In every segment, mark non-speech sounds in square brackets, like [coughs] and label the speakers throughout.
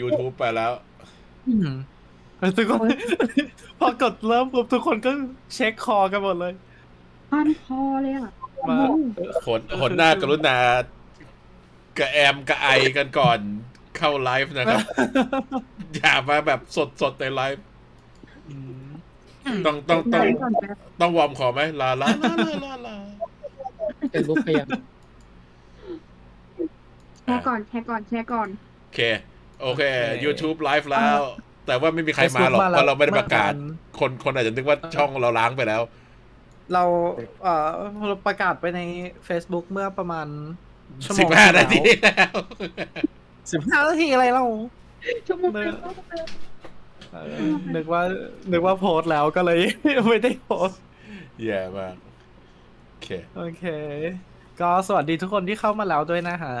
Speaker 1: YouTube ไปแล้ว
Speaker 2: อืมทุกคน พอกดเริ่มปุ๊บทุกคนก็เช็คคอกันหมดเลย
Speaker 3: พันคอเลยอ่ะ
Speaker 2: มา
Speaker 3: งง
Speaker 1: ขนขนหน้ากรุณากระแอมกระไอกันก่อนเข้าไลฟ์นะครับ อย่ามาแบบสดสดๆในไลฟ์
Speaker 2: อืม
Speaker 1: ต้องต้องต้อง
Speaker 3: ไลฟ์ก่อนแป๊บ
Speaker 1: ต้องวอร์มคอไหมลาลาลาลาลาลา
Speaker 4: เฟซบุ๊กพยายาม
Speaker 3: แชร์ก่อนแชร์ก่อนแชร์ก่อน
Speaker 1: โอเค โอเค YouTube ไลฟ์แล้ว แต่ว่าไม่มีใครมาหรอก
Speaker 2: Facebook
Speaker 1: เพราะเราไม่ได้ประกาศ
Speaker 2: มแล้ว
Speaker 1: คนคนอาจจะนึกว่าช่องเราล้างไปแล้ว
Speaker 2: เราเอ่อเราประกาศไปใน Facebook เมื่อประมาณชั่วโม
Speaker 1: สิบ
Speaker 2: ง
Speaker 1: ห้านาทีแล้ว
Speaker 2: สิบห้านาทีอะไรเรา
Speaker 3: ชั่วโมง
Speaker 2: เน
Speaker 3: เต็
Speaker 2: อะ
Speaker 3: ม
Speaker 2: นึกว่านึกว่าโพสต์แล้วก็เลย [laughs] ไม่ได้โพสต์
Speaker 1: แย่มากโอเค
Speaker 2: โอเค ก็สวัสดีทุกคนที่เข้ามาแล้วด้วยนะฮะ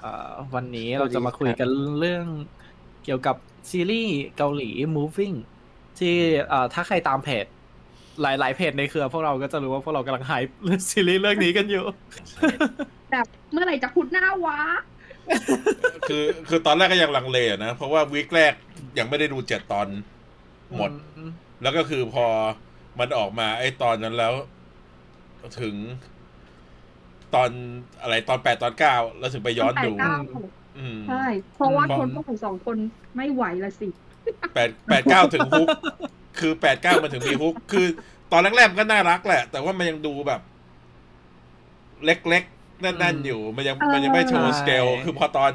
Speaker 2: เอ่อวันนี้เราจะมาคุยกันเรื่องเกี่ยวกับซีรีส์เกาหลี Moving ที่เอ่อถ้าใครตามเพจ หลายๆเพจในเครือพวกเราก็จะรู้ว่าพวกเรากำลังไฮป์เรื่องซีรีส์เรื่องนี้กันอยู่
Speaker 3: แบบเมื่อไหร่จะขุดหน้าวะ
Speaker 1: คือคือตอนแรกก็ยังลังเลอะนะ เพราะว่าวีคแรกยังไม่ได้ดูเจ็ดตอนหมด
Speaker 2: อืม
Speaker 1: แล้วก็คือพอมันออกมาไอ้ตอนนั้นแล้ว ถึง ตอนอะไรตอนแปดตอนเก้าแล้วถึงไปย้อนดู
Speaker 3: แปดเก้า
Speaker 1: อืม
Speaker 3: ใช่เพราะว่าคนพวกผมสองคนไม่ไหวละสิ
Speaker 1: แปดแปดเก้าถึงฮุก คือแปดเก้ามันถึงมีฮุก คือ ตอนแรกๆมันก็น่ารักแหละ แต่ว่ามันยังดูแบบ เล็กๆแน่นๆอยู่ มันยัง
Speaker 3: เออ
Speaker 1: มันยังไม่โชว์สเกลคือพอตอน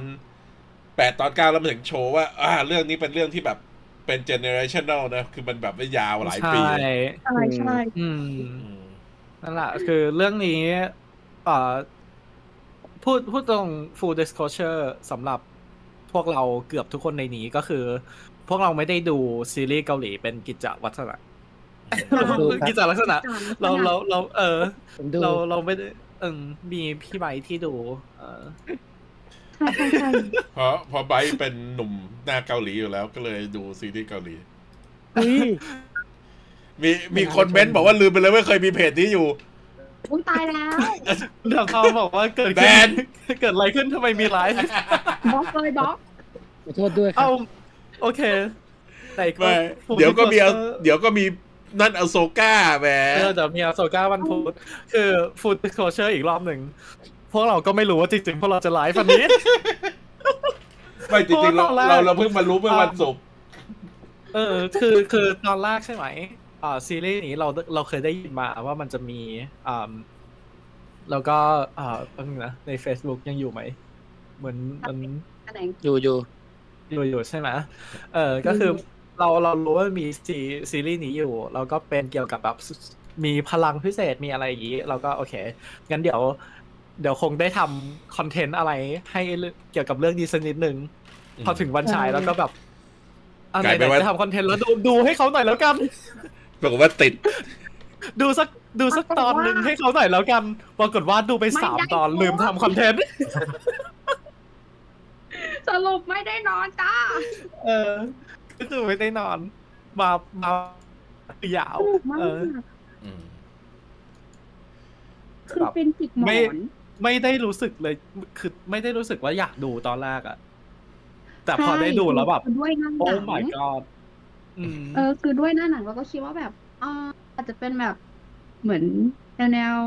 Speaker 1: แปดตอนเก้าแล้วมันถึงโชว์ว่า อ่า เรื่องนี้เป็นเรื่องที่แบบเป็นเจเนอเรชันแนลนะ คือมันแบบว่ายาวหลายปี
Speaker 2: ใช่
Speaker 3: ใช่ใช่
Speaker 2: อืม
Speaker 1: อืม
Speaker 2: นั่นแหละคือเรื่องนี้เอ่อพูดพูดตรง full disclosure สำหรับพวกเราเกือบทุกคนในนี้ก็คือ พวกเราไม่ได้ดูซีรีส์เกาหลีเป็นกิจวัตรลักษณะกิจลักษณะ
Speaker 3: จาน
Speaker 2: เราเราเราเออ
Speaker 4: ผมดู
Speaker 2: เราเราไม่ได้เออมีพี่ไบร์ทที่ดู เออ
Speaker 3: ใช่ใช่ใช่
Speaker 1: เพราะเพอไบร์ทเป็นหนุ่มหน้าเกาหลีอยู่แล้วก็เลยดูซีรีส์เกาหลี
Speaker 4: อุ้ย
Speaker 1: มีมีคนเม้นบอกว่าลืมไปเลยว่าเคยมีเพจนี้อยู่
Speaker 3: อุ้ยตายแล้ว
Speaker 2: เดี๋ยวเขาบอกว่าเกิด
Speaker 1: แบ
Speaker 2: ขึ้
Speaker 1: น
Speaker 2: นเกิดอะไรขึ้นทำไมมีไลฟ์
Speaker 3: บล็อกเลยบล็อก
Speaker 4: ขอโทษด้วยครั
Speaker 2: เอ้า
Speaker 4: บ
Speaker 2: โอเคแต่ก็
Speaker 1: ไม่
Speaker 2: full
Speaker 1: เดี๋ยวก็มี
Speaker 2: disclosure
Speaker 1: เดี๋ยวก็มีนั่นอโซก้าแหม
Speaker 2: เออแต่มีอโซก้าวันพุธคือฟูดโคเชอร์อีกรอบหนึ่ง พวกเราก็ไม่รู้ว่าจริงๆ พวกเราจะไลฟ์วันนี้
Speaker 1: ไม่จริงๆเรา
Speaker 2: ตอนแรก
Speaker 1: เราเราเพิ่งมารู้เมื่อวันศุกร์
Speaker 2: เออ คือคือตอนแรกใช่ไหมอ่าซีรีส์นี้เราเราเคยได้ยินมาว่ามันจะมีอ่าแล้วก็อ่าแป๊บนึงนะใน Facebook ยังอยู่ไหม เหมือนมัน
Speaker 3: อันไหน
Speaker 4: อยู่อยู่
Speaker 2: อยู่อยู่ใช่ไหมเออ ก็คือเราเรารู้ว่ามีซีซีรีส์นี้อยู่ แล้วก็เป็นเกี่ยวกับแบบมีพลังพิเศษมีอะไรอย่างนี้ เราก็โอเค งั้นเดี๋ยว เดี๋ยวคงได้ทำคอนเทนต์อะไรให้เรื่องเกี่ยวกับเรื่องนี้สักนิดนึง พอถึงวันฉายแล้วก็แบบอะไห
Speaker 1: กลายเป็น
Speaker 2: น
Speaker 1: ว่า
Speaker 2: ๆจะทำคอนเทนต์แล้วดูดูให้เขาหน่อยแล้วกัน
Speaker 1: ปรากฏว่าติด
Speaker 2: ดูสักดูสักตอนหนึ่งให้เขาหน่อยแล้วกัน ปรากฏว่าดูไปสาม
Speaker 3: ไม่ได้
Speaker 2: ตอนลืมทำคอนเทนต์
Speaker 3: สรุปไม่ได้นอนจ้า
Speaker 2: เออ ก็คือไม่ได้นอน มา มายาว
Speaker 3: สนุกมาก
Speaker 2: เออ
Speaker 1: อืม
Speaker 3: คือเป็นจิกหม
Speaker 2: ไม่
Speaker 3: อน
Speaker 2: ไม่ได้รู้สึกเลย คือไม่ได้รู้สึกว่าอยากดูตอนแรกอะ แต่พอได้ดูแล้วแบบ
Speaker 3: ใช่ด้วยหน้าห
Speaker 2: โอ้
Speaker 3: นั
Speaker 2: my god อืม
Speaker 3: เออคือด้วยหน้าหนังเราก็คิดว่าแบบอ่าอาจจะเป็นแบบเหมือนแนวแนว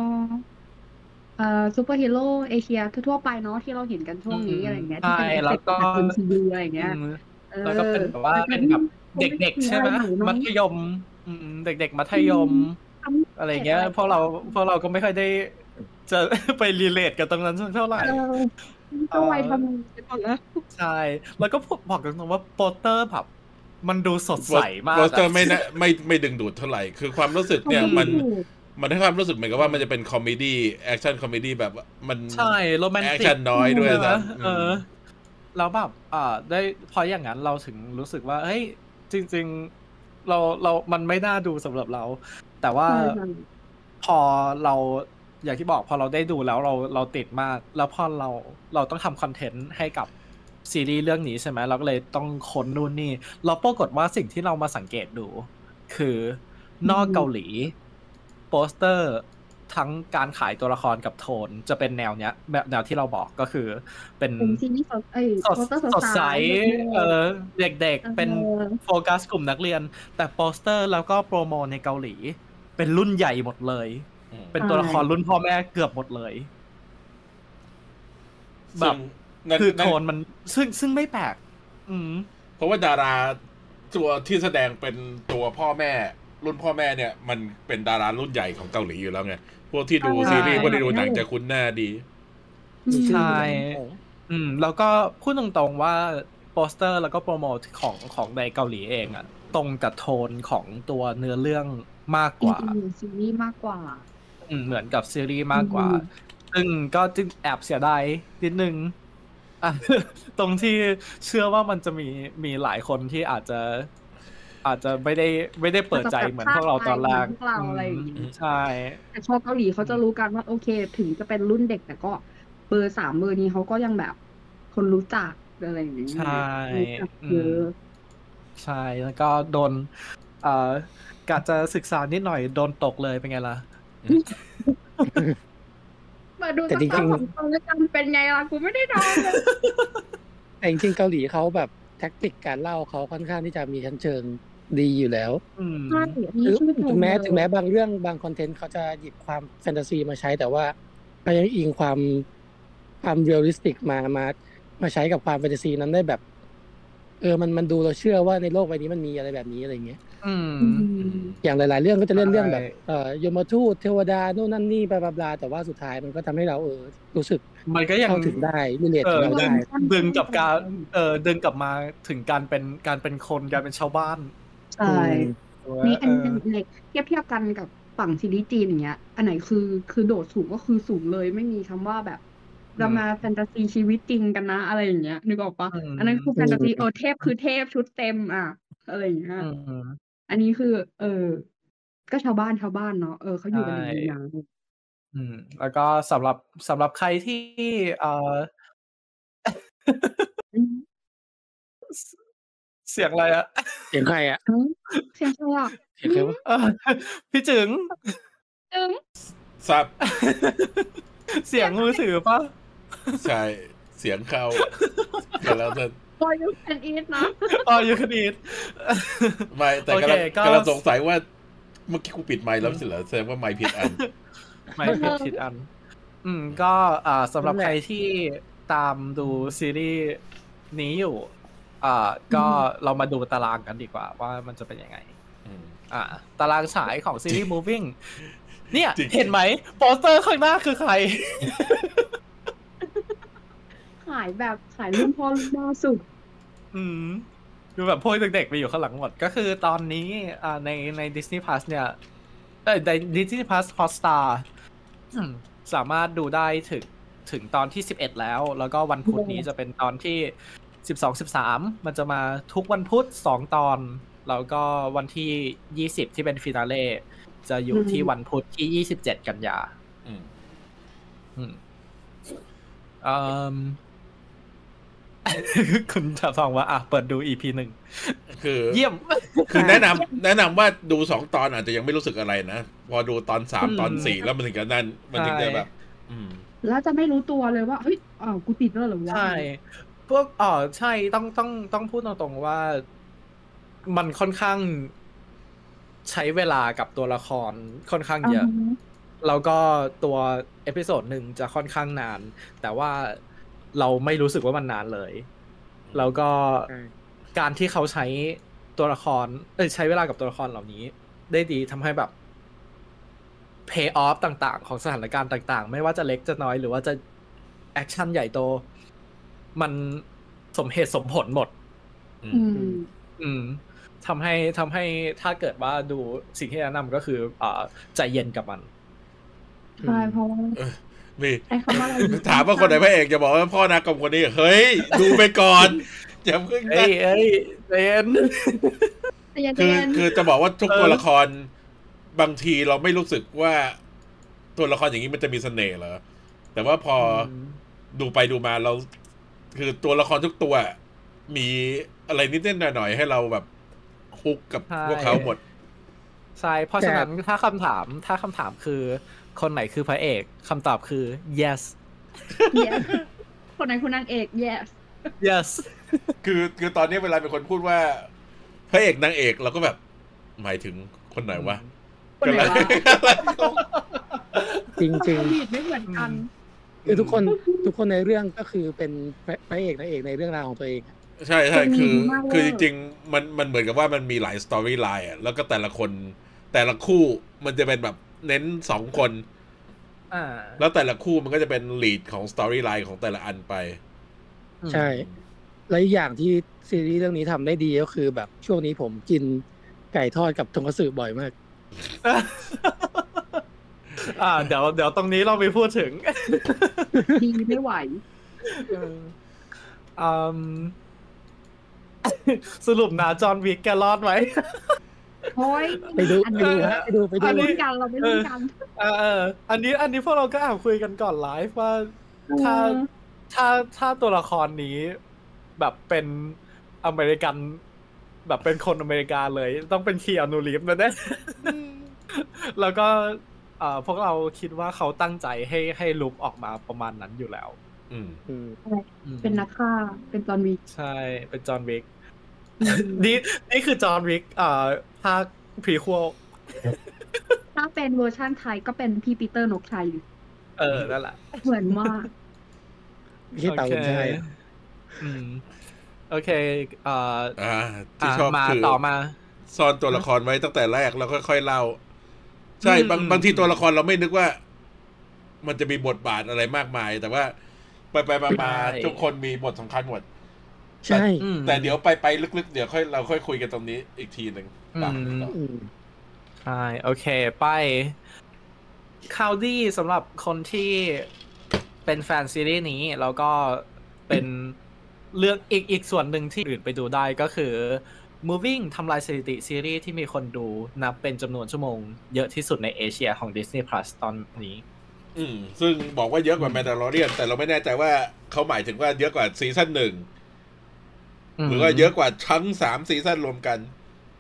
Speaker 3: เอ่อซูเปอร์ฮีโร่เอเชียทั่วๆไปเนาะที่เราเห็นกันช่วงนี้อะไรอย่างเงี้ยที่
Speaker 2: ใช่
Speaker 3: เป็น
Speaker 2: แล้วก็
Speaker 3: เป็นีดีอะไรอย่างเงี้ย
Speaker 2: อืม
Speaker 3: ออ
Speaker 2: แล้วก็เป็นแบบว่าเป็นแบบ เด็กๆใช่ไหมมัธยม อืมเด็ก ๆ มัธยม อะไรเงี้ยพวกเราพวกเราก็ไม่ค่อยได้จะ [laughs] ไปรีเลทกับตรงนั้นสักเท่าไหร่
Speaker 3: เออก็วัยทำงานกันหมดแล้ว
Speaker 2: ใช่ แล้วก็บอกตรงๆว่าโปสเตอร์แบบมันดูสดใสมาก
Speaker 1: โปสเตอร์
Speaker 2: ะ
Speaker 1: ไม่นะไม่ไม่ดึงดูดเท่าไหร่ คือความรู้สึกเนี่ย มันมันให้ความรู้สึกเหมือนกับว่ามันจะเป็นคอมเมดี้แอคชั่นคอมเมดี้แบบว่ามัน
Speaker 2: ใช่โรแมน
Speaker 1: แอค
Speaker 2: ติก
Speaker 1: ชั่นน้อยด้วยนะ
Speaker 2: นะ
Speaker 1: อื
Speaker 2: เอ
Speaker 1: ม
Speaker 2: อแล้วแบบอ่าได้เพออย่างนั้นเราถึงรู้สึกว่าเฮ้ยจริง ๆ เราเรามันไม่น่าดูสำหรับเรา แต่ว่า
Speaker 3: ใช่
Speaker 2: พอเราอย่างที่บอกพอเราได้ดูแล้วเราเราติดมาก แล้วพอเราเราต้องทำคอนเทนต์ให้กับซีรีส์เรื่องนี้ใช่ไหมเราก็เลยต้องค้นนู่นนี่ เราปรากฏว่าสิ่งที่เรามาสังเกตดู คือนอกเกาหลีโปสเตอร์ ทั้งการขายตัวละครกับโทนจะเป็นแนวเนี้ยแบบแนวที่เราบอกก็คือ เป็น
Speaker 3: เป็นซีรีส์สดเอ้ย
Speaker 2: สด
Speaker 3: โปสเตอร์
Speaker 2: ส
Speaker 3: ส
Speaker 2: ด
Speaker 3: ด
Speaker 2: ใส
Speaker 3: ใส
Speaker 2: เออเด็ก
Speaker 3: ออ
Speaker 2: ๆเป็น โฟกัสกลุ่มนักเรียน แต่โปสเตอร์แล้วก็โปรโมในเกาหลี เป็นรุ่นใหญ่หมดเลย
Speaker 1: อืม
Speaker 2: เป็นตัวละครรุ่นพ่อแม่เกือบหมดเลย แบบ
Speaker 1: ซึ่ง
Speaker 2: คือ
Speaker 1: นั่นนั่
Speaker 2: โท
Speaker 1: น
Speaker 2: นมันซึ่งซึ่งไม่แปลกอืม
Speaker 1: เพราะว่าดาราตัวที่แสดงเป็นตัวพ่อแม่ รุ่นพ่อแม่เนี่ย มันเป็นดารารุ่นใหญ่ของเกาหลีอยู่แล้วไงพวกที่ดูซีรีส์
Speaker 2: ใช่
Speaker 1: พวกที่ดูหนังจะคุ้นหน้าดี
Speaker 3: อืม
Speaker 2: ใช่ อืมแล้วก็พูดตรงๆว่าโปสเตอร์แล้วก็โปรโมทของของในเกาหลีเองอะตรงกับโทนของตัวเนื้อเรื่องมากกว่า
Speaker 3: อินเตอร์เน็ตซีรีส์มากกว่า
Speaker 2: อืมเหมือนกับซีรีส์มากกว่า
Speaker 3: อืม
Speaker 2: ซึ่งก็จึงแอบเสียดายนิดนึงอ่ะ [laughs] ตรงที่เชื่อว่ามันจะมีมีหลายคนที่อาจจะ อาจจะไม่ได้ไม่ได้เปิดใจเหมือนพวกเราตอนแรก
Speaker 3: เหมือนพวกเราอะไรอย่างเงี้ย
Speaker 2: มใช่
Speaker 3: แต่ชอบเกาหลีเขาจะรู้กันว่าโอเค ถึงจะเป็นรุ่นเด็กแต่ก็เบอร์สามเบอร์นี้เขาก็ยังแบบ คนรู้จักอะไรอย่างเงี้ย
Speaker 2: ใช่
Speaker 3: รู้จัก
Speaker 2: อื
Speaker 3: เย
Speaker 2: ม
Speaker 3: อะ
Speaker 2: ใช่แล้วก็โดนเอ่อกะจะศึกษานิดหน่อยโดนตกเลยเป็นไงล่ะ
Speaker 3: มาดู
Speaker 4: แต่จริงๆ
Speaker 3: สภาพของเขาแล้วกันเป็นไงล่ะกูไม่ได้นอนเลย
Speaker 4: แต่จริงๆเกาหลีเขาแบบแท็กติกการเล่าเขาค่อนข้างที่จะมีชั้นเชิงดีอยู่แล้ว
Speaker 2: อืม
Speaker 3: ใช่อันนี้
Speaker 4: คือ
Speaker 3: ชื่อ
Speaker 4: ถึงแม้
Speaker 3: เพลเลย
Speaker 4: ถึงแม้บางเรื่องบางคอนเทนต์เขาจะหยิบความแฟนตาซีมาใช้แต่ว่าเขายังอิงความความเรียลลิสติกมามามาใช้กับความแฟนตาซีนั้นได้แบบ เออมันมันดูเราเชื่อว่าในโลกใบนี้มันมีอะไรแบบนี้อะไรอย่างเงี้ย
Speaker 2: อืม
Speaker 3: อืม
Speaker 4: อย่างหลาย ๆ เรื่องก็จะเล่นเรื่องแบบ
Speaker 2: ใช่
Speaker 4: เอ่อยมทูตเทวดาโน่นนั่นนี่บลาบลาบลาแต่ว่าสุดท้ายมันก็ทำให้เราเออรู้สึก
Speaker 2: มันก็ยัง
Speaker 4: เข้าถึงได้รีเลท
Speaker 2: เอ
Speaker 4: ถึ
Speaker 2: อง
Speaker 4: เรา
Speaker 2: ดึ
Speaker 4: ได้
Speaker 2: งดึงกลับการเออดึงกลับมาถึงการเป็นการเป็นคนการเป็นชาวบ้าน
Speaker 3: ใช่นี่อัน
Speaker 2: เอ
Speaker 3: หนึ
Speaker 2: อง
Speaker 3: เล็กเทียบเทียบกันกับฝั่งซีรีส์จีนอย่างเงี้ย อันไหนคือคือโดดสูงก็คือสูงเลยไม่มีคำว่าแบบเรามาแฟนตาซีชีวิตจริงกันนะอะไรอย่างเงี้ยนึกออกปะอันนั้นคือแฟนตาซีเออเทพคือเทพชุดเต็มอ่ะอะไรอย่างเงี้ย
Speaker 2: อืม
Speaker 3: อันนี้คือ เออ ก็ชาวบ้านชาวบ้านเนาะ เออเขาอยู่กันอย่างนี้นะ
Speaker 2: อืม แล้วก็สำหรับสำหรับใครที่เออเสียงอะไร [laughs] อะ
Speaker 4: เสียงใครอ่ะ
Speaker 3: เสียงใครอ่ะ
Speaker 4: เสียงใครวะ
Speaker 2: เออพี่จึง [laughs]
Speaker 3: เอิง
Speaker 1: ซับ
Speaker 2: เสียงมือถือปะ
Speaker 1: ใช่เสียงเขาแต่แล้วจะ
Speaker 3: บอยยูแอนอีทนะ
Speaker 2: อ๋อยูคณิต
Speaker 1: ไม่แต่กำลัง
Speaker 2: โอเคก็
Speaker 1: กำลังสงสัยว่าเมื่อกี้กูปิดไมค์แล้วไม่ใช่เหรอแสดงว่าไมค์ผิดอัน
Speaker 2: ไม่ผิดผิดอัน อืม ก็อ่าสำหรับใครที่ตามดูซีรีส์นี้อยู่อ่าก็เรามาดูตารางกันดีกว่า ว่ามันจะเป็นยังไง อ่า ตารางฉายของซีรีส์ Moving เนี่ย
Speaker 1: จริง
Speaker 2: เห็นไหมโปสเตอร์ข้างหน้าคือใคร
Speaker 3: ขายแบบขายรุ่นพ่อรุ่นแม่สุด
Speaker 2: อืมดูแบบพวกเด็กๆไปอยู่ข้างหลังหมด ก็คือตอนนี้อ่าในใน Disney Plus เนี่ยเอ้ยใน Disney Plus Hotstar อืมสามารถดูได้ถึงถึงตอนที่ 11 แล้ว แล้วก็วันพุธนี้จะเป็นตอนที่ 12 13 มันจะมาทุกวันพุธ 2 ตอน แล้วก็วันที่ 20 ที่เป็นฟินาเล่จะอยู่
Speaker 3: อืม
Speaker 2: ที่วันพุธที่ 27 กันยา
Speaker 1: อืม
Speaker 2: อืมเอิ่ม [laughs] คุณถามทองว่า อ่ะ เปิดดู EP หนึ่ง
Speaker 1: คือ
Speaker 2: เยี่ยม
Speaker 1: คือแนะนำแนะนำว่าดูสองตอนอาจจะยังไม่รู้สึกอะไรนะ พอดูตอนสาม
Speaker 2: อืม
Speaker 1: ตอนสี่แล้วมันถึงจะนั่นมันถึงจะแบบ อืม
Speaker 3: แล้วจะไม่รู้ตัวเลยว่า เฮ้ยอ้าวกูติดแล้วเหรอวะ
Speaker 2: ใช่ พวกอ๋อใช่ ต้องต้องต้องพูดตรงๆว่า มันค่อนข้างใช้เวลากับตัวละครค่อนข้างเยอะ
Speaker 3: าฮะ
Speaker 2: แล้วก็ตัวเอพิโซดหนึ่งจะค่อนข้างนาน แต่ว่าเราไม่รู้สึกว่ามันนานเลย แล้วก็
Speaker 4: ใช่
Speaker 2: การที่เขาใช้ตัวละคร เอยใช้เวลากับตัวละครเหล่านี้ ได้ดีทำให้แบบ pay off ต่างๆ ของสถานการณ์ต่าง ๆ ไม่ว่าจะเล็กจะน้อยหรือว่าจะแอคชั่นใหญ่โต มันสมเหตุสมผลหมด
Speaker 1: อื
Speaker 3: อื
Speaker 1: ม
Speaker 3: ม
Speaker 2: อืมทำให้ทำให้ถ้าเกิดว่าดูสิ่งที่แนะนำก็คืออ่าใจเย็นกับมัน
Speaker 3: ใช่เพราะว่า
Speaker 1: มี
Speaker 3: ไอ้คำว่าอะไร
Speaker 1: ถามว่าคนไหนพระเอกจะบอกว่าพ่อนากับคนนี้ เฮ้ย ดูไปก่อน อย่าเพิ่ง
Speaker 2: เอ้
Speaker 1: นะ
Speaker 2: ยเอ้ยใจเย็น
Speaker 3: แต่ยัง
Speaker 1: คือ
Speaker 3: เรียน
Speaker 1: คือจะบอกว่าทุก
Speaker 2: เออ
Speaker 1: ตัวละคร บางทีเราไม่รู้สึกว่า ตัวละครอย่างนี้มันจะมีเสน่ห์เหรอ แต่ว่าพออดูไปดูมาเรา คือตัวละครทุกตัว มีอะไรนิดๆหน่อยๆให้เราแบบฮุกกับพวกเขาหมด
Speaker 2: ใช่ เพราะฉะนั้นถ้าคำถามถ้าคำถามคือ คนไหนคือพระเอกคำตอบคือ yes
Speaker 3: yes คนไหนคุณนางเอก yes
Speaker 2: yes
Speaker 1: คือคือตอนนี้เวลาเป็นคนพูดว่าพระเอกนางเอกเราก็แบบ หมายถึงคนไหนวะ
Speaker 3: คนไหนวะ
Speaker 4: จริงจริง
Speaker 3: ผิดไม่เหมือนกัน
Speaker 4: ๆคือทุกคนทุกคนในเรื่องก็คือเป็นพระเอกนางเอกในเรื่องราวของตัวเอง
Speaker 1: ใช่ใช่คือ
Speaker 3: คนไหนวะ
Speaker 1: คือจริงๆมันมันเหมือนกับว่ามันมีหลายสตอรี่ไลน์อะแล้วก็แต่ละคนแต่ละคู่มันจะเป็นแบบเน้นสองคน
Speaker 2: อ่า
Speaker 1: แล้วแต่ละคู่มันก็จะเป็นลีดของสตอรี่ไลน์ของแต่ละอันไป
Speaker 4: ใช่ และอีกอย่างที่ซีรีส์เรื่องนี้ทำได้ดีก็คือแบบช่วงนี้ผมกินไก่ทอดกับทงคัตสึบ่อยมาก
Speaker 2: อ่าเดี๋ยวเดี๋ยวตรงนี้เราไปพูดถึง
Speaker 3: ดีไม่ไหว
Speaker 2: อืมสรุปหนาจอห์นวิกแกรอดไหม
Speaker 3: โอ้ย
Speaker 4: ไปดู
Speaker 3: อัน
Speaker 4: ไป
Speaker 3: นี้
Speaker 4: ดูฮะไปดูไป
Speaker 2: อัน
Speaker 4: ดู
Speaker 2: นี้
Speaker 3: ไม่กันเราไม่รู้กัน
Speaker 2: เออเอออันนี้อันนี้พวกเราก็อ่าคุยกันก่อนไลฟ์ว่า ถ้า ถ้าถ้าตัวละครนี้ แบบเป็นอเมริกันแบบเป็นคนอเมริกาเลย ต้องเป็นคีอานูรีฟแน่ๆแล้วก็เอ่อพวกเราคิดว่าเขาตั้งใจให้ให้ลุกออกมาประมาณนั้นอยู่แล้ว
Speaker 1: อืม
Speaker 4: อืม
Speaker 2: อืม
Speaker 3: เป็นนักฆ่า เป็นตอนวี
Speaker 2: ใช่เป็นจอห์นวิก นี่นี่คือจอห์นวิกเอ่อภาคพรีควล
Speaker 3: [laughs] ถ้าเป็นเวอร์ชั่นไทยก็เป็นพี่ปีเตอร์นกชัย
Speaker 2: เออ นั่นแหละ
Speaker 3: เหมือนมาก
Speaker 4: ไม่ใช่เต่าคุณชาย
Speaker 2: อืม โอเคเอ่อ
Speaker 1: อ่า
Speaker 2: อ่ะ
Speaker 1: ที่ชอบ
Speaker 2: มา
Speaker 1: คือ
Speaker 2: ต่อมา
Speaker 1: ซ่อนตัวละครไว้ตั้งแต่แรกแล้วค่อยๆเล่า ใช่บาง
Speaker 2: อืม
Speaker 1: บางทีตัวละครเราไม่นึกว่า มันจะมีบทบาทอะไรมากมาย แต่ว่าไปไปมามาทุกคนมีบทสำคัญหมด
Speaker 4: ใช่
Speaker 2: อืม
Speaker 1: แต่เดี๋ยวไปไปลึกๆ เดี๋ยวค่อยเราค่อยคุยกันตรงนี้อีกทีหนึ่ง
Speaker 2: อืม
Speaker 1: ตามกันต่อ
Speaker 4: อืม
Speaker 2: ใช่ โอเค ไปคาวดี้สำหรับคนที่เป็นแฟนซีรีส์นี้ แล้วก็เป็นเรื่องอีกอีกส่วนหนึ่งที่อื่นไปดูได้ก็คือ Moving ทำลายสถิติซีรีส์ที่มีคนดูนับเป็นจำนวนชั่วโมงเยอะที่สุดในเอเชียของ Disney Plus ตอนนี้
Speaker 1: อืม ซึ่งบอกว่าเยอะกว่าแมนดา l เรียนแต่เราไม่แน่ใจว่าเขาหมายถึงว่าเยอะกว่าซีซั่นหนึ่งหรือว่าเยอะกว่าทั้งสามซีซั่นรวมกัน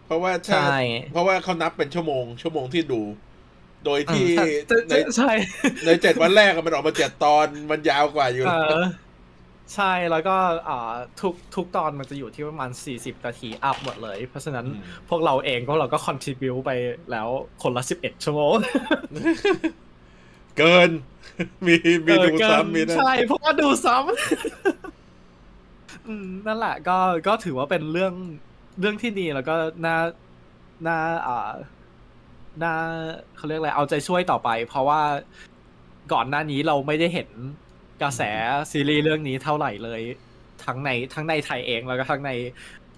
Speaker 1: เพราะว่าถ้า
Speaker 2: ใช่
Speaker 1: เพราะว่าเขานับเป็นชั่วโมง ชั่วโมงที่ดู โดยที่
Speaker 2: อืม
Speaker 1: ใน
Speaker 2: ใช่
Speaker 1: ในเจ็ดวันแรกอะมันออกมาเจ็ดตอนมันยาวกว่าอยู่
Speaker 2: เออใช่แล้วก็อ่าทุกทุกตอนมันจะอยู่ที่ประมาณ 40 นาทีอัพหมดเลย เพราะฉะนั้น
Speaker 1: อืม
Speaker 2: พวกเราเองพวกเราก็คอนทริบิวไปแล้วคนละ 11 ชั่วโมง
Speaker 1: เกิน [laughs] มีมี
Speaker 2: เออ
Speaker 1: ดู
Speaker 2: เกิน
Speaker 1: ซ้ำมีนั่น
Speaker 2: ใช่เพราะว่าดูซ้ำ อืมนั่นแหละก็ก็ถือว่าเป็นเรื่องเรื่องที่ดีแล้วก็น่าน่าอ่าน่าเขาเรียกอะไรเอาใจช่วยต่อไป เพราะว่าก่อนหน้านี้เราไม่ได้เห็นกระแสซีรีส์เรื่องนี้เท่าไหร่เลย ทั้งในทั้งในไทยเองแล้วก็ทั้งใน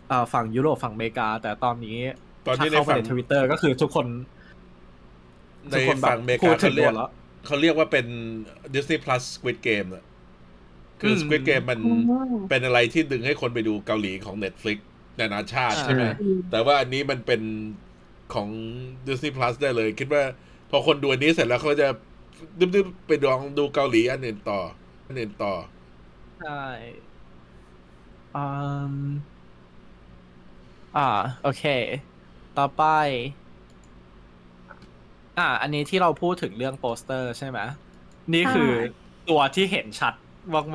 Speaker 2: เอ่อฝั่งยุโรปฝั่งอเมริกา แต่ตอนนี้
Speaker 1: ตอนนี้ใน
Speaker 2: ถ้าเข้าไป
Speaker 1: ฝั่ง
Speaker 2: ในทวิตเตอร์ก็คือทุกคน
Speaker 1: ใน
Speaker 2: ทุกคนแบบ
Speaker 1: ฝั่งอเมริ
Speaker 2: พู
Speaker 1: กา
Speaker 2: ดถึ
Speaker 1: เขา
Speaker 2: ง
Speaker 1: เรี
Speaker 2: ห
Speaker 1: ยก
Speaker 2: มดแล้ว
Speaker 1: เขาเรียกว่าเป็น Disney Plus Squid Game อะคืออ
Speaker 2: ม
Speaker 1: Squid Game มัน
Speaker 3: อ๋อ
Speaker 1: เป็นอะไรที่ดึงให้คนไปดูเกาหลีของ Netflix นานาชาติใช่ไหม
Speaker 2: อ่า
Speaker 3: อืม
Speaker 1: แต่ว่าอันนี้มันเป็นของ Disney Plus ได้เลย คิดว่าพอคนดูอันนี้เสร็จแล้วเขาจะดึ๊บๆไปลองดูเกาหลีอันอื่นต่ออันอื่นต่อ
Speaker 2: ใช่อืมอ่า โอเค ต่อไป อ่า อันนี้ที่เราพูดถึงเรื่องโปสเตอร์ใช่ไหม นี่คือตัวที่เห็นชัด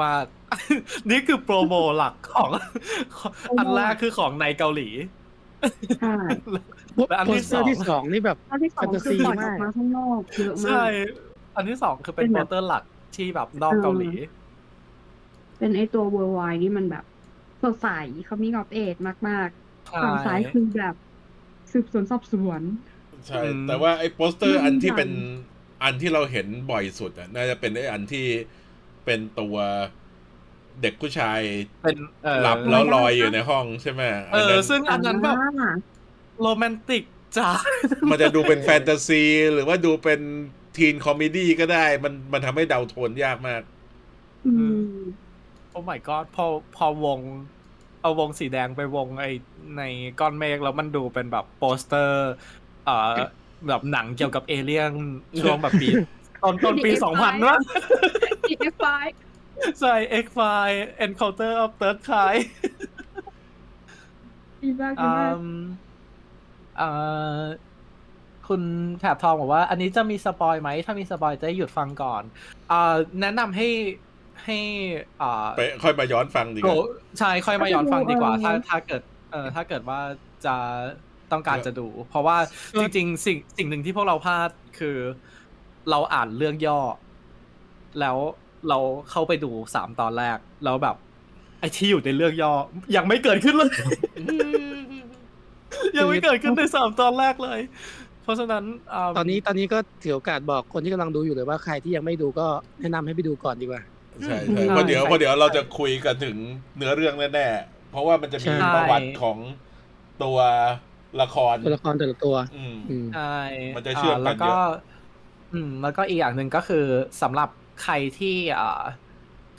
Speaker 2: มากๆ [laughs] นี่คือโปรโมหลักของ อันแรกคือของในเกาหลี
Speaker 3: ใช่
Speaker 2: และอัน
Speaker 4: โป
Speaker 2: ที่
Speaker 4: สเต
Speaker 2: ส
Speaker 4: อ
Speaker 2: อง
Speaker 4: ร์ที่สองนี่แบบ
Speaker 3: แล้วที่สองคือปล่อยออกมาข้างนอกเยอะมา
Speaker 2: ใช่
Speaker 3: ก
Speaker 2: อันที่สองคือเป็น
Speaker 3: เป็น
Speaker 2: โป
Speaker 3: แบบ
Speaker 2: สเตอร์หลักที่แบบนอกเกาหลี
Speaker 3: เป็นไอตัวเวอร์ไวนี่มันแบบสดใสเขามีงอบเอทมากๆ
Speaker 2: ใช่
Speaker 3: ฝั่งซ้ายคือแบบสืบสวนสอบสวน
Speaker 1: ใช่
Speaker 2: อืม
Speaker 1: แต่ว่าไอ้โปสเตอ
Speaker 3: อื
Speaker 1: ร์
Speaker 3: ม
Speaker 1: อันที่เป็น
Speaker 3: ใหญ่
Speaker 1: อันที่เราเห็นบ่อยสุดอะน่าจะเป็นไอ้อันที่เป็นตัวเด็กผู้ชาย
Speaker 2: เป็นเออ
Speaker 1: หลับแล้วลอยอยู่ในห้องใช่ไหม
Speaker 2: เอน อ
Speaker 1: นั้น
Speaker 2: ซึ่งอันนั้นแบบ
Speaker 3: อ่า
Speaker 2: โรแมนติกจ๋า
Speaker 1: มันจะดูเป็นแฟนตาซี หรือว่าดูเป็นทีนคอมเมดี้ก็ได้ มันมันทำให้เดาโทนยากมาก
Speaker 3: อื
Speaker 2: อืม
Speaker 3: ม
Speaker 2: โอ้ my god พอพอวง เอาวงสีแดงไปวงไอในก้อนเมฆแล้วมันดูเป็นแบบโปสเตอร์เอ่อแบบหนังเกี่ยวกับเอเลี่ยนช่วง
Speaker 3: [laughs]
Speaker 2: แบบปี ตอนต้นปีสองพันวะ [laughs]
Speaker 3: อีกไฟ
Speaker 2: ใช่เอ็กไฟเอ็นเคาน์เตอร์ออฟเติร์ดคาย
Speaker 3: ดีมากดี
Speaker 2: อื
Speaker 3: มาก
Speaker 2: มอ่าค คุณแถบทองบอกว่า อันนี้จะมีสปอยไหม ถ้ามีสปอยจะได้หยุดฟังก่อนเอ่อแนะนำให้ให้เอ่อ
Speaker 1: ไปค่อยมาย้อนฟังดีก
Speaker 2: โก
Speaker 1: ว่า
Speaker 2: ใช่ค่อยมาย้อนฟังดีกว่า
Speaker 3: เอ
Speaker 2: ถ้า
Speaker 3: อ
Speaker 2: ถ้าเกิดเออถ้าเกิดว่าจะต้องการจะดู เพราะว่าจริงๆ สิ่งสิ่งหนึ่งที่พวกเราพลาดคือเราอ่านเรื่องย่อ แล้วเราเข้าไปดูสามตอนแรก แล้วแบบ ไอ้ที่อยู่ในเรื่องย่อ ยังไม่เกิดขึ้นเลย [laughs] ยังไม่เกิดขึ้นในสามตอนแรกเลย เพราะฉะนั้นอ่า
Speaker 4: ตอนนี้ตอนนี้ก็ถือโอกาสบอกคนที่กำลังดูอยู่เลยว่าใครที่ยังไม่ดูก็แนะนำให้ไปดูก่อนดีกว่า
Speaker 1: ใช่ใช่เพราะเดี๋ยวเพราะเดี๋ยวเราจะคุยกันถึงเนื้อเรื่องแน่ๆ เพราะว่ามันจะมี
Speaker 4: ใช่
Speaker 1: ประวัติของตัวละคร
Speaker 4: ตัวละครแต่ละตัว
Speaker 1: อืม
Speaker 4: อืม
Speaker 2: ใช่
Speaker 1: มันจะเชื่อมกัน
Speaker 2: อ่าแล้ว
Speaker 1: เย
Speaker 2: ก็
Speaker 1: อะ
Speaker 2: อืม แล้วก็อีกอย่างหนึ่งก็คือสำหรับใครที่อ่า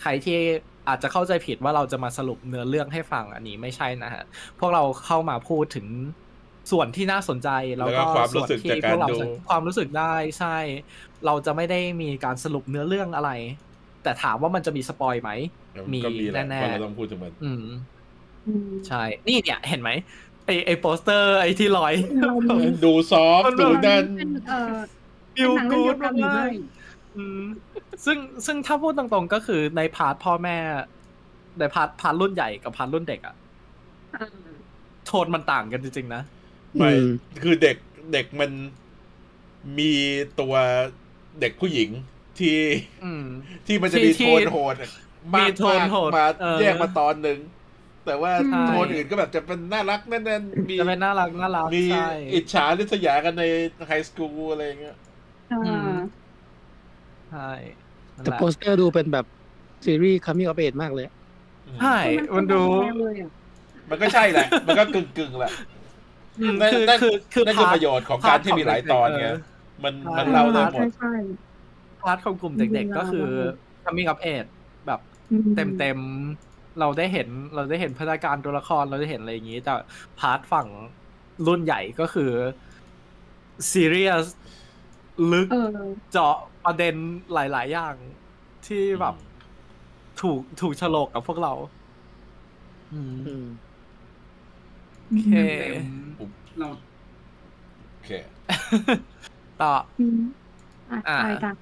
Speaker 2: ใครที่อาจจะเข้าใจผิดว่าเราจะมาสรุปเนื้อเรื่องให้ฟังอันนี้ไม่ใช่นะฮะ พวกเราเข้ามาพูดถึงส่วนที่น่าสนใจแล้ว
Speaker 1: แล้วก็
Speaker 2: ก็
Speaker 1: ความรู้
Speaker 2: ส่วน
Speaker 1: สึก
Speaker 2: ที่
Speaker 1: จาก
Speaker 2: พ
Speaker 1: การ
Speaker 2: วกเรา
Speaker 1: ดู
Speaker 2: ความรู้สึกได้ใช่ เราจะไม่ได้มีการสรุปเนื้อเรื่องอะไร แต่ถามว่ามันจะมีสปอยไหม
Speaker 1: เดี๋ยว
Speaker 2: มี
Speaker 1: ก็มีแหละ
Speaker 2: แน่ๆ
Speaker 1: เพราะเราต้องพูดถึงมัน
Speaker 2: อืม
Speaker 3: อืม
Speaker 2: ใช่ นี่เนี่ยเห็นไหมไอไอโปสเตอร์ไอที่ลอย
Speaker 3: อืม
Speaker 1: ดูซอฟต์ดูนั่น
Speaker 3: เป็นเออเป็
Speaker 2: ฟิล
Speaker 3: นหนังเรื่อง
Speaker 2: กูด
Speaker 3: เดียวกันหรือ
Speaker 2: มาก
Speaker 3: ไม่
Speaker 2: ๆอืมซึ่งซึ่งถ้าพูดตรงๆก็คือในพาร์ทพ่อแม่ ในพาร์ทพาร์ทรุ่นใหญ่กับพาร์ทรุ่นเด็กอะโทนมันต่างกันจริงๆนะ
Speaker 1: ไม่
Speaker 4: อืม
Speaker 1: คือเด็กเด็กมันมีตัวเด็กผู้หญิงที่
Speaker 2: อืม
Speaker 1: ที่มันจะ
Speaker 2: ที่
Speaker 1: มีโทนโหดมาก
Speaker 2: มีโทนโหด
Speaker 1: มา
Speaker 2: เออ
Speaker 1: แยกมาตอนหนึ่ง แต่ว่า
Speaker 3: ใช่
Speaker 1: โทนอื่นก็แบบจะเป็นน่ารักแน่นๆมี
Speaker 2: จะเป็นน่ารักน่ารัก
Speaker 1: มี
Speaker 2: ใช่
Speaker 1: อิจฉาริษยากันในไฮสคูลอะไรอย่างเงี้ย
Speaker 3: เอออ
Speaker 2: ม ใช่นั่น
Speaker 4: แต่
Speaker 2: แหละ
Speaker 4: โปสเตอร์ดูเป็นแบบซีรีส์ coming of age มากเลย
Speaker 2: ใช่
Speaker 3: คือ
Speaker 2: มันดู
Speaker 3: คละแวเลยอะ
Speaker 1: มันก็ใช่แหละ มันก็กึ่งกึ่งๆแหละ
Speaker 2: อืม
Speaker 1: นั่น
Speaker 2: คือ
Speaker 1: นั่น
Speaker 2: คือคือ
Speaker 1: นั่นคือ
Speaker 2: พา
Speaker 1: ป
Speaker 2: ท
Speaker 1: ระโยชน์ของ
Speaker 2: พาร์ท
Speaker 1: การที่มีหลายตอน
Speaker 2: ของเด็ก
Speaker 1: ไง
Speaker 2: เออ
Speaker 1: มัน
Speaker 2: ใช่
Speaker 1: มันเล่าเรื่องหมด
Speaker 3: ใช่
Speaker 2: พาร์ทของกลุ่มเด็กๆ ก็คือ coming of age แบบ เต็มเต็มๆเราได้เห็นเราได้เห็นพัฒนาการตัวละครเราได้เห็นอะไรอย่างนี้ แต่พาร์ทฝั่งรุ่นใหญ่ก็คือซีเรียสลึก
Speaker 3: เออ
Speaker 2: เจาะประเด็นหลาย ๆ อย่างที่แบบถูกถูกฉลกกับพวกเรา อืม
Speaker 4: อืม
Speaker 2: โอเค
Speaker 5: เรา
Speaker 1: โอเค
Speaker 2: ต่อ
Speaker 3: อืมอ่ะ
Speaker 2: อ่า
Speaker 3: ไปจ้ะ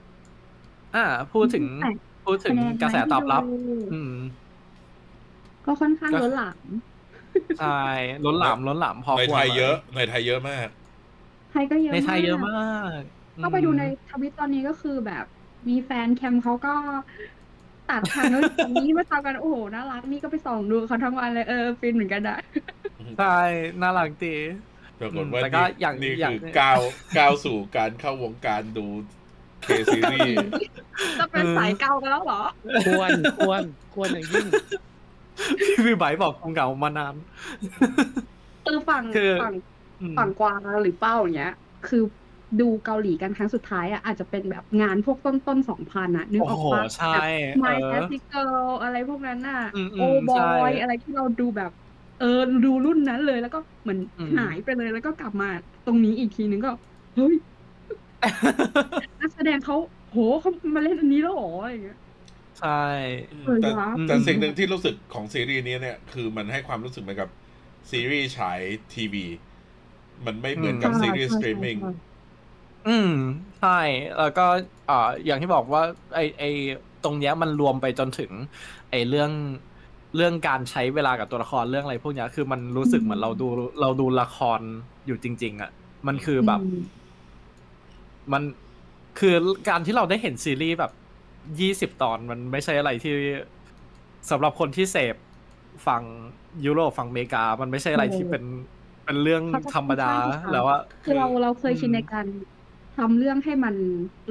Speaker 2: อ่า พูดถึง
Speaker 3: แปด
Speaker 2: พูดถึง
Speaker 3: คะแนน
Speaker 2: กระแสตอบรับ
Speaker 3: ที่ดู
Speaker 2: อืม
Speaker 3: ก็ค่อนข้าง
Speaker 2: ก็
Speaker 3: ล้นหลาม
Speaker 2: ใช่ล้นหลามล้นหลามพอ
Speaker 1: ใน
Speaker 2: ควร
Speaker 1: ไทยเยอะ ในไทยเยอะมาก
Speaker 3: ไทยก็เยอะ
Speaker 2: ในไทยเยอะ
Speaker 3: มาก
Speaker 2: มาก
Speaker 3: ก็ไปดูในทวิตตอนนี้ก็คือแบบ มีแฟนแคมเขาก็ตัดทางนู้นทางนี้มาทำกันโอ้โหน่ารักนี่ก็ไปส่องดูเขาทั้งวันเลยเออฟินเหมือนกันอะ
Speaker 2: ใช่น่ารักดี
Speaker 1: ปรากฏว่า
Speaker 2: แต่ก็
Speaker 1: นี่
Speaker 2: อย่าง
Speaker 1: นี่
Speaker 2: อย่า
Speaker 1: คื
Speaker 2: ง
Speaker 1: อก้าวก้าวสู่การเข้าวงการดูเคซีรีส์
Speaker 3: ก็เป็นสายเกากันแล้วเหรอ
Speaker 4: ควร ควร ควรอย่างยิ่ง
Speaker 2: พี่วิไบบอกคงเหงามานาน
Speaker 3: คือฝั่ง
Speaker 2: คือ
Speaker 3: ฝั่ง
Speaker 2: อืม
Speaker 3: ฝั่งกวางหรือเป้าอย่างเงี้ย คือดูเกาหลีกันครั้งสุดท้ายอ่ะอาจจะเป็นแบบงานพวกต้นต้นสองพันอ่ะนึกออกปะ
Speaker 2: โอ้โหใช่
Speaker 3: ไม
Speaker 2: เออ
Speaker 3: แอสิเกิลอะไรพวกนั้นน่ะ
Speaker 2: อืมอืม
Speaker 3: โอบอ
Speaker 2: ใช่
Speaker 3: ยอะไรที่เราดูแบบ เออดูรุ่นนั้นเลยแล้วก็เหมือน
Speaker 2: อืม
Speaker 3: หายไปเลยแล้วก็กลับมาตรงนี้อีกทีนึงก็เฮ้ยนักแสดงเขาโหเขามาเล่นอันนี้แล้วเหรออะไรอย่างเงี้ย
Speaker 2: ใช่
Speaker 1: แต่
Speaker 3: เออวะ
Speaker 1: แต่
Speaker 2: อืม
Speaker 1: สิ่งหนึ่งที่รู้สึกของซีรีส์นี้เนี่ย คือมันให้ความรู้สึกเหมือนกับซีรีส์ฉายทีวี มันไม่เหมือนกับซีรีส์สตรีมมิ่ง
Speaker 2: อืมใช่ แล้วก็เอ่ออย่างที่บอกว่า ไอไอตรงเนี้ยมันรวมไปจนถึง ไอเรื่องเรื่องการใช้เวลากับตัวละครเรื่องอะไรพวกเนี้ยคือมันรู้สึกเหมือนเราดูเราดูละครอยู่จริง ๆ อ่ะ มันคือแบบ
Speaker 3: อืม
Speaker 2: มันคือการที่เราได้เห็นซีรีส์แบบยี่สิบ20 ตอนมันไม่ใช่อะไรที่สำหรับคนที่เสพฝั่งยุโรปฝั่งอเมริกา มันไม่ใช่อะไรที่เป็นเป็นเรื่องธรรมดาแล้วว่า
Speaker 3: คือเราเราเคยชิน
Speaker 2: อืม
Speaker 3: ในการทำเรื่องให้มัน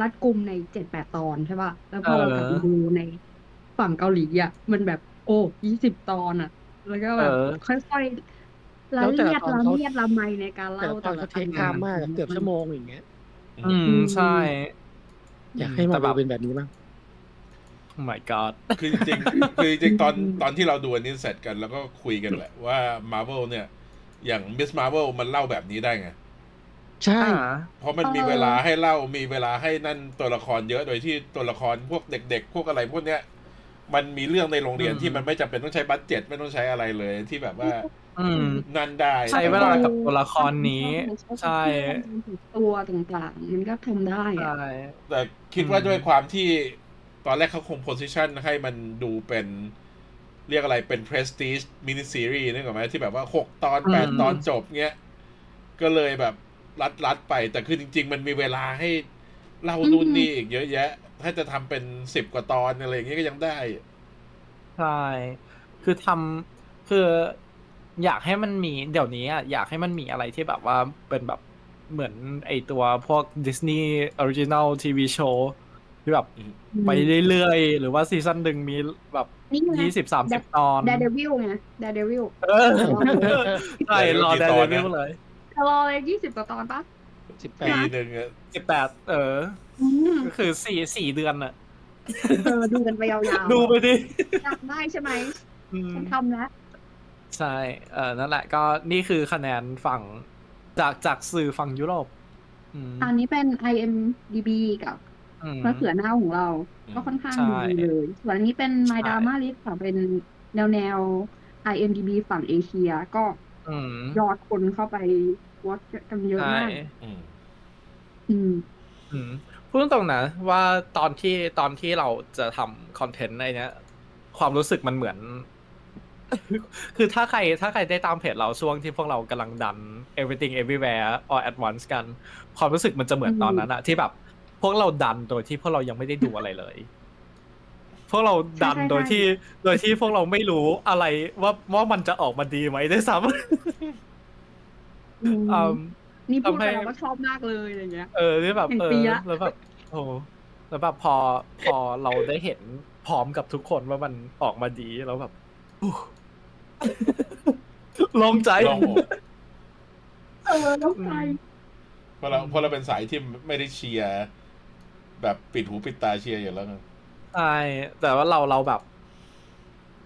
Speaker 3: รัดกุมในเจ็ดแปดตอนใช่ป่ะ แล้วพอเรา
Speaker 2: เออก
Speaker 3: ลับมาดูในฝั่งเกาหลีอ่ะ มันแบบโอ้ยี่สิบตอนอ่ะ แล้วก็แบบ
Speaker 2: เออ
Speaker 3: ค่อยๆละ
Speaker 4: แล้วแต่
Speaker 3: เลียด
Speaker 4: ละตอน
Speaker 3: ละ
Speaker 4: เขา
Speaker 3: เลียดละไมในการ
Speaker 4: แต่
Speaker 3: เล่า
Speaker 4: ละตอนเขาเทคไทม์มากอะเกือบชั่วโมงอย่างเงี้ย
Speaker 2: อืมใช่
Speaker 4: อยากให้มา
Speaker 2: แต่แบ
Speaker 4: ดู
Speaker 2: บ
Speaker 4: เป็นแบบนี้บ้าง
Speaker 2: Oh my god
Speaker 1: คือจริงๆคือจริงๆตอนตอนที่เราดูอันนี้เสร็จกันแล้วก็คุยกันแหละว่า Marvel เนี่ย อย่าง Miss Marvel มันเล่าแบบนี้ได้ไง
Speaker 4: ใช่
Speaker 2: อ่า
Speaker 1: เพราะมันมีเวลาให้เล่ามีเวลาให้นั่นตัวละครเยอะโดยที่ตัวละครพวกเด็ก ๆ พวกอะไรพวกเนี้ย มันมีเรื่องในโรงเรียน
Speaker 2: อืม
Speaker 1: ที่มันไม่จำเป็นต้องใช้บัตเจ็ตไม่ต้องใช้อะไรเลยที่แบบว่า
Speaker 2: อืม
Speaker 1: นั่นได้
Speaker 2: ใช้เวลากับตัวละครนี้ใช่
Speaker 3: ตัวต่างๆ มันก็ทำได้อะ
Speaker 2: ใช่
Speaker 1: แต่คิดว่าด้วยความที่ตอนแรกเขาคงโพ i ิชันให้มันดูเป็นเรียกอะไรเป็น prestige mini series นึกออกไหมที่แบบว่าหกตอนแปด
Speaker 2: อืม
Speaker 1: ตอนจบเงี้ย ก็เลยแบบรัดรัดไป แต่คือจริง ๆ มันมีเวลาให้เล่านู่น
Speaker 3: อืม
Speaker 1: นี่อีกเยอะแยะ ถ้าจะทำเป็นสิบกว่าตอนอะไรอย่างเงี้ยก็ยังได้
Speaker 2: ใช่ คือทำคืออยากให้มันมีเดี๋ยวนี้อะอยากให้มันมีอะไรที่แบบว่าเป็นแบบเหมือนไอตัวพวก Disney Original TV Show ที่แบบ
Speaker 1: อืม
Speaker 2: ไปเรื่อยๆ หรือว่าซีซั่นหนึ่งมีแบบ
Speaker 3: นี่ไง
Speaker 2: ยี่สิบสามสิบตอน
Speaker 3: ดเดวิลไงดเดวิล
Speaker 2: เออใช่ รอแดน
Speaker 1: Daredevil
Speaker 2: เดวิลเลย
Speaker 3: รอเลยยี่สิบกว่าตอนปะ
Speaker 4: สิบแป
Speaker 1: ปี
Speaker 4: ด
Speaker 1: หนึ่งอะ
Speaker 2: สิบแปดเออ
Speaker 3: อืม [laughs]
Speaker 2: ก็คือสี่สี่เดือนอะ
Speaker 3: เออดูกันไปยาว
Speaker 2: ดูไปดิ
Speaker 3: ๆจำได้ใช่ไหม
Speaker 2: อืม
Speaker 3: ฉันทำนะ
Speaker 2: ใช่ เออนั่นแหละ ก็นี่คือคะแนนฝั่งจากจากสื่อฝั่งยุโรป อืม
Speaker 3: อันนี้เป็น IMDB กับ
Speaker 2: ม
Speaker 3: พระเสือหน้าของเรา
Speaker 1: อืม
Speaker 3: ก็ค่อนข้าง
Speaker 2: ใช่
Speaker 3: ดีเลย ส่วนอันนี้เป็น My
Speaker 2: ใช่
Speaker 3: Drama List ค่ะเป็นแนวแนว IMDB ฝั่งเอเชีย ก็
Speaker 2: อืม
Speaker 3: ยอดคนเข้าไปวอชกันเยอะ
Speaker 2: ใช่
Speaker 3: มากอืม
Speaker 2: อืมพูดตรงๆนะว่าตอนที่ตอนที่เราจะทำคอนเทนต์ในเนี้ย ความรู้สึกมันเหมือน [laughs] คือถ้าใครถ้าใครได้ตามเพจเราช่วงที่พวกเรากำลังดัน everything everywhere all at once กัน ความรู้สึกมันจะเหมือน
Speaker 3: อืม
Speaker 2: ตอนนั้นอะที่แบบ พวกเราดันโดยที่พวกเรายังไม่ได้ดูอะไรเลย พวกเราดันโดยที่ โดยที่พวกเราไม่รู้อะไรว่าว่ามันจะออกมาดีไหมด้วยซ้
Speaker 3: อืม
Speaker 2: ำอืม
Speaker 3: นี่พูด
Speaker 2: ทำให้
Speaker 3: ไปแล้วก็ชอบมากเลยอะไรเงี้ย
Speaker 2: เออที่แบบเอ
Speaker 3: แห่ง
Speaker 2: อ
Speaker 3: ปีละ
Speaker 2: แล้วแบบโอ้แล้วแบบพอพอเราได้เห็นพร้อมกับทุกคนว่ามันออกมาดีแล้วแบบอู้ [laughs] โลงใจ
Speaker 1: ลองอก
Speaker 3: เออต้องไป
Speaker 1: เพราะเราเพราะเราเป็นสายที่ไม่ได้เชียร์แบบปิดหูปิดตาเชียร์อยู่แล้วไง
Speaker 2: ใช่แต่ว่าเราเราแบบ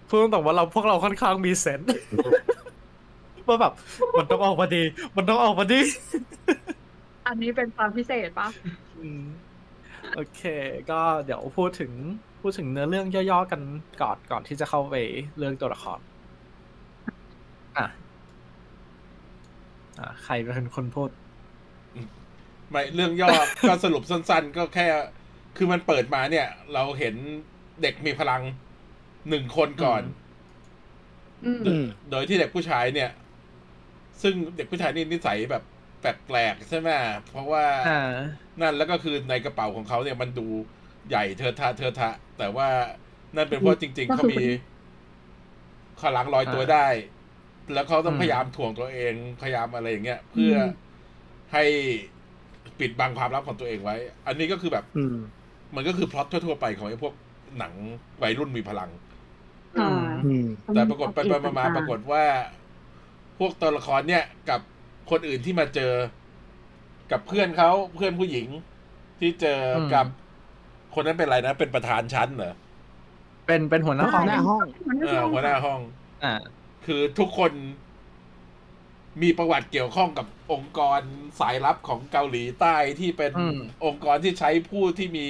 Speaker 2: พูดตรงๆว่าเราพวกเราค่อนข้างมีเซน
Speaker 1: [laughs]
Speaker 2: ส์ ว่าแบบ มันต้องออกมาดี มันต้องออกมาดี
Speaker 3: อันนี้เป็นความพิเศษปะ
Speaker 2: อืมโอเค ก็เดี๋ยวพูดถึงพูดถึงเนื้อเรื่องย่อๆกันก่อนก่อนที่จะเข้าไปเรื่องตัวละครอ่ะอ่ะใครเป็นคนพูด
Speaker 1: ไม่เรื่องย่อ ก็สรุปสั้น ๆ ก็แค่ คือมันเปิดมาเนี่ย เราเห็นเด็กมีพลังหนึ่งคนก่อน
Speaker 2: อืม
Speaker 3: อืม
Speaker 1: โดยโดยที่เด็กผู้ชายเนี่ย ซึ่งเด็กผู้ชายนี่นิสัยแบบแปลกๆใช่ไหมเพราะว่า
Speaker 2: อ่า
Speaker 1: นั่นแล้วก็คือในกระเป๋าของเขาเนี่ยมันดูใหญ่เทอะทะเทอะทะ แต่ว่านั่นเป็นเพราะจริง ๆเขามีขลังลอยตัวได้ แล้วเขาต้อง
Speaker 2: อืม
Speaker 1: พยายามถ่วงตัวเองพยายามอะไรอย่างเงี้ยเพื่ออ
Speaker 3: ม
Speaker 1: ให้ปิดบังความลับของตัวเองไว้ อันนี้ก็คือแบบ
Speaker 2: อืม
Speaker 1: มันก็คือพล็อตทั่วๆไปของไอ้พวกหนังวัยรุ่นมีพลัง
Speaker 2: อื
Speaker 3: อ่า
Speaker 2: ม
Speaker 4: อืม
Speaker 1: แต่ปรากฏไปไปมามาปรากฏว่า พวกตัวละครเนี่ยกับคนอื่นที่มาเจอ กับเพื่อนเขาเพื่อนผู้หญิง ที่เจออ
Speaker 2: ม
Speaker 1: กับ คนนั้นเป็นอะไรนะ เป็นประธานชั้นเหรอ
Speaker 2: เป็นเป็นหัวหน้า
Speaker 3: ใช่
Speaker 2: ห้อง
Speaker 4: หน้าห้อง
Speaker 3: มันก็
Speaker 1: เอ
Speaker 3: ช
Speaker 1: อ
Speaker 3: อบ
Speaker 1: หัวหน้าห้อง
Speaker 2: อ่า
Speaker 1: คือทุกคนมีประวัติเกี่ยวข้องกับองค์กรสายลับของเกาหลีใต้ที่เป็น
Speaker 2: อืม
Speaker 1: องค์กรที่ใช้ผู้ที่มี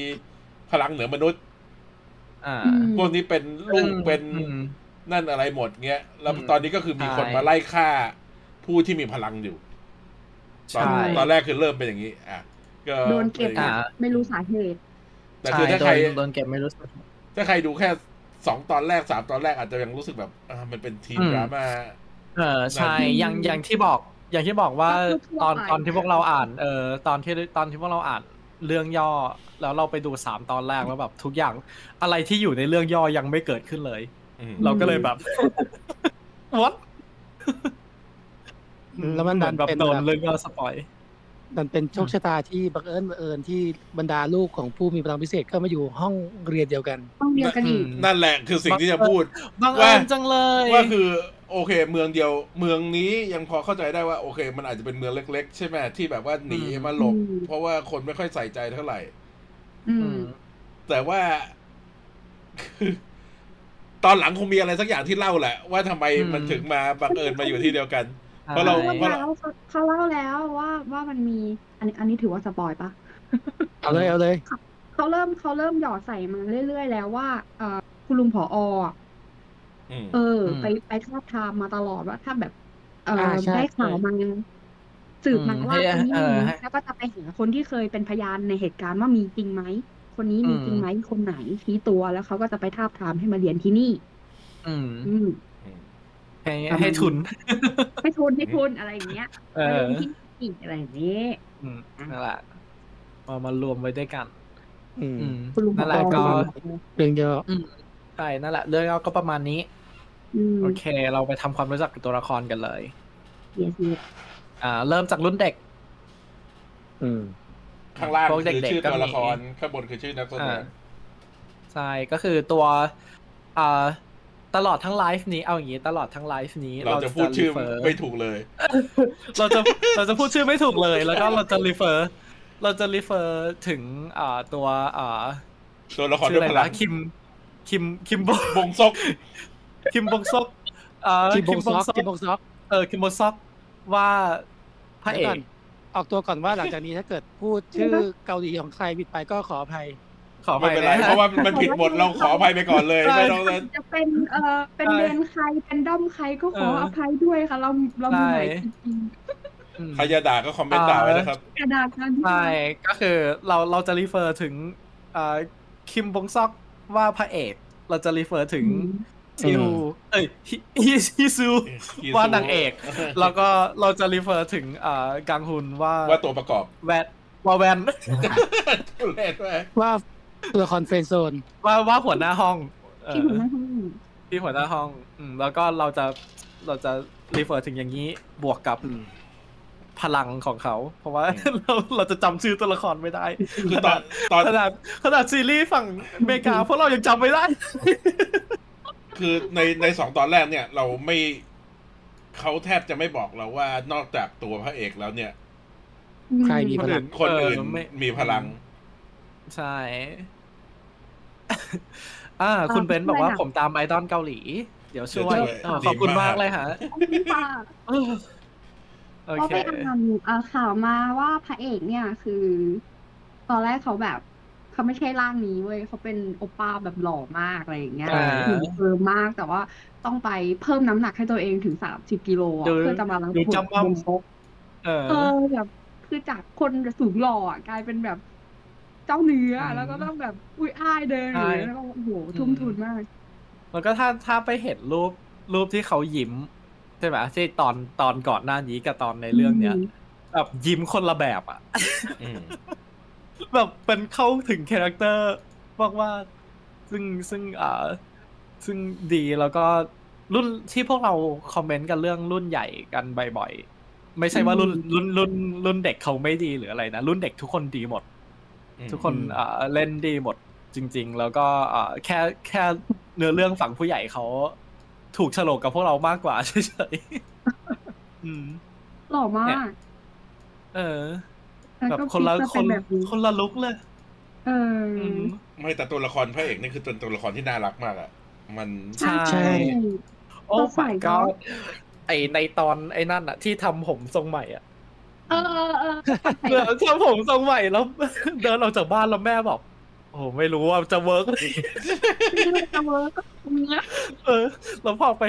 Speaker 1: พลังเหนือมนุษย์
Speaker 2: อ่า
Speaker 3: อืม
Speaker 1: พวกนี้เป็นลูกเป็น
Speaker 2: อืม
Speaker 1: นั่นอะไรหมดเงี้ย แล้ว
Speaker 2: อืม
Speaker 1: ตอนนี้ก็คือมีคน
Speaker 2: ใช่
Speaker 1: มาไล่ฆ่าผู้ที่มีพลังอยู่ ตอน
Speaker 2: ใช่
Speaker 1: ตอนแรกคือเริ่มเป็นอย่างนี้ อ่ะ ก็
Speaker 3: โดนเก็บ
Speaker 1: ออ
Speaker 3: อะไม่รู้สาเหตุ
Speaker 1: แต่คือ
Speaker 2: ใช่
Speaker 1: ถ้าใคร
Speaker 2: โดนโดนเก็บไม่รู้สึก
Speaker 1: ถ้าใครดูแค่สองตอนแรกสามตอนแรกอาจจะยังรู้สึกแบบอ่ามันเป็นทีม
Speaker 2: อืม
Speaker 1: ดราม่า
Speaker 2: เออใช่
Speaker 1: นั่น
Speaker 2: อย่างอย่างที่บอก อย่างที่บอกว่า
Speaker 3: ก็ทั่วๆ
Speaker 2: ตอน
Speaker 3: ไป
Speaker 2: ตอนที่พวกเราอ่าน เออตอนที่ตอนที่พวกเราอ่านเรื่องย่อ แล้วเราไปดูสามตอนแรกแล้วแบบทุกอย่าง อะไรที่อยู่ในเรื่องย่อยังไม่เกิดขึ้นเลย
Speaker 1: อืม
Speaker 2: เราก็เลยแบบ [laughs] what
Speaker 4: แล้วมัน
Speaker 2: เห
Speaker 4: ดั
Speaker 2: อน แบบ
Speaker 4: เป็น
Speaker 2: โดน
Speaker 4: แบบ
Speaker 2: เรื่องย่อสปอย
Speaker 4: มันเป็นโชคชะตาที่บังเอิญบังเอิญที่บรรดาลูกของผู้มีพลังพิเศษก็มาอยู่ห้องเรียนเดียวกัน
Speaker 3: ต้องเดียวกันอีก
Speaker 2: ม
Speaker 1: นั่นแหละ คือสิ่งที่จะพูด
Speaker 2: บังเอิญ
Speaker 1: ว่า
Speaker 2: จังเลย
Speaker 1: ว่าคือ โอเค เมืองเดียว เมืองนี้ยังพอเข้าใจได้ว่า โอเค มันอาจจะเป็นเมืองเล็ก ๆ ใช่ไหมที่แบบว่าหนีมาหลบ
Speaker 3: อืม
Speaker 1: เพราะว่าคนไม่ค่อยใส่ใจเท่าไหร่
Speaker 3: อื
Speaker 2: อื
Speaker 3: ม
Speaker 2: ม
Speaker 1: แต่ว่า [laughs] คือตอนหลังคงมีอะไรสักอย่างที่เล่าแหละ ว่าทำไม
Speaker 2: อืม
Speaker 1: มันถึงมาบังเอิญมาอยู่ที่เดียวกัน เพราะเรา
Speaker 3: เขา
Speaker 2: ใช่
Speaker 3: เล่าแล้วเขาเล่าแล้วว่าว่ามันมี อันนี้อันนี้ถือว่าสปอยปะ
Speaker 4: เอาเลยเอาเลย
Speaker 3: เขาเริ่มเขาเริ่มหยอดใส่มาเรื่อยๆแล้วว่าเออคุ คุณลุงผออะ
Speaker 1: อืม
Speaker 3: เอออ
Speaker 2: ม
Speaker 3: ไปไปทาบทามมาตลอดว่าถ้าแบบ เออ
Speaker 4: อ่าใช่
Speaker 3: ได้ข่าวมาสืบมา
Speaker 2: อืม
Speaker 3: ว่า
Speaker 2: ให้
Speaker 3: คนนี้
Speaker 2: เอ
Speaker 3: มี
Speaker 2: อให้
Speaker 3: แล้วก็จะไปหาคนที่เคยเป็นพยานในเหตุการณ์ว่ามีจริงไหมคนนี้มี
Speaker 2: อืม
Speaker 3: จริงไหมคนไหนชี้ตัวแล้วเขาก็จะไปทาบทามให้มาเรียนที่นี่
Speaker 2: อืม
Speaker 3: อืม
Speaker 1: อืม
Speaker 2: ให้
Speaker 3: ประมาณ
Speaker 2: ให้ทุน [laughs]
Speaker 3: ไม่ทุนไม่ทุนอะไรอย่างเงี้ย
Speaker 2: เอ
Speaker 3: มา
Speaker 2: อย
Speaker 3: เรีนที่นี่อะไรอย่างเงี้ย
Speaker 2: อืมนั่นแหละมามารวมไว้ด้วยกัน
Speaker 4: อืม
Speaker 2: อืม
Speaker 3: คุณลุง
Speaker 2: นั่นแหละ
Speaker 3: ผอ
Speaker 2: ก็
Speaker 4: เรื่องย่อ
Speaker 2: ใช่นั่นแหละเรื่องก็ประมาณนี้
Speaker 3: อืม
Speaker 2: โอเค เราไปทำความรู้จักกับตัวละครกันเลย
Speaker 3: yes yes
Speaker 2: อ่า เริ่มจากรุ่นเด็ก
Speaker 4: อืม
Speaker 1: ข้างล่าง
Speaker 2: พวกเด็ก
Speaker 1: คือ
Speaker 2: ๆ
Speaker 1: ชื่อ
Speaker 2: ก็
Speaker 1: ตัว
Speaker 2: มี
Speaker 1: ละครข้างบนคือชื่อนักแสดง
Speaker 2: ใช่ ก็คือตัวอ่าตลอดทั้งไลฟ์นี้ เอาอย่างนี้ ตลอดทั้งไลฟ์นี้
Speaker 1: เราจะพูดชื่อ
Speaker 2: เร
Speaker 1: ไม่ถูกเลย
Speaker 2: เราจะ เราจะพูดชื่อไม่ถูกเลย แล้วก็เราจะ refer เราจะ refer ถึงอ่าตัวอ่า
Speaker 1: ตัวละคร
Speaker 2: ชื่อ
Speaker 1: ด้ว
Speaker 2: อะ
Speaker 1: ยพ
Speaker 2: ไร
Speaker 1: ลัง
Speaker 2: นะคิม คิม คิมบง
Speaker 1: บงซก
Speaker 2: คิมบงซอกอ่า
Speaker 4: จิ
Speaker 2: คิ
Speaker 4: ม
Speaker 2: ม
Speaker 4: บบ ง
Speaker 2: งซ
Speaker 4: ซอก
Speaker 2: อก
Speaker 4: จิมบงซอก
Speaker 2: เออ คิมบงซอกว่าพระเอ
Speaker 4: ดี๋ยว
Speaker 2: ก
Speaker 4: นออกตัวก่อนว่าหลังจากนี้ถ้าเกิดพูดชื่อเกาหลีของใครผิดไปก็ขออภัย
Speaker 2: ขอไป
Speaker 1: ไม่เป็นไร
Speaker 2: นะ
Speaker 1: เพราะว่ามันผิดหมดเราขออภัยไปก่อนเลยไม่ต้องนั้น
Speaker 3: จะเป็นเอ่อเป็นเดนใครเป็นด้อมใครก็ขออภัยด้วยค่ะ เราเรามือใหม่จริง
Speaker 2: อืม
Speaker 1: ใครจะด่าก็คอมเมนต์ด่าไว้นะครับ
Speaker 3: ๆกระดาษนั้น
Speaker 2: ใช่ก็คือเราเราจะรีเฟอร์ถึงเอ่อคิมบงซอกว่าพระเอก เราจะรีเฟอร์ถึงซิว
Speaker 4: อืม
Speaker 2: เอ้ยฮิฮิฮิซู ว่านางเอก แล้วก็เราจะรีเฟอร์ถึงเอ่อกังฮุนว่า
Speaker 1: [laughs] ว่าตัวประกอบ [laughs]
Speaker 2: แวนว่าแวน
Speaker 1: ทุเรศมาก
Speaker 4: ว่าตัวละครเฟรนด์โซน
Speaker 2: ว่าว่าหัวหน้าห้องเออ
Speaker 3: ที่อยู่ในห้อง
Speaker 2: ที่หัวหน้าห้องอืมแล้วก็เราจะเราจะรีเฟอร์ถึงอย่างนี้บวกกับพลังของเขา เพราะว่าเราเราจะจำชื่อตัวละครไม่ได้
Speaker 1: คือตอนตอน
Speaker 2: ขนาดขนาดซีรีส์ฝั่งอเมริ
Speaker 1: [laughs]
Speaker 2: กาพวกเรายังจำไม่ได้
Speaker 1: คือในในสองตอนแรกเนี่ย เราไม่เขาแทบจะไม่บอกเราว่านอกจากตัวพระเอกแล้วเนี่ย
Speaker 4: ใครมี
Speaker 2: คนอื่น
Speaker 1: คน
Speaker 2: เ
Speaker 1: อื่น
Speaker 2: ไม่
Speaker 1: มีพลัง
Speaker 2: ใช่ [laughs] อ่า คุณเบนซ์บอกว่าผมตามไอดอลเกาหลี เดี๋ยวช่วย
Speaker 1: เดี๋ยวช่วย
Speaker 2: เออ
Speaker 1: ดี
Speaker 2: ขอบคุณมา
Speaker 1: มา
Speaker 2: ก
Speaker 1: ก
Speaker 2: เลยฮะ
Speaker 3: ค่ะ
Speaker 2: เออโอ
Speaker 3: ก็
Speaker 2: เค
Speaker 3: ไปอ่านเอ่อข่าวมาว่าพระเอกเนี่ยคือ ตอนแรกเขาแบบเขาไม่ใช่ร่างนี้เว้ยเขาเป็นโอป้าแบบหล่อมากอะไรอย่างเงี้ย
Speaker 2: อ่า
Speaker 3: หุ่นเฟิร์มมากแต่ว่าต้องไปเพิ่มน้ำหนักให้ตัวเองถึงสามสิบกิโลอะ
Speaker 2: ดู
Speaker 3: เพื่อจะมาล้าง
Speaker 2: ดู
Speaker 3: หุ่น
Speaker 2: จำว่า
Speaker 3: บนโต๊ะ
Speaker 2: เออ
Speaker 3: เออแบบคือจากคนสูงหล่ออะกลายเป็นแบบเจ้าเนื้ออะ
Speaker 2: อืม
Speaker 3: แล้วก็ต้องแบบอุ้ยอ้ายเดินห
Speaker 2: อ้า
Speaker 3: รื
Speaker 2: ย
Speaker 3: อแล้วก็โอ้โหทุ่ม
Speaker 2: อืม
Speaker 3: ทุนมาก
Speaker 2: แล้วก็ถ้าถ้าไปเห็นรูปรูปที่เขายิ้มใช่ไหมที่ตอนตอนก่อนหน้านี้กับตอนในเรื่องเนี้ย
Speaker 3: อืม
Speaker 2: แบบยิ้มคนละแบบอ่ะ
Speaker 1: อืม
Speaker 2: แบบเป็นเข้าถึงคาแรคเตอร์มากว่าซึ่งซึ่งอ่าซึ่งดีแล้วก็รุ่นที่พวกเราคอมเมนต์กันเรื่องรุ่นใหญ่กันบ่อยๆ ไม่ใช่ว่ารุ่นรุ่นรุ่นรุ่นเด็กเขาไม่ดีหรืออะไรนะ รุ่นเด็กทุกคนดีหมด ทุกคน
Speaker 4: อืม
Speaker 2: อ่าเล่นดีหมดจริง ๆ แล้วก็อ่าแค่แค่เนื้อเรื่องฝั่งผู้ใหญ่เขาถูกโฉลกกับพวกเรามากก [laughs] ว่าเฉยๆ อืม
Speaker 3: หล่อมา
Speaker 2: เนี่ย
Speaker 3: ก
Speaker 2: เออ
Speaker 3: ล้ว
Speaker 2: แบบ
Speaker 3: ก็
Speaker 2: คนละ
Speaker 3: ลิกมา
Speaker 2: ค
Speaker 3: เป็น นแบบนี้
Speaker 2: คนละลุกเลย
Speaker 3: เออ
Speaker 2: อืม
Speaker 1: ไม่แต่ตัวละครพระเอกนี่คือตัวตัวละครที่น่ารักมากอ่ะ มัน
Speaker 2: ใช่
Speaker 4: ใช่
Speaker 2: โอ้
Speaker 3: เราใส่
Speaker 2: ฝ่าย
Speaker 3: เน
Speaker 2: ก็
Speaker 3: อะ
Speaker 2: ไอในตอนไอ้นั่นอะที่ทำผมทรงใหม่อะ
Speaker 3: เออเออเออ
Speaker 2: เออทำผมทรงใหม่แล้ว [laughs] เดินออกจากบ้านแล้วแม่บอกโอ้ไม่รู้ว่าจะเวิร์กไหม [laughs]
Speaker 3: ที่เราจะเวิร์กก็ตรงเนี้ย
Speaker 2: เออแล้วพอไป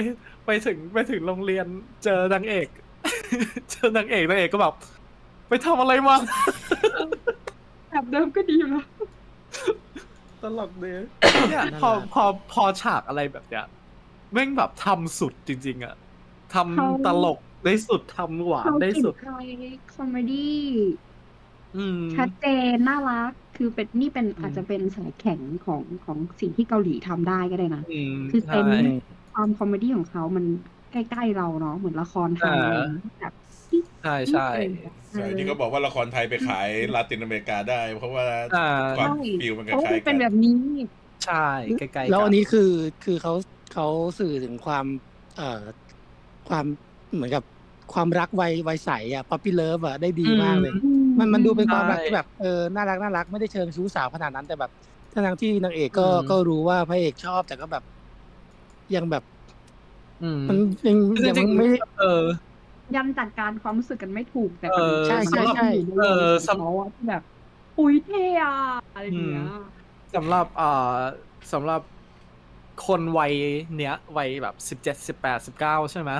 Speaker 2: ไปถึงไปถึงโรงเรียนเจอนางเอก [laughs] เจอนางเอกนางเอกก็แบบไปทำอะไร [laughs] มา
Speaker 3: แบบเดิมก็ดีอยู่แล้ว
Speaker 2: ตลกดี
Speaker 3: [coughs]
Speaker 2: เนี่ยพอพอพอฉากอะไรแบบเนี้ยแม่งแบบทำสุดจริง ๆอะทำตลกได้สุดทำหวาน
Speaker 3: เขา
Speaker 2: ได้
Speaker 3: ติ
Speaker 2: สุด
Speaker 3: ใครคอมเมดี้
Speaker 2: อืม
Speaker 3: ชัดเจนน่ารัก คือเป็นนี่เป็น
Speaker 2: อืม
Speaker 3: อาจจะเป็นสายแข็งของของสิ่งที่เกาหลีทำได้ก็ได้นะ
Speaker 2: อืม
Speaker 3: คือเป็น
Speaker 2: ใช่
Speaker 3: ความคอมเมดี้ของเขามันใกล้ๆเราเนาะเหมือนละครไทย
Speaker 2: อ่า
Speaker 3: อะไรอย่างเงี้ยแบบ
Speaker 2: ใช่ใช่
Speaker 1: ใช่ที่เขาบอกว่าละครไทยไปขายลาตินอเมริกาได้ เพราะว่า
Speaker 2: อ่า
Speaker 1: ความ
Speaker 3: ใช่
Speaker 1: ฟิลมันค
Speaker 3: โอ้
Speaker 1: ล้ายๆ
Speaker 3: เป็
Speaker 1: กัน น
Speaker 3: แบบนี้
Speaker 2: ใช่ใกล้ๆ
Speaker 4: แล้วอันนี้
Speaker 2: กั
Speaker 4: คือคือเขาเขาสื่อถึงความ เอ่อความเหมือนกับความรักวัยวัยใสอะป๊อปปี้เลิฟอะได้ดีมากเลย มันมันดูเป็นความรักที่แบบเออน่ารักน่ารักไม่ได้เชิงชู้สาวขนาดนั้น แต่แบบทั้งๆที่นางเอกก็ก็รู้ว่าพระเอกชอบแต่ก็แบบ ยังแบบ
Speaker 2: อืม
Speaker 4: มันยัง
Speaker 2: จ
Speaker 4: ยัง
Speaker 2: ริง
Speaker 4: ไม่
Speaker 2: ๆเออ
Speaker 3: ยันจัดการความรู้สึกกันไม่ถูกแต่
Speaker 2: เออ
Speaker 3: มัน
Speaker 4: ใช่ใช่
Speaker 3: มัน
Speaker 2: เออ
Speaker 3: สมองเขาอะที่แบบ อุ้ยเท่อะอะไรอย่างเงี้ย
Speaker 2: อืม สำหรับอ่าสำหรับ คนวัยเนี้ยวัยแบบสิบเจ็ดสิบแปดสิบเก้าใช่ไหม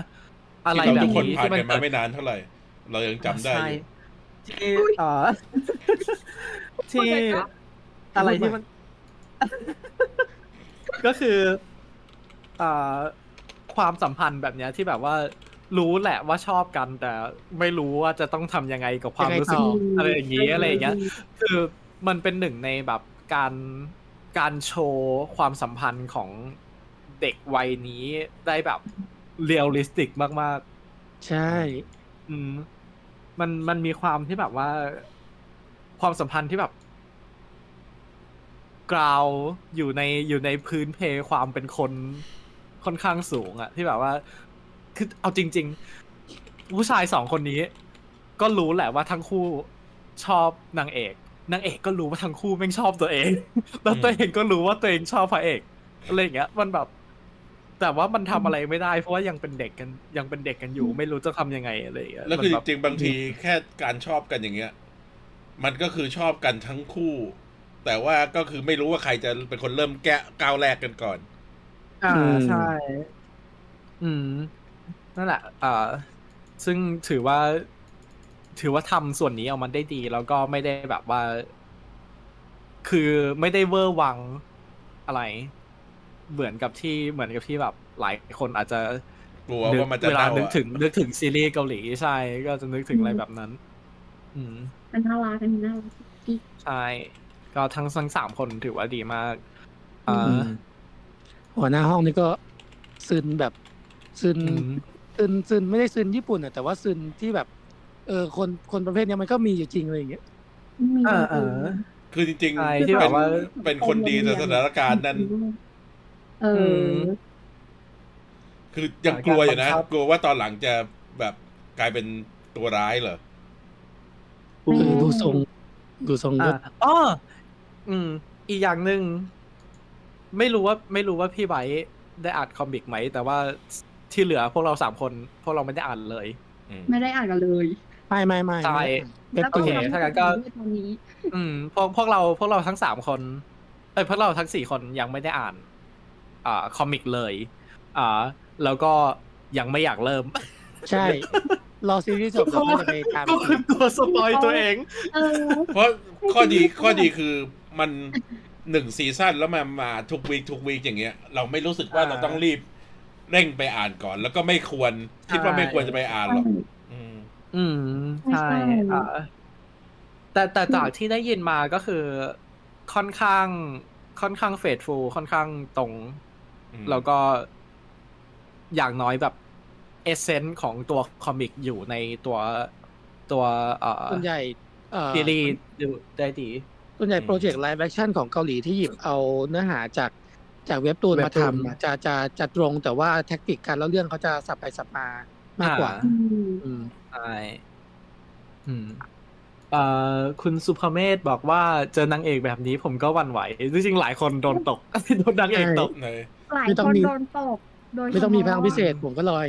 Speaker 2: อะไร
Speaker 1: ที่
Speaker 2: แบ
Speaker 1: เราทุกคน
Speaker 2: บนี้
Speaker 1: ผ่าน
Speaker 2: ที่มัน
Speaker 1: กันมาไม่นานเท่าไหร่ เรายังจำได้อ
Speaker 2: ใช่
Speaker 1: ยู่
Speaker 2: ที่เอ่อ
Speaker 4: [laughs]
Speaker 2: ที่
Speaker 3: โอเคครับ
Speaker 2: อะไรที่มัน ก็คือเอ่อความสัมพันธ์แบบเนี้ยที่แบบว่ารู้แหละว่าชอบกัน แต่ไม่รู้ว่าจะต้องทำยังไงกับความรู้สึก
Speaker 4: ยังไงต่ออ
Speaker 2: อะไรอย่างนี้อะไรอย่างเงี้ย คือมันเป็นหนึ่งในแบบการการโชว์ความสัมพันธ์ของเด็กวัยนี้ได้แบบเรียลลิสติกมาก
Speaker 4: ใช่
Speaker 2: ๆ อืมมันมันมีความที่แบบว่า ความสัมพันธ์ที่แบบกราวอยู่ในอยู่ในพื้นเพความเป็นคนค่อนข้างสูงอะที่แบบว่า คือเอาจริง ๆ ผู้ชายสองคนนี้ ก็รู้แหละว่าทั้งคู่ชอบนางเอกนางเอกก็รู้ว่าทั้งคู่แม่งชอบตัวเอง แล้วตัวเองก็รู้ว่าตัวเองชอบพระเอกอะไรอย่างเงี้ย มันแบบ แต่ว่ามันทำอะไรไม่ได้ เพราะว่ายังเป็นเด็กกันยังเป็นเด็กกันอยู่ ไม่รู้จะทำยังไงอะไรอย่างเงี้ย
Speaker 1: แล้วคือจ
Speaker 2: มันบบ
Speaker 1: ริงๆบางทีแค่การชอบกันอย่างเงี้ย มันก็คือชอบกันทั้งคู่ แต่ว่าก็คือไม่รู้ว่าใครจะเป็นคนเริ่มแกะก้าวแรกกันก่อน
Speaker 2: อ่า
Speaker 4: อืม
Speaker 2: ใช่ อืม นั่นแหละอ่าซึ่งถือว่า ถือว่าทำส่วนนี้ออกมาได้ดี แล้วก็ไม่ได้แบบว่า คือไม่ได้เวอร์วังอะไร เหมือนกับที่เหมือนกับที่แบบหลายคนอาจจะ
Speaker 1: กลัวว่ามันจะ
Speaker 2: เวลา
Speaker 1: เน่า
Speaker 2: นึก
Speaker 1: อะ
Speaker 2: ถึงนึกถึงซีรีส์เกาหลีใช่ ก็จะนึกถึงอะไรแบบนั้น อืม
Speaker 3: มันน่ารักอันนี้น่ารักจิ๊ก
Speaker 2: ใช่ ก็ทั้งทั้งสามคนถือว่าดีมาก
Speaker 3: อื
Speaker 2: อ่า
Speaker 4: หัวหน้าห้องนี่ก็ซึนแบบซึน
Speaker 2: อืม
Speaker 4: ซึนซึนไม่ได้ซึนญี่ปุ่นอะแต่ว่าซึนที่แบบ เออคนคนประเภทเนี้ยมันก็มีอยู่จริงอะไรอย่างเงี้ย
Speaker 3: มี
Speaker 2: เออเออ
Speaker 1: คือจริง
Speaker 2: ใช่
Speaker 1: ๆ
Speaker 2: ที่แบบว่า
Speaker 1: เป็นคนดีแต่สถานการณ์นั้น
Speaker 3: เออ
Speaker 1: คือยังกลัวอยู่นะ
Speaker 2: การบังคับ
Speaker 1: กลัวว่าตอนหลังจะแบบกลายเป็นตัวร้ายเหรอ
Speaker 3: อืม
Speaker 4: คือดูทรงดูทรงก็
Speaker 2: อ่าอ๋ออืม อีกอย่างหนึ่ง ไม่รู้ว่า ไม่รู้ว่าพี่ไบร์ทได้อ่านคอมิกไหม แต่ว่าที่เหลือพวกเราสามคน พวกเราไม่ได้อ่านเลย
Speaker 1: อืม
Speaker 3: ไม่ได้อ่านกันเลย
Speaker 4: ไม่ไม่ไม่
Speaker 2: ใช่
Speaker 4: เว็บ
Speaker 3: แล้วก็
Speaker 4: ตัว
Speaker 2: โอเค
Speaker 3: ทำ
Speaker 2: ถ้างั้นก็
Speaker 3: ด้วยตอนนี้
Speaker 2: อืมพวกพวกเราพวกเราทั้งสามคนเอ้ยพวกเราทั้งสี่คนยังไม่ได้อ่าน อ่าคอมิกเลย อ่า แล้วก็ยังไม่อยากเริ่ม
Speaker 4: ใช่ รอซีรีส์จบแล้วก็จะไปตาม
Speaker 2: [laughs] ก็คือตัวสปอยตัวเอง
Speaker 3: เออ
Speaker 1: เพราะข้อดีข้อดีคือมันหนึ่งซีซั่นแล้วมามาทุกวีคทุกวีคอย่างเงี้ย เราไม่รู้สึกว่า
Speaker 2: อ่า
Speaker 1: เราต้องรีบเร่งไปอ่านก่อน แล้วก็ไม่ควร คิดว่า
Speaker 2: ใช่
Speaker 1: ไม่ควรจะไปอ่านหรอกอืม
Speaker 2: อืม ใช่
Speaker 3: ใช่
Speaker 2: อ่าแต่แต่จากที่ได้ยินมาก็คือค่อนข้าง ค่อนข้างเฟดฟูค่อนข้างตรง
Speaker 1: อืม
Speaker 2: แล้วก็อย่างน้อยแบบเอเซนต์ของตัวคอมิกอยู่ในตัวตัวเอ่อ
Speaker 4: ส่วนใหญ่เอ่อ
Speaker 2: ซีรีส์ดูได้ดี
Speaker 4: ส่วนใหญ่โปรเจกต์ไลฟ์แอคชั่นของเกาหลีที่หยิบเอาเนื้อหาจากจากเว็บตูน
Speaker 2: เว็บ
Speaker 4: มา
Speaker 2: ตูน
Speaker 4: ทำอะจะจะจะตรงแต่ว่าแท็กติกการเล่าเรื่องเขาจะสับไปสับมามากกว่า
Speaker 2: อ่
Speaker 3: อืม
Speaker 4: อืม
Speaker 2: ใช่อืมเอ่อคุณสุภเมธบอกว่าเจอนางเอกแบบนี้ผมก็หวั่นไหว จริงๆ หลายคนโดนตก [laughs] โดนนางเอกตก
Speaker 1: ใน
Speaker 3: หลาย
Speaker 4: ไม่ต้อ
Speaker 3: ค
Speaker 4: ง
Speaker 3: น
Speaker 4: มี
Speaker 3: โดนตก โดย
Speaker 4: ไม่ต้องมีพลังพิเศษ
Speaker 3: ฉ
Speaker 4: ผมก็ลอย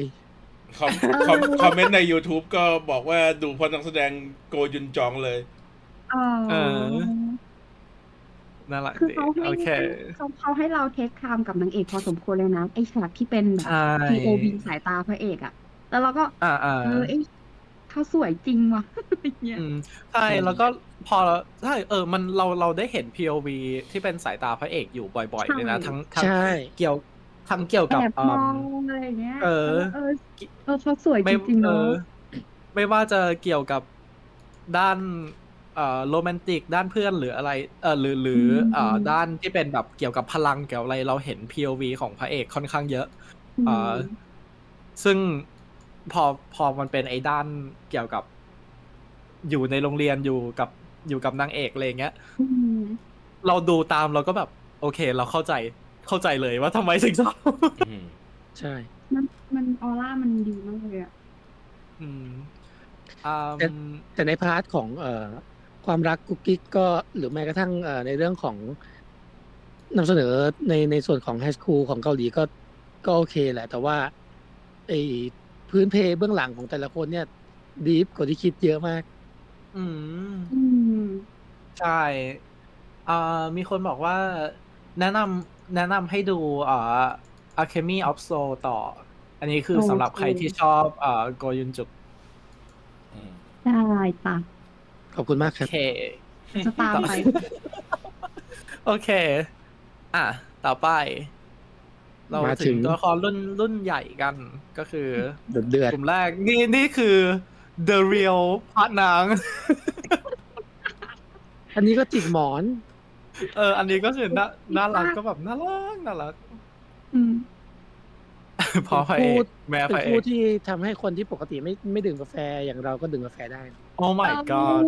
Speaker 1: คอมคอมคอมเมนต์ใน YouTube ก็บอกว่าดูเพอนักแสดงโกยุนจองเลย
Speaker 3: พาะ
Speaker 2: เอ
Speaker 3: ว่าเออ
Speaker 2: อ น่ารัก
Speaker 3: คือ
Speaker 2: ดี
Speaker 3: เขาให้
Speaker 2: โอเค
Speaker 3: เขาเขาให้เราเทคไทม์กับนางเอกพอสมควรเลยนะ ไอฉากที่เป็นแบบ
Speaker 2: ใช่
Speaker 3: POV สายตาพระเอกอะแล้วเราก็
Speaker 2: อ่าอ่า
Speaker 3: เออไอยเขาสวยจริงว่ะ [laughs] อะไรเงี้ย
Speaker 2: อืมใช่ แล้วก็พอใช่เออ มันเราเราได้เห็น POV ที่เป็นสายตาพระเอกอยู่บ่อยๆเลยนะ
Speaker 3: ใช่
Speaker 2: ทั้งทั้ง
Speaker 4: ใช่
Speaker 2: เกี่ยวทั้งเกี่ยวกับ
Speaker 3: แอบ
Speaker 2: เอิ่
Speaker 3: ม
Speaker 2: ม
Speaker 3: องอะไรเงี้ย
Speaker 2: เออ
Speaker 3: เออเออเขาสวยจ
Speaker 2: ไม่
Speaker 3: ริง
Speaker 2: เอ
Speaker 3: ๆเนาะ
Speaker 2: อไม่ว่าจะเกี่ยวกับด้านเอ่อโรแมนติกด้านเพื่อนหรืออะไรเออหรือหรือเอ่อด้านที่เป็นแบบเกี่ยวกับพลังเกี่ยวอะไรเราเห็น POV ของพระเอกค่อนข้างเยอะ เอ่ออซึ่งพอพอมันเป็นไอ้ด้านเกี่ยวกับ อยู่ในโรงเรียนอยู่กับอยู่กับนางเอกอะไรอย่างเงี้ย
Speaker 3: ม
Speaker 2: เราดูตามเราก็แบบ โอเค เราเข้าใจเข้าใจเลยว่าทำไมถึงชอบ [laughs]
Speaker 1: อืม
Speaker 4: ใช่
Speaker 3: มันมันออร่ามันดีมากเลยอะ
Speaker 2: อืมอื
Speaker 4: แต่
Speaker 2: ม
Speaker 4: แต่ในพาร์ทของเอ่อความรักกุ๊กกิ๊กก็หรือแม้กระทั่งเอ่อในเรื่องของนำเสนอในในส่วนของไฮสคูลของเกาหลีก็ก็โอเคแหละ แต่ว่าไอพื้นเพเบื้องหลังของแต่ละคนเนี่ยดีฟกว่าที่คิดเยอะมาก
Speaker 2: อืม
Speaker 3: อืม
Speaker 2: ใช่อ่ามีคนบอกว่า แนะนำ แนะนำให้ดูเอ่อ Alchemy of Soul ต่อ อันนี้คือ
Speaker 3: โอเค
Speaker 2: สำหรับใครที่ชอบเอ่อโกยุนจุก
Speaker 1: อืม
Speaker 3: ได้ป่ะ
Speaker 4: ขอบคุณมากค
Speaker 2: โอ
Speaker 4: รับ
Speaker 2: เค
Speaker 3: จะตามไป
Speaker 2: โอเค อ่ะ ต่อไป เรามาถึงตัวละครรุ่นรุ่นใหญ่กันก็คือ
Speaker 4: เดือดเดือด
Speaker 2: กลุ่มแรกนี่นี่คือ The Real พระนาง
Speaker 4: อันนี้ก็จิกหมอน
Speaker 2: เออ อันนี้ก็คือน่าน่ารัก
Speaker 3: น่ารัก
Speaker 2: ก็แบบน่ารักน่ารัก
Speaker 3: อืม
Speaker 2: พอพระเอ
Speaker 4: พู
Speaker 2: ก
Speaker 4: ด
Speaker 2: แม่
Speaker 4: เป็
Speaker 2: พระ
Speaker 4: น
Speaker 2: เอ
Speaker 4: ผู้
Speaker 2: ก
Speaker 4: ที่ทำให้คนที่ปกติไม่ไม่ดื่มกาแฟอย่างเราก็ดื่มกาแฟได้
Speaker 2: โอ้ my god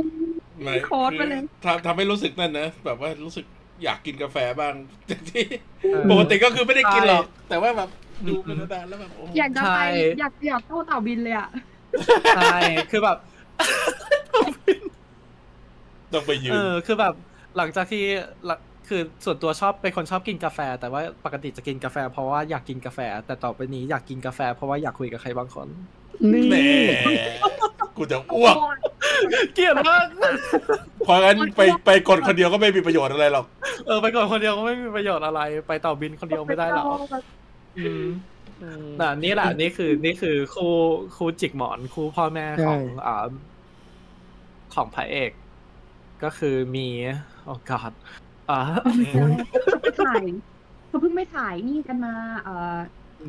Speaker 1: ไม่
Speaker 3: โค้ดไปเลย
Speaker 1: ทำทำให้รู้สึกนั่นนะ แบบว่ารู้สึกอยากกินกาแฟบ้าง [laughs] ที่
Speaker 2: เออ
Speaker 1: ปกติก็คือไม่ได้กินหรอก
Speaker 2: ใช่
Speaker 1: แต่ว่าแบบดูเป็นนานๆแล้วแบบโอ้โห
Speaker 3: อยากจะ
Speaker 2: ใช่
Speaker 3: ไป อยากอยากเข้าเต่าบินเลยอ่ะ
Speaker 2: ใช่คือแบบ
Speaker 1: ต้องไปยื
Speaker 2: เอน อ คือแบบหลังจากที่หลังคือส่วนตัวชอบเป็นคนชอบกินกาแฟ แต่ว่าปกติจะกินกาแฟ เพราะว่าอยากกินกาแฟ แต่ต่อไปนี้อยากกินกาแฟ เพราะว่าอยากคุยกับใครบางคน
Speaker 4: นี่
Speaker 1: แหมกูจะอ้วก
Speaker 2: เกลียดมาก
Speaker 1: เพราะงั้นไปไปกดคนเดียวก็ไม่มีประโยชน์อะไรหรอก
Speaker 2: เออ ไปก่อนคนเดียวก็ไม่มีประโยชน์อะไร ไปต่อบินคนเดียวไม่ได้หรอกอืม
Speaker 4: อืม
Speaker 2: น่ะนี่แหละนี่คือนี่คือครูครูจิกหมอนครูพ่อแม่ของ
Speaker 4: ใช่
Speaker 2: อ่าของพระเอก ก็คือมีโอ้กอดอ่า
Speaker 3: เขาไปถ่ายเขาเพิ่งไปถ่ายนี่กันมา เอ่อ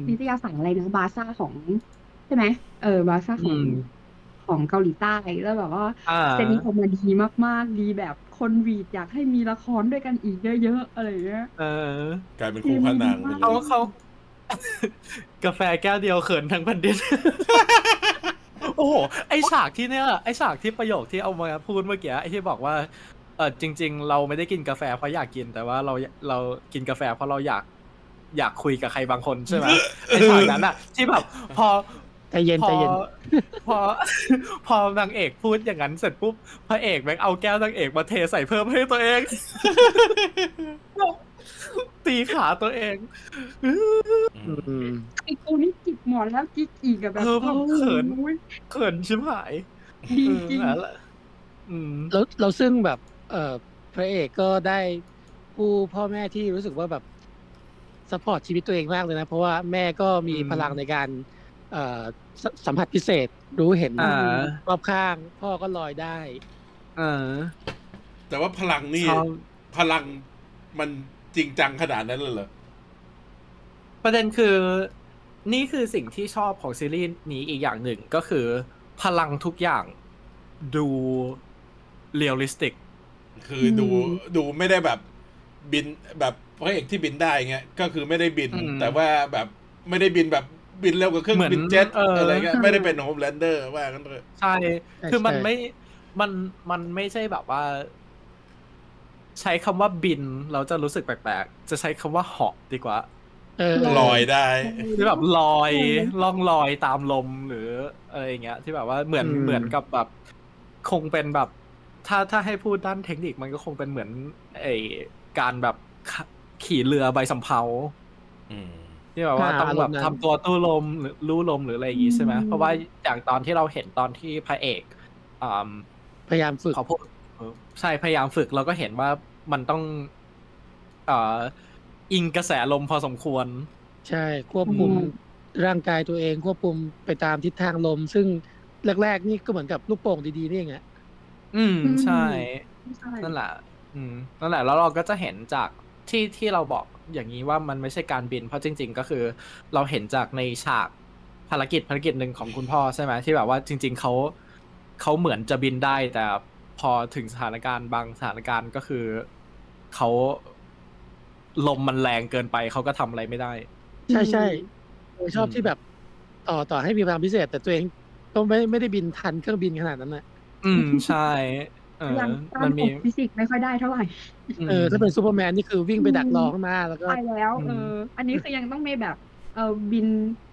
Speaker 3: นิตยสารอะไรนะบาซ่าของ ใช่ไหมเออบาซ่าข
Speaker 2: อื
Speaker 3: อง
Speaker 2: ม
Speaker 3: ของเกาหลีใต้แล้วแบบว่า
Speaker 2: อ่า
Speaker 3: เซนนี้ออกมาดีมากๆ ดีแบบคนหวีดอยากให้มีละครด้วยกันอีกเยอะๆอะไรอย่างเงี้ย
Speaker 2: เออ
Speaker 1: กลายเป็นครูพระนางไปเล
Speaker 3: อ
Speaker 2: เขา
Speaker 1: ย
Speaker 2: เขา กาแฟแก้วเดียวเขินทั้งแผ่น [laughs] ดิน โอ้โห ไอฉากที่เนี่ย ไอฉากที่ประโยคที่เอามาพูดเมื่อกี้ ไอที่บอกว่า เออจริง ๆ เราไม่ได้กินกาแฟเพราะอยากกิน แต่ว่าเรา เรากินกาแฟเพราะเราอยาก อยากคุยกับใครบางคนใช่ไหมไอฉากนั้นอะที่แบบ พอ
Speaker 4: ใจเย็น
Speaker 2: พอ
Speaker 4: ใจเย็น
Speaker 2: พอ พอนางเอกพูดอย่างนั้นเสร็จปุ๊บพระเอกแม่งเอาแก้วนางเอกมาเทใส่เพิ่มให้ตัวเอง [laughs] ตีขาตัวเอง
Speaker 4: อืม
Speaker 3: ไอ้กูนี่จิกหมอนแล้วจิกอีกอะแบบ
Speaker 2: เออผมเขิน
Speaker 3: โอ้ย
Speaker 2: เขินชิบหาย
Speaker 3: ดี
Speaker 2: เออ
Speaker 3: จริง
Speaker 2: นั่นแหละอืม
Speaker 4: แล้วเราซึ่งแบบ เออพระเอกก็ได้ผู้พ่อแม่ที่รู้สึกว่าแบบสปอร์ตชีวิตตัวเองมากเลยนะ เพราะว่าแม่ก็มี
Speaker 2: อืม
Speaker 4: พลังในการ เอ่อสสัมผัสพิเศษรู้เห็น
Speaker 2: อ่า
Speaker 4: รอบข้าง พ่อก็ลอยได้
Speaker 2: เออ
Speaker 1: แต่ว่าพลังนี่
Speaker 2: ชอบ
Speaker 1: พลังมันจริงจังขนาดนั้นเลยเหรอ
Speaker 2: ประเด็นคือ นี่คือสิ่งที่ชอบของซีรีส์นี้อีกอย่างหนึ่งก็คือ พลังทุกอย่างดูเรียลลิสติก
Speaker 1: คือดู
Speaker 3: อืม
Speaker 1: ดูไม่ได้แบบบินแบบพระเอกที่บินได้เงี้ย ก็คือไม่ได้บิน
Speaker 2: อืม
Speaker 1: แต่ว่าแบบไม่ได้บินแบบบินเร็วกว่าเครื่อง
Speaker 2: เหมือน
Speaker 1: บินเจ็ต
Speaker 2: เอออ
Speaker 1: อะไรเงี้ยไม่ได้เป็นโฮมแลนเดอร์ว่ากันเถอะ
Speaker 2: ใช่ คือมัน
Speaker 4: ใช่
Speaker 2: ไม่ มัน มันไม่ใช่แบบว่า ใช้คำว่าบินเราจะรู้สึกแปลกๆ จะใช้คำว่าเหาะดีกว่า
Speaker 4: เออ
Speaker 1: ลอยได้
Speaker 2: ที่แบบลอย
Speaker 3: อืม
Speaker 2: ล่องลอยตามลมหรืออะไรอย่างเงี้ย ที่แบบว่าเหมือน
Speaker 4: อืม
Speaker 2: เหมือนกับแบบ คงเป็นแบบ ถ้าถ้าให้พูดด้านเทคนิคมันก็คงเป็นเหมือนไอการแบบขขี่เรือใบสำเภา
Speaker 1: อืม
Speaker 2: ที่แบบว่า
Speaker 4: อ่า
Speaker 2: ต้อง
Speaker 4: อาร
Speaker 2: แบ
Speaker 4: ม
Speaker 2: บ
Speaker 4: ณ์นั้น
Speaker 2: ทำตัวตู้ลมหรือรู้ลมหรืออะไรอย่างงี้ใช่ไหมเพราะว่าอย่างตอนที่เราเห็นตอนที่พระเอกอ่า
Speaker 4: พยายามฝึก
Speaker 2: เขาพูดเออใช่พยายามฝึกเราก็เห็นว่ามันต้องเอ่ออิงกระแสลมพอสมควร
Speaker 4: ใช่ ควบคุม
Speaker 3: อืม
Speaker 4: ร่างกายตัวเอง ควบคุมไปตามทิศทางลม ซึ่งแรกๆนี่ก็เหมือนกับลูกโป่งดีๆนี่ไง
Speaker 2: อืม
Speaker 3: อืม
Speaker 2: ใช่
Speaker 3: ไม่ใช่
Speaker 2: นั่นแหละ อืม นั่นแหละ แล้วเราก็จะเห็นจากที่ที่เราบอกอย่างนี้ว่ามันไม่ใช่การบิน เพราะจริง ๆ ก็คือ เราเห็นจากในฉากภารกิจภารกิจหนึ่งของคุณพ่อใช่ไหมที่แบบว่าจริง ๆเขาเขาเหมือนจะบินได้ แต่พอถึงสถานการณ์บางสถานการณ์ก็คือเขาลมมันแรงเกินไปเขาก็ทำอะไรไม่ได้
Speaker 4: ใช่ใช่
Speaker 3: อืม
Speaker 4: ผมชอบที่แบบต่อต่อให้มีพลังพิเศษ แต่ตัวเองก็ไม่ไม่ได้บินทันเครื่องบินขนาดนั้นนะ
Speaker 2: อืม ใช่ เออ
Speaker 3: ยัง
Speaker 2: มั
Speaker 3: มัน น
Speaker 2: มี
Speaker 3: มีฟิสิกส์ไม่ค่อยได้เท่าไหร่
Speaker 2: ม
Speaker 4: เออถ้าเป็นซูเปอร์แมนนี่คือวิ่งไปดักรอข้างหน้าแล้วก็
Speaker 3: ไปแล้ว
Speaker 2: อืม
Speaker 3: เออ อันนี้คือยังต้องไม่แบบเออบิน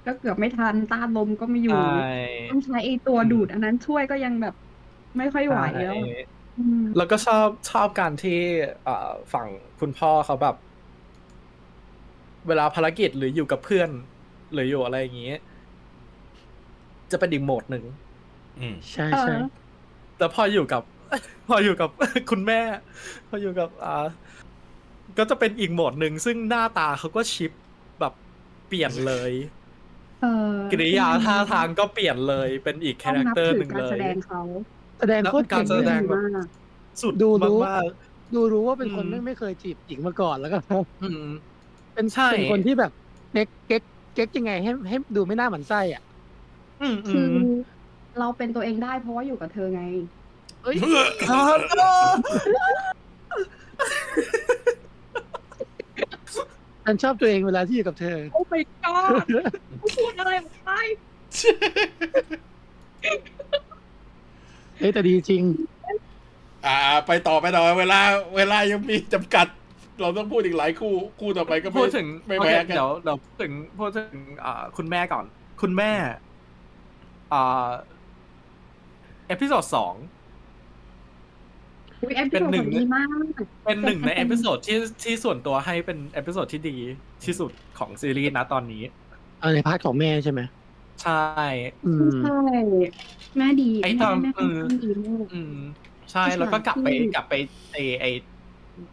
Speaker 3: ก็เกือบไม่ทันต้านลมก็ไม่อยู่
Speaker 2: ใช่
Speaker 3: ต้องใช้ไอตัว
Speaker 2: อืม
Speaker 3: ดูด อันนั้นช่วยก็ยังแบบไม่ค่อยไหวแล้ว
Speaker 2: ใช่
Speaker 3: อืม
Speaker 2: แล้วก็ชอบชอบการที่เอ่อฝั่งคุณพ่อเขาแบบ เวลาภารกิจหรืออยู่กับเพื่อน หรืออยู่อะไรอย่างนี้ จะเป็นอีกโหมดหนึ่ง
Speaker 1: อืม
Speaker 4: ใช่
Speaker 3: เออ
Speaker 4: ใช่
Speaker 2: [laughs] แต่พออยู่กับ พออยู่กับ คุณแม่ พออยู่กับอ่า ก็จะเป็นอีกโหมดหนึ่งซึ่งหน้าตาเขาก็ชิปแบบเปลี่ยนเลย
Speaker 3: เออ
Speaker 2: กิริยาท่าทางก็เปลี่ยนเลยเป็นอีก
Speaker 3: ต้อ
Speaker 2: คาง แรค
Speaker 3: นับ
Speaker 2: เตอร์ห
Speaker 3: ถือ
Speaker 2: นึ่ง
Speaker 3: การ
Speaker 2: เล
Speaker 3: แส
Speaker 2: ย
Speaker 3: ดงเขา
Speaker 4: แสดงโคตรเก่ง
Speaker 2: แสดงแบบ
Speaker 3: มาก
Speaker 2: สุด
Speaker 4: ดู
Speaker 2: มา
Speaker 4: รู้
Speaker 2: กว่า
Speaker 4: ดูรู้ว่าเป็นคน
Speaker 2: อืม
Speaker 4: ไม่ไม่เคยจีบหญิงมาก่อนแล้วก็ [laughs]
Speaker 2: อืม
Speaker 4: เป็น
Speaker 2: ใช่
Speaker 4: เป็นคนที่แบบเก๊กเก๊กเก๊กยังไงให้ให้ดูไม่น่าหมันไส้อ่ะ
Speaker 2: อืมอื
Speaker 3: คือ
Speaker 2: ม
Speaker 3: เราเป็นตัวเองได้เพราะว่าอยู่กับเธอไง
Speaker 4: เอ้ยฉันชอบตัวเองเวลาที่อยู่กับเธ [laughs] อ
Speaker 3: โอ้ my god พูดอะไรไป
Speaker 4: เฮ้ยแต่ดีจริง
Speaker 1: อ่า ไปต่อไปต่อเวลา เวลายังมีจำกัด เราต้องพูดอีกหลายคู่ คู่ต่อไปก็ไม่
Speaker 2: พูดถึง
Speaker 1: ไม่
Speaker 2: โอเค
Speaker 1: แพ้กัน
Speaker 2: เดี๋ยวเดี๋ยวพูดถึงพูดถึงอ่าคุณแม่ก่อน คุณแม่อ่าเอพิโซดสอง
Speaker 3: เอพิ
Speaker 2: เป็น
Speaker 3: โซด
Speaker 2: หนึ่ง
Speaker 3: ดีมาก
Speaker 2: เป็นหนึ่งใน
Speaker 3: เป็น
Speaker 2: เอพิโซดที่ที่ส่วนตัวให้เป็นเอพิโซดที่ดีที่สุดของซีรีส์นะตอนนี้
Speaker 4: เอาในพาร์ทของแม่ใช่ไหม
Speaker 2: ใช่
Speaker 4: อืม
Speaker 3: ใช่แม่ดี
Speaker 2: ไอ้
Speaker 3: แม่
Speaker 2: ตอน
Speaker 3: แม่ค่อน
Speaker 2: เออ
Speaker 3: ข้างดีมาก
Speaker 2: อืม ใช่
Speaker 3: ฉาก
Speaker 2: แล้วก็กลับไป
Speaker 3: ที่
Speaker 2: กลับไปไอไอ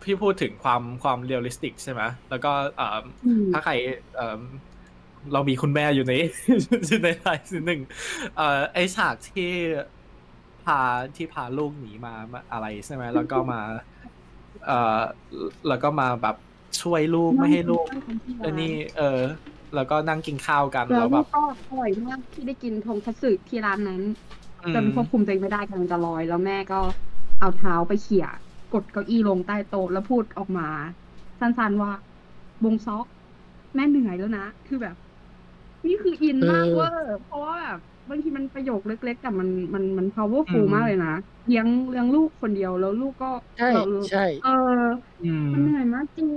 Speaker 2: พี่พูดถึงความความเรียลลิสติกใช่ไหมแล้วก็อ่า
Speaker 3: อืม
Speaker 2: ถ้าใครเอิ่มเรามีคุณแม่อยู่ใน [laughs] อยู่ในไลน์สิหนึ่งเอ่อไอฉากที่พาที่พาลูกหนีมามาอะไรใช่ไหมแล้วก็มา เอ่อแล้วก็มาแบบช่วยลูกไม่ให้ลูกอันนี้ เออ แล้วก็นั่งกินข้าวกัน
Speaker 3: แล้
Speaker 2: แล้ว วแบบ
Speaker 3: ก็อร่อยมากที่ได้กินทงคัตสึที่ร้านนั้น
Speaker 2: อื
Speaker 3: จน
Speaker 2: ม
Speaker 3: ควบคุมตัวเองไม่ได้กำลังจะลอย แล้วแม่ก็เอาเท้าไปเขี่ยกดเก้าอี้ลงใต้โต๊ะแล้วพูดออกมา สั้นๆว่าบงซอก แม่เหนื่อยแล้วนะ คือแบบ นี่คืออินมากเว
Speaker 4: เออ
Speaker 3: อร์เพราะว่าแบบบางทีมันประโยคเล็ก ๆ แต่มันมันมัน powerful มากเลยนะเลี้ยงเลี้ยงลูกคนเดียวแล้วลูกก็
Speaker 4: ใช่
Speaker 3: เรา
Speaker 4: ใช่
Speaker 3: เออ
Speaker 2: อืม
Speaker 3: มันเหนื่อยมากจริง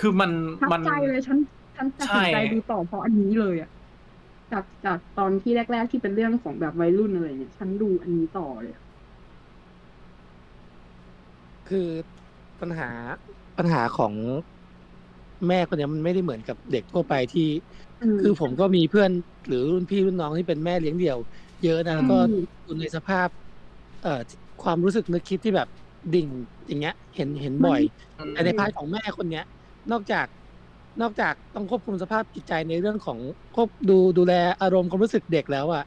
Speaker 2: คือมัน
Speaker 3: ทับ
Speaker 2: มัน
Speaker 3: ใจเลยฉันฉันจะ
Speaker 2: ใช่
Speaker 3: สนใจดูต่อเพราะอันนี้เลยอะจากจากตอนที่แรก ๆ ที่เป็นเรื่องของแบบวัยรุ่นอะไรเนี่ย ฉันดูอันนี้ต่อเลยอะ
Speaker 4: คือปัญหาปัญหาของแม่คนเนี้ยมันไม่ได้เหมือนกับเด็กทั่วไปที่ คือผมก็มีเพื่อนหรือรุ่นพี่รุ่นน้องที่เป็นแม่เลี้ยงเดี่ยว เยอะนะแล้วก็
Speaker 3: อืม
Speaker 4: อยู่ในสภาพ เอ่อความรู้สึกนึกคิดที่แบบดิ่งอย่างเงี้ย เห็นเห็นบ่อย แต่ในพาร์ทของแม่คนเนี้ย นอกจากนอกจากต้องควบคุมสภาพจิตใจในเรื่องของควบดูดูแลอารมณ์ความรู้สึกเด็กแล้วอ่ะ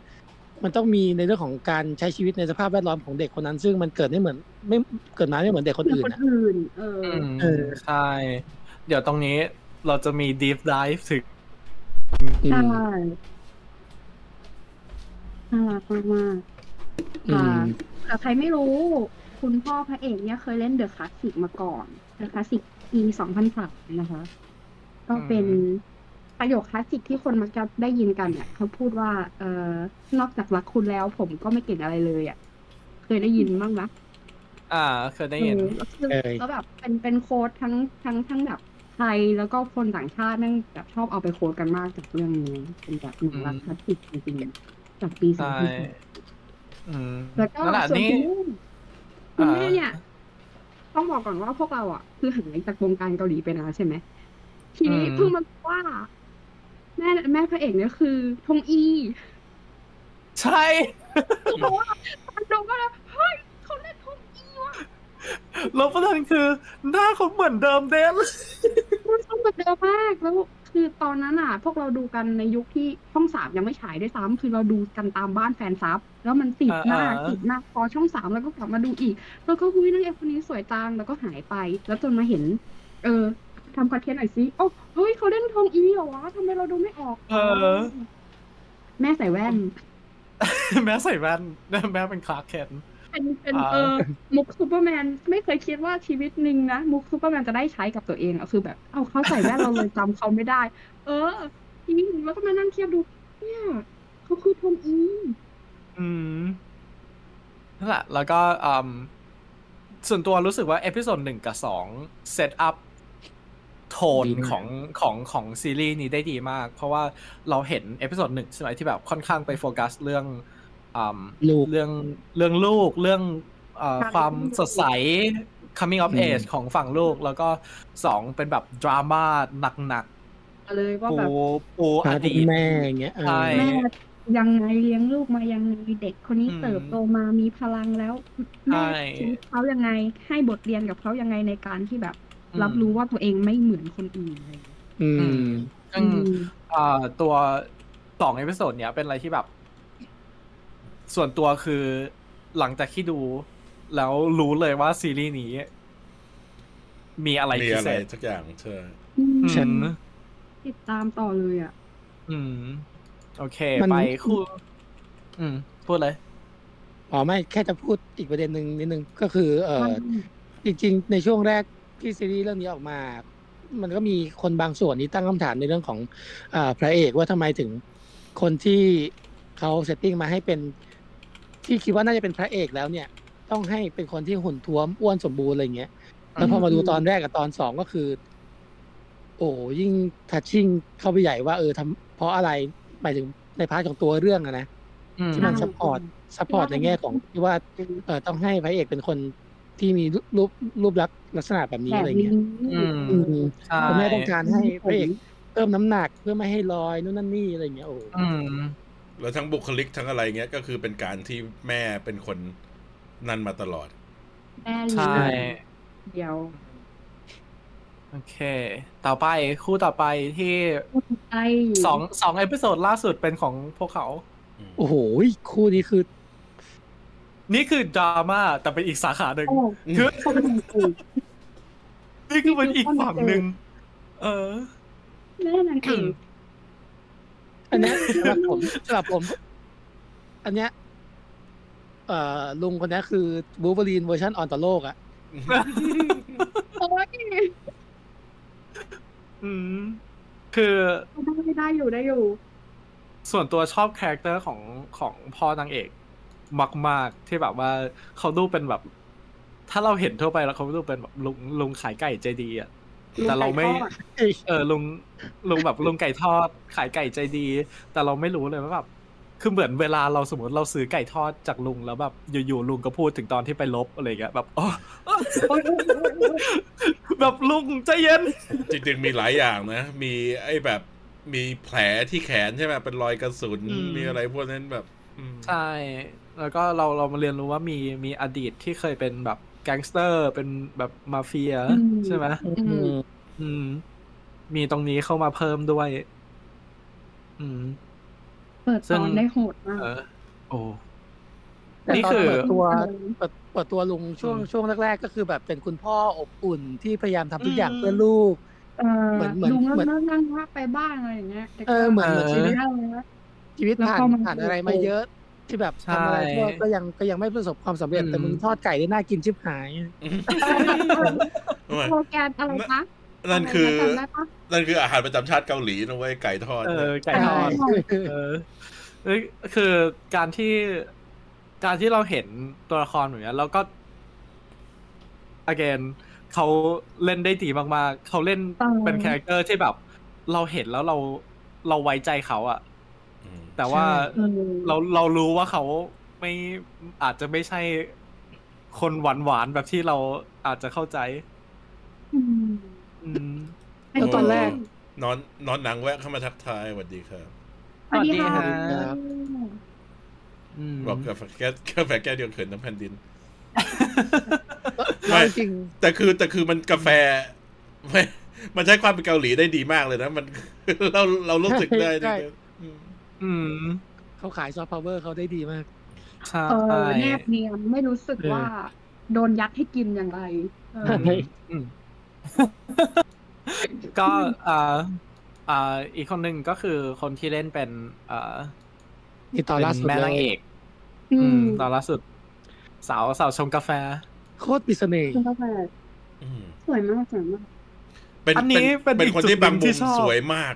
Speaker 4: มันต้องมีในเรื่องของการใช้ชีวิตในสภาพแวดล้อมของเด็กคนนั้น ซึ่งมันเกิดไม่เหมือน ไม่เกิดมาไม่เหมือนเด็กคน
Speaker 3: เพื่อน
Speaker 4: อื่น
Speaker 3: คน
Speaker 4: อ่ะ
Speaker 3: อื่น เออ
Speaker 2: อื
Speaker 3: อ
Speaker 2: ม
Speaker 4: เออ
Speaker 2: ใช่ เดี๋ยวตรงนี้เราจะมี deep dive ถึง
Speaker 4: อื
Speaker 3: ใช่
Speaker 4: ม
Speaker 3: น่ารักมากๆ
Speaker 4: อื
Speaker 3: ค่ะ
Speaker 4: ม
Speaker 3: แต่ใครไม่รู้ คุณพ่อพระเอกเนี่ยเคยเล่นเดอะคลาสสิกมาก่อนเดอะคลาสสิกปีสองพันสามนะคะ ก็เป็น
Speaker 2: อืม
Speaker 3: ประโยคคลาสสิกที่คนมักจะได้ยินกันเนี่ยเขาพูดว่า เออนอกจากรักคุณแล้ว ผมก็ไม่เก่งอะไรเลยอ่ะ เคยได้ยินบ้างไหม
Speaker 2: อ่า เคยได้ยิน
Speaker 3: เออแล้วคือ
Speaker 4: เคย
Speaker 3: แล้วแบบเป็นเป็นโค้ดทั้งทั้งทั้งแบบไทยแล้วก็คนต่างชาติแม่งแบบชอบเอาไปโค้ดกันมากจากเรื่องนี้เป็นแบบหนึ่งรักคลาสสิกจริงๆจากปีสอง
Speaker 2: ใช่
Speaker 3: พันส
Speaker 2: อืม
Speaker 3: แล้วก็
Speaker 2: นั่นแหละ
Speaker 3: ส่วน
Speaker 2: นี่
Speaker 3: คุณแม่คุณแม่
Speaker 2: อ่า
Speaker 3: เนี่ย ต้องบอกก่อนว่าพวกเราอ่ะคือหายจากวงการเกาหลีไปนานใช่ไหม ทีนี้เพิ่งมารู้ว่า แม่แม่พระเอกเนี่ยคือทงอี [laughs]
Speaker 2: ใช่
Speaker 3: เพราะว่าตอนดูก็เลยเฮ้ยเขาเล่นทงอีว่ะ
Speaker 2: แล้วประเด็นคือ หน้าเขาเหมือนเดิมเด้น [laughs]
Speaker 3: มันต้องแบบเดิมมากแล้วคือตอนนั้นอ่ะ พวกเราดูกันในยุคที่ช่องสามยังไม่ฉายด้วยซ้ำคือเราดูกันตามบ้านแฟนซับแล้วมันติดมากติดมากพอช่องสามแล้วก็กลับมาดูอีก แล้วก็คุยนางเอกคนนี้สวยจังแล้วก็หายไป แล้วจนมาเห็น เออทำคอนเทนต์หน่อยสิโอ้เฮ้ยเขาเล่นทงอีเหรอวะทำไมเราดูไม่ออก
Speaker 2: เออ
Speaker 3: แม่ใส่แว่น
Speaker 2: แม่ใส่แว่น [laughs] แม่เป็นคลาร์กเคน
Speaker 3: เป็นเป็น
Speaker 2: อ่า
Speaker 3: เออมุกซูเปอร์แมนไม่เคยคิดว่าชีวิตหนึ่งนะ มุกซูเปอร์แมนจะได้ใช้กับตัวเองอะคือแบบ เอาเขาใส่แว่น เราเลยจำเขาไม่ได้ เออทีนี้แล้วก็มานั่งเทียบดูเนี่ยเขาคือทอมอี
Speaker 2: อืมนั่นแหละ แล้วก็อืมส่วนตัวรู้สึกว่า เอพิโซดหนึ่งกับสองเซตอัพโทน
Speaker 4: ดีมาก
Speaker 2: ของของของซีรีส์นี้ได้ดีมาก เพราะว่าเราเห็นเอพิโซดหนึ่งใช่ไหมที่แบบค่อนข้างไปโฟกัสเรื่องอืม
Speaker 4: ลูก
Speaker 2: เรื่องเรื่องลูกเรื่องเอ่อความสดใส coming of
Speaker 4: อืม
Speaker 2: age ของฝั่งลูก แล้วก็สองเป็นแบบดราม่าหนัก
Speaker 3: เอาเลย
Speaker 2: ๆ
Speaker 3: ว่า
Speaker 2: ปู
Speaker 3: แบบ
Speaker 2: ปูอ
Speaker 4: พา
Speaker 2: ดี
Speaker 4: คุ
Speaker 2: ต
Speaker 4: ณแม่อย่างเงี้ยเออ
Speaker 2: ใช่
Speaker 3: แม่ยังไงเลี้ยงลูกมายังไงเด็กคนนี้
Speaker 2: อืม
Speaker 3: เติบโตมามีพลังแล้วแม่
Speaker 2: ใช่
Speaker 3: ชีวิตเขายังไงให้บทเรียนกับเขายังไงในการที่แบบ
Speaker 2: อืม
Speaker 3: รับรู้ว่าตัวเองไม่เหมือนคนอื่นอะไรอย่างเงี้ย
Speaker 4: อื
Speaker 2: อื
Speaker 4: ม
Speaker 2: มซึ่ง
Speaker 3: อืม
Speaker 2: เอ่อตัวสองเอพิโซดเนี้ยเป็นอะไรที่แบบ ส่วนตัวคือหลังจากที่ดู แล้วรู้เลยว่าซีรีส์นี้ มีอะไร
Speaker 1: มี
Speaker 2: พิ
Speaker 1: อะ
Speaker 2: เศ
Speaker 1: ไร
Speaker 2: ษ
Speaker 1: สักอย่างเช่
Speaker 2: อืม
Speaker 4: ใช่
Speaker 3: ติดตามต่อเลยอ่ะ
Speaker 2: อืม โอเค
Speaker 4: มัน
Speaker 2: ไปคู่อืม พูดเลย
Speaker 4: อ๋อไม่แค่จะพูดอีกประเด็นหนึ่งนิดนึงก็คือเออ
Speaker 3: มัน
Speaker 4: จริงๆ ในช่วงแรกที่ซีรีส์เรื่องนี้ออกมา มันก็มีคนบางส่วนที่ตั้งคำถามในเรื่องของอาพระเอกว่าทำไมถึงคนที่เขาเซตติ้งมาให้เป็นที่คิดว่าน่าจะเป็นพระเอกแล้วเนี่ย ต้องให้เป็นคนที่หุ่นท้วมอ้วนสมบูรณ์อะไรอย่างเงี้ย แล้วพอมาดูตอนแรกกับตอนสองก็คือ โอ้โหยิ่งทัชชิ่งเข้าไปใหญ่ว่าเออทำเพราะอะไรหมายถึงในพาร์ทของตัวเรื่องอะนะ
Speaker 2: อืม
Speaker 4: ที่มันซัพพอร์ตซัพพอร์ตในแง่ของที่ว่าเออต้องให้พระเอกเป็นคนที่มีรูปรูปลักษณ์ลักษณะแบบนี้
Speaker 3: แบบ
Speaker 4: อะไร
Speaker 3: นี้
Speaker 4: เงี้ย
Speaker 2: อืม
Speaker 4: อืม
Speaker 2: ใช่
Speaker 4: คุณแม่ต้องการให้พระเอกเพิ่มน้ำหนักเพื่อไม่ให้ลอยนู่นนั่นนี่อะไรเงี้ยโอ้โห
Speaker 2: อืม
Speaker 1: แล้วทั้งบุคลิกทั้งอะไรเงี้ย ก็คือเป็นการที่แม่เป็นคนนั่นมาตลอด
Speaker 3: แม่
Speaker 2: ใช่
Speaker 3: เลี้ยงเดียว
Speaker 2: โอเค ต่อไปคู่ต่อไปที่
Speaker 3: ไอ้
Speaker 2: สองสองเอพิโซดล่าสุดเป็นของพวกเขา
Speaker 4: โอ้โหคู่นี้คือ
Speaker 2: นี่คือดราม่าแต่เป็นอีกสาขาหนึ่ง
Speaker 3: โอ้
Speaker 2: คือ
Speaker 3: คนอื่นอีก
Speaker 2: นี่คือเป็นอีกฝั่งหนึ่ง เออ [laughs]
Speaker 3: แม่นางเอก
Speaker 4: อันเนี้ยสำหรับผมสำหรับผม อันเนี้ยเอ่อลุงคนเนี้ยคือบูเบอรีนเวอร์ชันออนต่อโลกอะ
Speaker 3: โอ้ย
Speaker 2: อืม คือ
Speaker 3: ได้ได้อยู่ได้อยู่
Speaker 2: ส่วนตัวชอบคาแรคเตอร์ของของพ่อนางเอกมากๆที่แบบว่าเขาดูเป็นแบบ ถ้าเราเห็นทั่วไปแล้วเขาดูเป็นแบบลุงลุงขายไก่ใจดีอ่ะ แต่เราไม่
Speaker 3: ลุงขายทอด
Speaker 2: เออลุงลุงแบบลุงไก่ทอด ขายไก่ใจดี แต่เราไม่รู้เลยว่าแบบคือเหมือนเวลาเราสมมติเราซื้อไก่ทอดจากลุงแล้วแบบอยู่ๆลุงก็พูดถึงตอนที่ไปลบอะไรอย่างเงี้ยแบบ [laughs] อ๋อแบบลุงใจเย็น
Speaker 1: จริงๆมีหลายอย่างนะ มีไอ้แบบมีแผลที่แขนใช่ไหมเป็นรอยกระสุน
Speaker 2: อืม
Speaker 1: มีอะไรพวกนั้นแบบอืม
Speaker 2: ใช่ แล้วก็เราเรามาเรียนรู้ว่ามีมีอดีตที่เคยเป็นแบบแก๊งสเตอร์ เป็นแบบมาเฟีย
Speaker 3: อืม
Speaker 2: ใช่ไหม
Speaker 3: อืม
Speaker 2: อืม มีตรงนี้เข้ามาเพิ่มด้วย อืม
Speaker 3: เปิด
Speaker 2: ซึ่
Speaker 3: ต
Speaker 2: ง
Speaker 3: อนได้โหดมาก
Speaker 2: เออ โอ้
Speaker 4: แต่
Speaker 2: นี่
Speaker 4: ตอน
Speaker 2: คือ
Speaker 4: เปิดตัว เปิดเปิดตัวลุงช่วงช่วงแรกๆ ก็คือแบบเป็นคุณพ่ออบอุ่นที่พยายามทำทุกอย่างเพื่อลูก
Speaker 3: เออ
Speaker 4: เหมือนเหมือน
Speaker 3: ลุง
Speaker 4: เหมือน
Speaker 3: เริ่มนั่งว่าไปบ้านอะไรอย่างเงี้ยแต่ก็
Speaker 4: เออเหมือน
Speaker 2: เออ
Speaker 4: เหมือนชีวิต
Speaker 3: ได้เลยนะ
Speaker 4: ชีวิตผ่าน
Speaker 3: แล้วพอมัน
Speaker 4: ผ่านอะไรมาเยอะ ที่แบบ
Speaker 2: ใช่
Speaker 4: ทำอะไรก็ก็ยังก็ยังไม่ประสบความสำเร็จ
Speaker 2: อืม
Speaker 4: แต่มึงทอดไก่ได้น่ากินชิบหาย
Speaker 1: โอ้ย
Speaker 3: โปรแกรมอะไรคะ
Speaker 1: นั่นคือ
Speaker 3: ะไรนะจำได้ปะ
Speaker 1: นั่นคืออาหารประจำชาติเกาหลีนะเว้ยไก่ทอด
Speaker 2: เอ
Speaker 1: เนี่ย
Speaker 2: อ ไก่ทอ
Speaker 4: [laughs]
Speaker 2: ด
Speaker 3: ใช่
Speaker 2: เออเอ้ยคือการที่การที่เราเห็นตัวละครอย่างเงี้ยแล้วก็ again เขาเล่นได้ดีมากๆ เขาเล่น
Speaker 3: เออ
Speaker 2: เป็นคาแรคเตอร์ที่แบบ เราเห็นแล้วเราเราไว้ใจเขาอะแต่ว่า
Speaker 3: เออ
Speaker 2: เราเรารู้ว่าเขาไม่อาจจะไม่ใช่คนหวานหวานๆแบบที่เราอาจจะเข้าใจ
Speaker 3: อืม
Speaker 2: อืม
Speaker 1: แล้วตอนแรก
Speaker 3: ไ
Speaker 1: นอนนอนหนังแวะเข้ามาทักทายสวัสดีครับ
Speaker 3: สวัสดีค่ะ
Speaker 2: สวัสดีครับ อืม
Speaker 1: บอกกาแฟแก้วกาแฟแก้วเดียวเขินน้ำแผ่นดิน
Speaker 4: เรา
Speaker 1: ไม่
Speaker 4: จริง
Speaker 1: แต่คือแต่คือมันกาแฟไม่มันใช้ความเป็นเกาหลีได้ดีมากเลยนะ มัน [laughs] เราเรารู้สึกได้จริงๆอืม
Speaker 2: อืม
Speaker 4: เขาขายซอฟต์พาวเวอร์เขาได้ดีมาก
Speaker 2: ใช่
Speaker 3: เออแนบเนียนไม่รู้สึกว่า โดนยัดให้กินอย่างไรเออ
Speaker 4: ใช่
Speaker 2: อืม ก็เอ่อเอ่ออีกคนหนึ่งก็คือคนที่เล่นเป็น เอ่อ
Speaker 4: นี่ตอนล่าสุด
Speaker 2: เป็นแม่นาง
Speaker 4: เล
Speaker 2: เอย ก
Speaker 3: อื
Speaker 2: อื
Speaker 3: ม
Speaker 2: ม ตอนล่าสุด สาวสาวชงกาแฟ
Speaker 4: โคตรมีเสน่ห์
Speaker 3: คุณกาแฟ
Speaker 1: อืม
Speaker 3: สวยมากสวยมาก
Speaker 1: เป็น
Speaker 2: อันนี้
Speaker 1: เป็นเป็
Speaker 2: เป็น
Speaker 1: น
Speaker 2: อีก
Speaker 1: คน
Speaker 2: จุด
Speaker 1: ที่บาง
Speaker 2: หนึ่งที่
Speaker 1: มุม
Speaker 2: ชอบ
Speaker 1: สวยมาก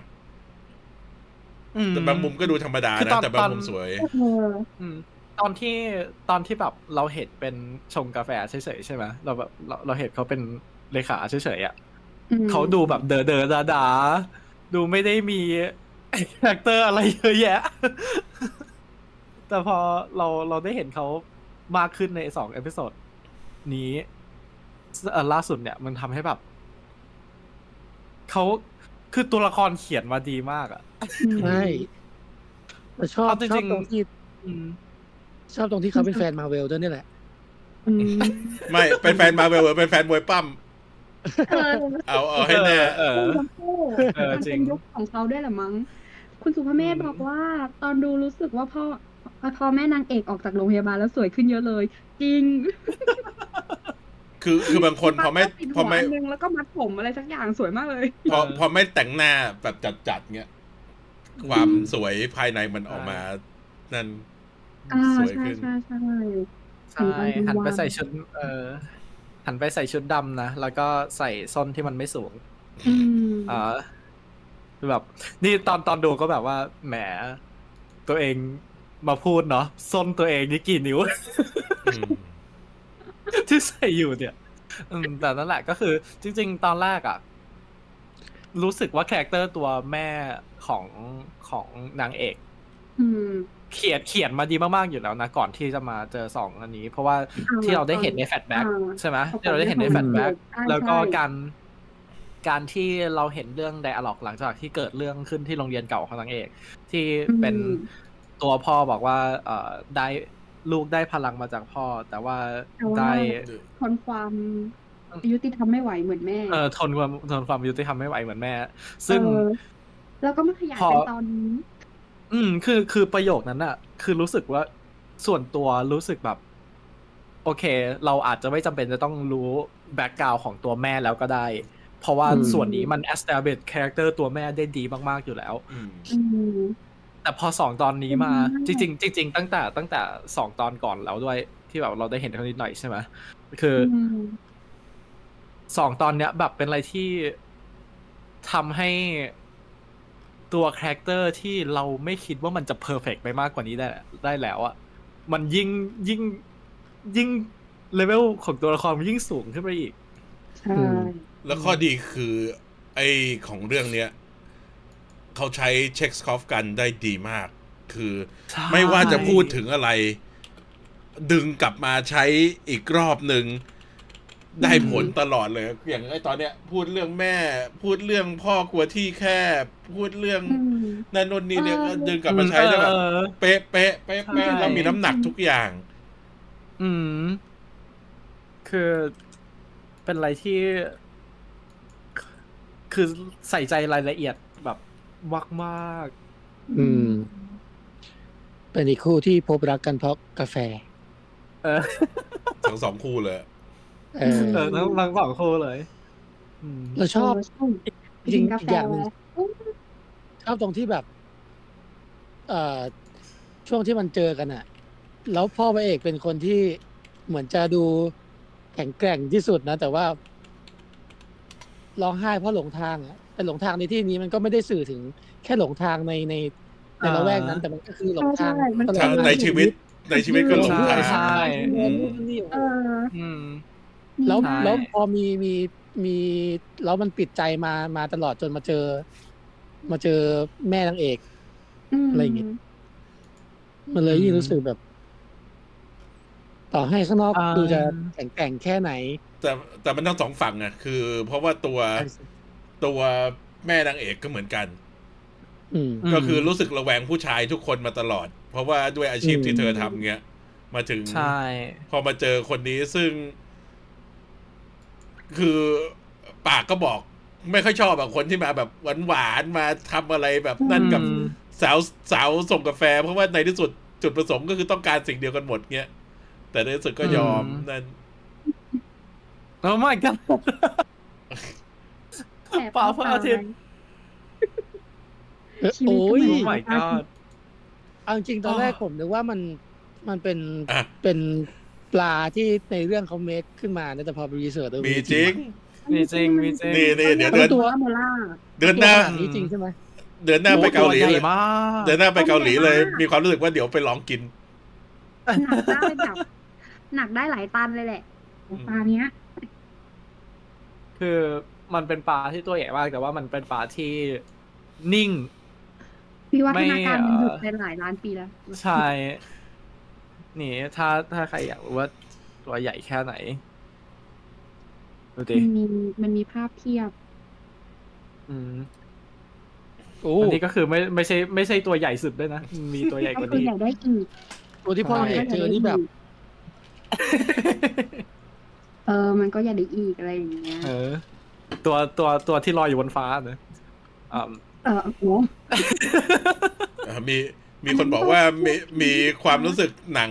Speaker 2: อื
Speaker 1: แต่บางมุมก็ดูธรรมดา
Speaker 2: คือ
Speaker 1: นะ
Speaker 2: ตอน
Speaker 1: แต่บาง
Speaker 2: ตอน
Speaker 1: มุมสวย
Speaker 3: เออ
Speaker 2: อืมตอนที่ตอนที่แบบเราเห็นเป็นชงกาแฟเฉยๆใช่ไหมเราแบบเราเราเห็นเขาเป็นเลขาเฉยๆอ่ะ
Speaker 3: อืม
Speaker 2: เขาดูแบบเดอเดอดาดาๆดูไม่ได้มีคาแรคเตอร์อะไรเยอะแยะ [laughs] แต่พอเราเราได้เห็นเขามากขึ้นในสองเอพิโซดนี้เอ่อล่าสุดเนี่ยมันทำให้แบบ เขาคือตัวละครเขียนมาดีมากอ่ะ
Speaker 3: อืม
Speaker 4: ใช่แต่ชอบ
Speaker 2: เอาจริงๆ
Speaker 4: ชอบตรงที่
Speaker 2: อืม
Speaker 4: ชอบตรงที่เขาเป็นแฟนมาเวลด้วยนี่แหละ
Speaker 3: อืม
Speaker 1: ไม่เป็นแฟนมาเวลเป็นแฟนมวยปั้ม
Speaker 3: เออ
Speaker 1: เอาเอาให้แน่
Speaker 2: เออ
Speaker 3: คุณทั้งคู่
Speaker 2: เออ
Speaker 3: มัน
Speaker 2: จริ
Speaker 3: เป็
Speaker 2: ง
Speaker 3: นยุคของเขาด้วยแหละมั้ง คุณสุภเมธบอกว่า ตอนดูรู้สึกว่าพ่อพอแม่นางเอกออกจากโรงพยาบาลแล้วสวยขึ้นเยอะเลย จริง
Speaker 1: คือคือบางคนพอไม่
Speaker 3: ติด
Speaker 1: พอ
Speaker 3: หัว
Speaker 1: ไม่
Speaker 3: อันนึงแล้วก็มัดผมอะไรสักอย่างสวยมากเลย
Speaker 1: พอพอไม่แต่งหน้าแบบจัดจัดๆเงี้ยความสวยภายในมันออกมา นั่น
Speaker 3: อ่า
Speaker 1: สวย
Speaker 3: ใช่
Speaker 1: ขึ้น
Speaker 3: ใช่ใช่
Speaker 2: ใช่
Speaker 3: หั
Speaker 2: หัน
Speaker 3: น
Speaker 2: ไป
Speaker 3: ไป
Speaker 2: ใส่
Speaker 3: ใส่ชุ
Speaker 2: ชุด
Speaker 3: ด
Speaker 2: เออหันไปใส่ชุดดำนะ แล้วก็ใส่ส้นที่มันไม่สูง
Speaker 3: อืม
Speaker 2: เออแบบ นี่ตอนตอนดูก็แบบว่าแหมตัวเองมาพูดเนาะส้นตัวเองนี่กี่นิ้ว [laughs]
Speaker 1: อืม
Speaker 2: ที่ใส่อยู่เนี่ยอืมแต่นั่นแหละก็คือ จริง ๆ ตอนแรกอะรู้สึกว่าคาแรคเตอร์ตัวแม่ของของนางเอก
Speaker 3: อืม
Speaker 2: เขียนเขียนมาดีมากๆอยู่แล้วนะ ก่อนที่จะมาเจอสองอันนี้ เพราะว่า
Speaker 3: อ่
Speaker 2: ที่เราได้เห็นในแฟลชแบ็ก
Speaker 3: อ่า
Speaker 2: ใช่ไหมที่เราได้เห็นในแฟลชแบ็ก
Speaker 3: ใช่
Speaker 2: แล้วก็
Speaker 3: ใช่
Speaker 2: การการที่เราเห็นเรื่องไดอะล็อกหลังจากที่เกิดเรื่องขึ้นที่โรงเรียนเก่าของนางเอก ที่เป็น
Speaker 3: อืม
Speaker 2: ตัวพ่อบอกว่า เอ่อได้ลูกได้พลังมาจากพ่อ แต่ว่า
Speaker 3: แต่ว่า
Speaker 2: ได้
Speaker 3: ทนความยุติธรรมไม่ไหวเหมือนแม่
Speaker 2: เออทนความทนความยุติธรรมไม่ไหวเหมือนแม่ ซึ่ง
Speaker 3: เออแล้วก็มาขยาย
Speaker 2: พอ
Speaker 3: กันตอนนี้
Speaker 2: อืมคือคือประโยคนั้นอะคือรู้สึกว่าส่วนตัวรู้สึกแบบ โอเค เราอาจจะไม่จำเป็นจะต้องรู้แบ็กกราวของตัวแม่แล้วก็ได้ เพราะว่า
Speaker 3: อืม
Speaker 2: ส่วนนี้มัน establish character ตัวแม่ได้ดีมากๆอยู่แล้ว
Speaker 1: อืม
Speaker 3: อืม แต่
Speaker 2: แต่พ
Speaker 3: พ
Speaker 2: อ
Speaker 3: อ
Speaker 2: ส
Speaker 3: ส
Speaker 2: อ
Speaker 3: อง
Speaker 2: ต
Speaker 3: งต
Speaker 2: อ
Speaker 3: อน นนี้
Speaker 2: นี้มา
Speaker 3: มา
Speaker 2: จริงๆจริงๆตั้งแต่ตั้งแต่สองตอนก่อนแล้วด้วย ที่แบบเราได้เห็นเท่านิดหน่อยใช่ไหมคืออ
Speaker 3: ม
Speaker 2: สองตอนเนี้ย แบบเป็นอะไรที่ทำให้ตัวคาแรคเตอร์ที่เราไม่คิดว่ามันจะเพอร์เฟกไปมากกว่านี้ได้ได้แล้วอะมันยิ่งยิ่งยิ่งเลเวลของตัวละครมันยิ่งสูงขึ้นไปอีก
Speaker 3: ใช่
Speaker 4: อืม
Speaker 1: แล้วข้อดีคือ ไอ้ของเรื่องเนี้ยเขาใช้เช็คคอฟกันได้ดีมาก คือ
Speaker 2: ใช่
Speaker 1: ไม่ว่าจะพูดถึงอะไร ดึงกลับมาใช้อีกรอบหนึ่ง ได้ผลตลอดเลย อย่างไอ้ตอนเนี้ย พูดเรื่องแม่ พูดเรื่องพ่อกลัวที่แคบพูดเรื่อง
Speaker 3: อืม
Speaker 1: นั่นนนนี่เนี่ย
Speaker 3: เออ
Speaker 1: ดึงกลับมาใช้ได้แบบ
Speaker 2: เออ
Speaker 1: เป๊ะเป๊ะเป๊ะเป๊ะ
Speaker 2: ใช่
Speaker 1: แล้วมีน้ำหนักทุกอย่าง
Speaker 2: อืม คือเป็นอะไรที่ คือใส่ใจรายละเอียดแบบมากมาก
Speaker 4: อืม เป็นอีกคู่ที่พบรักกันเพราะกาแฟ
Speaker 2: ๆเออ
Speaker 1: ทั้งสองคู่เลย
Speaker 4: เออ
Speaker 2: เออทั้งทั้งสองคู่เลย อืม
Speaker 4: เราชอบ
Speaker 3: เใ
Speaker 4: จริง
Speaker 3: กินกา
Speaker 4: อี
Speaker 3: แฟ
Speaker 4: กอย่างหนึ่ง
Speaker 3: อุ๊ย
Speaker 4: ชอบตรงที่แบบ เอ่อช่วงที่มันเจอกันอะแล้วพ่อพระเอกเป็นคนที่เหมือนจะดูแข็งแกร่งที่สุดนะ แต่ว่าร้องไห้เพราะหลงทางอะแต่หลงทางในที่นี้มันก็ไม่ได้สื่อถึงแค่หลงทางในในใน
Speaker 2: อ่า
Speaker 4: ละแวกนั้น แต่มันก็คือหลงทาง
Speaker 3: มัน
Speaker 4: ตลอ
Speaker 1: ใช่
Speaker 4: ด
Speaker 1: ในชีวิตในชีวิตก็หลงทาง
Speaker 2: ใช่
Speaker 4: เดินนู่นนี่โอ้
Speaker 3: เอ
Speaker 4: โห
Speaker 3: อ
Speaker 2: อืม
Speaker 4: แล้ว
Speaker 2: ใช่
Speaker 4: แล้วพอมีมีมีแล้วมันปิดใจมามาตลอดจนมาเจอ มาเจอแม่นางเอก
Speaker 3: ม
Speaker 4: อะไรอย่างงี้ มันเลยยิ่งรู้สึกแบบ ต่อให้ข้างนอก
Speaker 2: อ่า
Speaker 4: ดูจะแข็งแกร่งแค่ไหน
Speaker 1: แต่แต่มันทั้งสองฝั่งอะคือ เพราะว่าตัว
Speaker 4: ใช่สิ
Speaker 1: ตัวแม่นางเอกก็เหมือนกัน
Speaker 4: อืม
Speaker 1: ก็คือรู้สึกระแวงผู้ชายทุกคนมาตลอด เพราะว่าด้วยอาชีพ
Speaker 4: อืม
Speaker 1: ที่เธอทำเงี้ย มาถึง
Speaker 2: ใช่
Speaker 1: พอมาเจอคนนี้ซึ่ง คือปากก็บอก ไม่ค่อยชอบแบบคนที่มาแบบหวานหวานๆมาทำอะไรแบบนั่นกับ
Speaker 2: อืม
Speaker 1: สาวสาวส่งกาแฟ เพราะว่าในที่สุดจุดประสงค์ก็คือต้องการสิ่งเดียวกันหมดเงี้ยแต่ในที่สุดก็ยอม
Speaker 2: อืม
Speaker 1: นั่น
Speaker 2: โอ้ my god
Speaker 3: แอบ
Speaker 2: ฟ้าพระอาทิตย์
Speaker 3: ชีวิตก็
Speaker 2: oh
Speaker 3: เหมืน
Speaker 4: โอ้ย
Speaker 2: my god
Speaker 4: เอาจริงๆตอนแรกผมนึกว่ามันมันเป็น
Speaker 1: อ่ะ
Speaker 4: เป็นปลาที่ในเรื่องเขาเมคขึ้นมานะแต่พอไปรีเสิร์ชเออ
Speaker 1: มีจริง
Speaker 2: มีจริงมีจริง
Speaker 1: นี่นี่เดี๋ยวเดื
Speaker 3: มั
Speaker 1: อน
Speaker 3: ตัวโมล่า
Speaker 1: เดือนห
Speaker 4: ตัว
Speaker 1: น้า
Speaker 4: ขนาดนี้จริงใช่ไหม
Speaker 1: เดือนหน้าไปเกาหลี
Speaker 2: ตัว
Speaker 1: เล
Speaker 2: ใญ่
Speaker 1: ย
Speaker 2: มาก
Speaker 1: เดือนหน้าไปเกาหลีเลย
Speaker 3: ตัวใหญ่มาก
Speaker 1: มีความรู้สึกว่าเดี๋ยวไปลองกิน
Speaker 3: หนักได้แบบหนักได้หลายตันเลยแหละปลาเนี้ย
Speaker 2: คือมันเป็นปลาที่ตัวใหญ่มาก แต่ว่ามันเป็นปลาที่นิ่ง
Speaker 3: วิวัฒนาการ
Speaker 2: ไม่
Speaker 3: มันหยุด
Speaker 2: เอ่อ
Speaker 3: ไปหลายล้านปีแล้ว
Speaker 2: ใช่ นี่ถ้าถ้าใครอยากรู้ว่าตัวใหญ่แค่ไหน ดูดิ
Speaker 3: มันมีมันมีภาพเทียบ
Speaker 2: อืม
Speaker 4: โอ้
Speaker 2: อันนี้ก็คือไม่ไม่ใช่ไม่ใช่ตัวใหญ่สุดด้วยนะ มีตัวใหญ่ก
Speaker 3: ก็
Speaker 2: ว่า
Speaker 3: คือ
Speaker 2: นี้
Speaker 3: อยากได้อีก
Speaker 4: ตัวที่พ่อ
Speaker 2: ใช่
Speaker 4: เอกเจอนี่แบบ
Speaker 3: เออ มันก็อยากได้อีกอะไรอย่างเงี้ย
Speaker 2: เออ ตัวตัวตัวที่ลอยอยู่บนฟ้าเนอะอ่า
Speaker 3: เออโอ้โห
Speaker 1: อ่ะมีมีคนบอกว่ามีมีความรู้สึกหนัง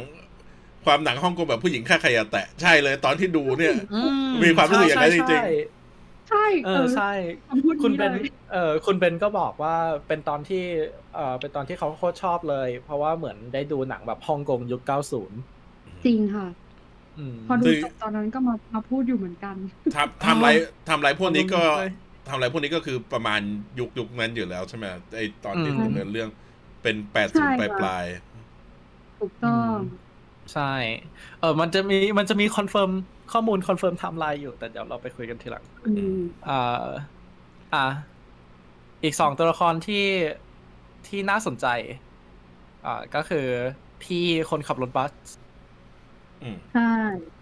Speaker 1: ความหนังฮ่องกงแบบผู้หญิงฆ่าใครอย่าแตะใช่เลยตอนที่ดูเนี่ย
Speaker 2: อื
Speaker 1: มีความรู้สึกอย่างนั้น
Speaker 2: ใช่
Speaker 1: จริง
Speaker 2: ใช่
Speaker 3: ใช่
Speaker 2: เออใช่
Speaker 3: คำพูด
Speaker 2: คุณ
Speaker 3: นี้
Speaker 2: เบน
Speaker 3: เลย
Speaker 2: เออคุณเบนก็บอกว่าเป็นตอนที่เออเป็นตอนที่เขาโคตรชอบเลย เพราะว่าเหมือนได้ดูหนังแบบฮ่องกงยุค 90
Speaker 3: จริงค่ะ
Speaker 2: อืม
Speaker 3: พอดู
Speaker 1: ซึ่ง
Speaker 3: จบตอนนั้นก็มามาพูดอยู่เหมือนกัน
Speaker 1: ทำทำไรทำไรพวกนี้ก็
Speaker 2: เอาลงไป
Speaker 1: ทำไรพวกนี้ก็คือประมาณยุคยุคนั้นอยู่แล้วใช่ไหมไอตอนที่
Speaker 2: อืม
Speaker 1: ดำเนินเรื่องเป็นแปดสิบปลายปลาย
Speaker 3: ถูกต้อง
Speaker 2: ใช่ เออมันจะมีมันจะมีคอนเฟิร์มข้อมูลคอนเฟิร์มไทม์ไลน์อยู่แต่เดี๋ยวเราไปคุยกันทีหลัง
Speaker 3: อืม
Speaker 2: อ่าอ่ะอีกสองตัวละครที่ที่น่าสนใจ อ่าก็คือพี่คนขับรถบัส
Speaker 1: อืม
Speaker 3: ใช่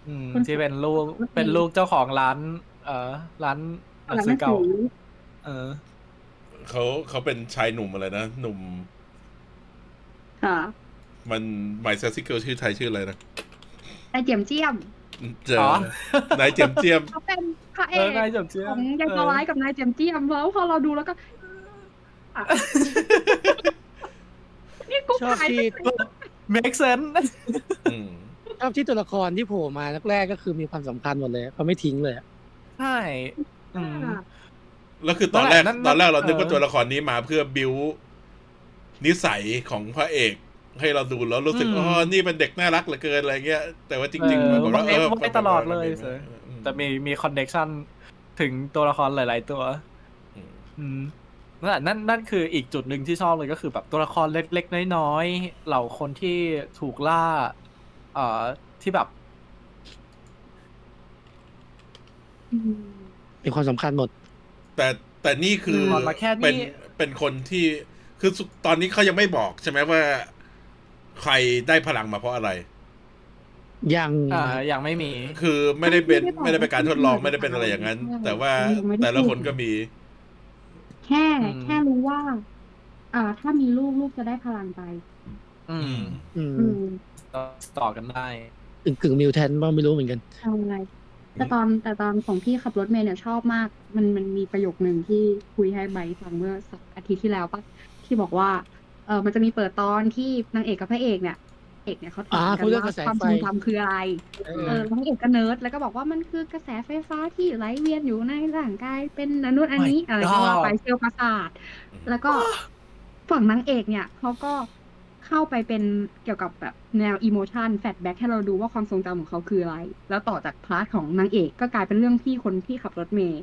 Speaker 2: อืม
Speaker 3: คนขับ
Speaker 2: ที่เป็นลูก
Speaker 3: รถเมล์
Speaker 2: เป็นลูกเจ้าของร้าน เออร้านหนังสือ
Speaker 3: แล้วหนัง
Speaker 2: เก่า
Speaker 3: สือ
Speaker 2: เออ
Speaker 1: เขาเขาเป็นชายหนุ่มอะไรนะ หนุ่ม
Speaker 3: ค่ะ
Speaker 1: มันหมายเซซิเกิลชื่อไทยชื่ออะไรนะ
Speaker 3: นายเจียมเจียม
Speaker 1: เจอ
Speaker 2: อ๋อ
Speaker 1: นายเจียมเจียม
Speaker 3: เขาเป็นพระเอ
Speaker 2: เออก นายจำเชื่อ
Speaker 3: ของยาย
Speaker 2: เอ
Speaker 3: ตัว
Speaker 2: อ [laughs]
Speaker 3: ร้ายกับนายเจียมเจียมแล้วพอเราดูแล้วก็อ่ะนี่กู
Speaker 4: ชอบ
Speaker 3: ขาย
Speaker 4: ที่
Speaker 3: ไปเลย
Speaker 2: เมคเซน
Speaker 1: อืม
Speaker 4: ชอบที่ตัวละครที่โผล่มาแรกๆก็คือมีความสำคัญหมดเลยเขาไม่ทิ้งเลยอะ
Speaker 2: ใช่อืม
Speaker 3: อ่ะ
Speaker 1: แล้วคือตอนแรก
Speaker 2: นั่น
Speaker 1: ต
Speaker 2: นั่น
Speaker 1: อนแรกเรานึกว่า
Speaker 2: เออ
Speaker 1: ตัวละครนี้มาเพื่อบิวนิสัยของพระเอก ให้เราดูแล้วรู้สึกอ๋อนี่เป็นเด็กน่ารักเหลือเกินอะไรเงี้ย แต่ว่าจริงๆ
Speaker 2: เออ
Speaker 1: มันบอกว่าเออ
Speaker 2: ไว้ไว้ตลอดเลยเสือ
Speaker 1: อื
Speaker 2: แต่มีมีคอนเน t ชันถึงตัวละครหลาย ๆ ตัว
Speaker 1: อืม
Speaker 2: อืมนั่นแหละนั่นนั่นคืออีกจุดหนึ่งที่ชอบเลยก็คือแบบตัวละครเล็กๆ น้อยๆ เหล่าคนที่ถูกล่า เอ่อที่แบบ
Speaker 3: อืม
Speaker 4: มีความสำคัญหมด
Speaker 1: แต่แต่นี่คือ
Speaker 2: หมดมาแค่นี้
Speaker 1: เป็นเป็นคนที่คือสุดตอนนี้เขายังไม่บอกใช่ไหมว่า ใครได้พลังมาเพราะอะไร
Speaker 4: ยัง
Speaker 2: อ่ายังไม่มี
Speaker 1: คือไม่ได้เป็นไม่ได้เป็นการทดลองไม่ได้เป็นอะไรอย่างนั้น แต่ว่าแต่ละคนก็มี
Speaker 3: แค่
Speaker 2: อืม
Speaker 3: แค่รู้ว่า อ่า ถ้ามีลูกลูกจะได้พลังไป
Speaker 2: อืม
Speaker 4: อืม
Speaker 3: อืม
Speaker 2: ต่อต่อกันได้
Speaker 4: กึ่งกึ่งมิวแทนบ้างไม่รู้เหมือนกัน
Speaker 3: ทำอะไร แต่ตอนแต่ตอนของพี่ขับรถเมล์เนี่ยชอบมาก มันมันมีประโยคหนึ่งที่คุยให้ไบร์ทฟังเมื่อสักอาทิตย์ที่แล้วปะที่บอกว่า เออมันจะมีเปิดตอนที่นางเอกกับพระเอกเนี่ย เอกเนี่ยเขาถาม
Speaker 4: อ่า
Speaker 3: กั
Speaker 4: พูด
Speaker 3: น
Speaker 4: เรื่องก
Speaker 3: ว่า
Speaker 4: ระแส
Speaker 3: ความ
Speaker 4: ไฟ
Speaker 3: ทรงจำคืออะไร
Speaker 4: เอ
Speaker 3: เอ
Speaker 4: อ
Speaker 3: อแล้วนางเอกก็เนิร์ดแล้วก็บอกว่ามันคือกระแสไฟฟ้าที่ไหลเวียนอยู่ในร่างกายเป็นอนุนอันนี้
Speaker 2: My
Speaker 3: อะไรก็ว่าไป
Speaker 2: God
Speaker 3: เซลล์ประสาท แล้วก็ [gasps] ฝั่งนางเอกเนี่ยเขาก็เข้าไปเป็นเกี่ยวกับแบบแนวอิโมชันแฟลแบ็กให้เราดูว่าความทรงจำของเขาคืออะไร แล้วต่อจากพาร์ทของนางเอกก็กลายเป็นเรื่องพี่คนที่ขับรถเมล์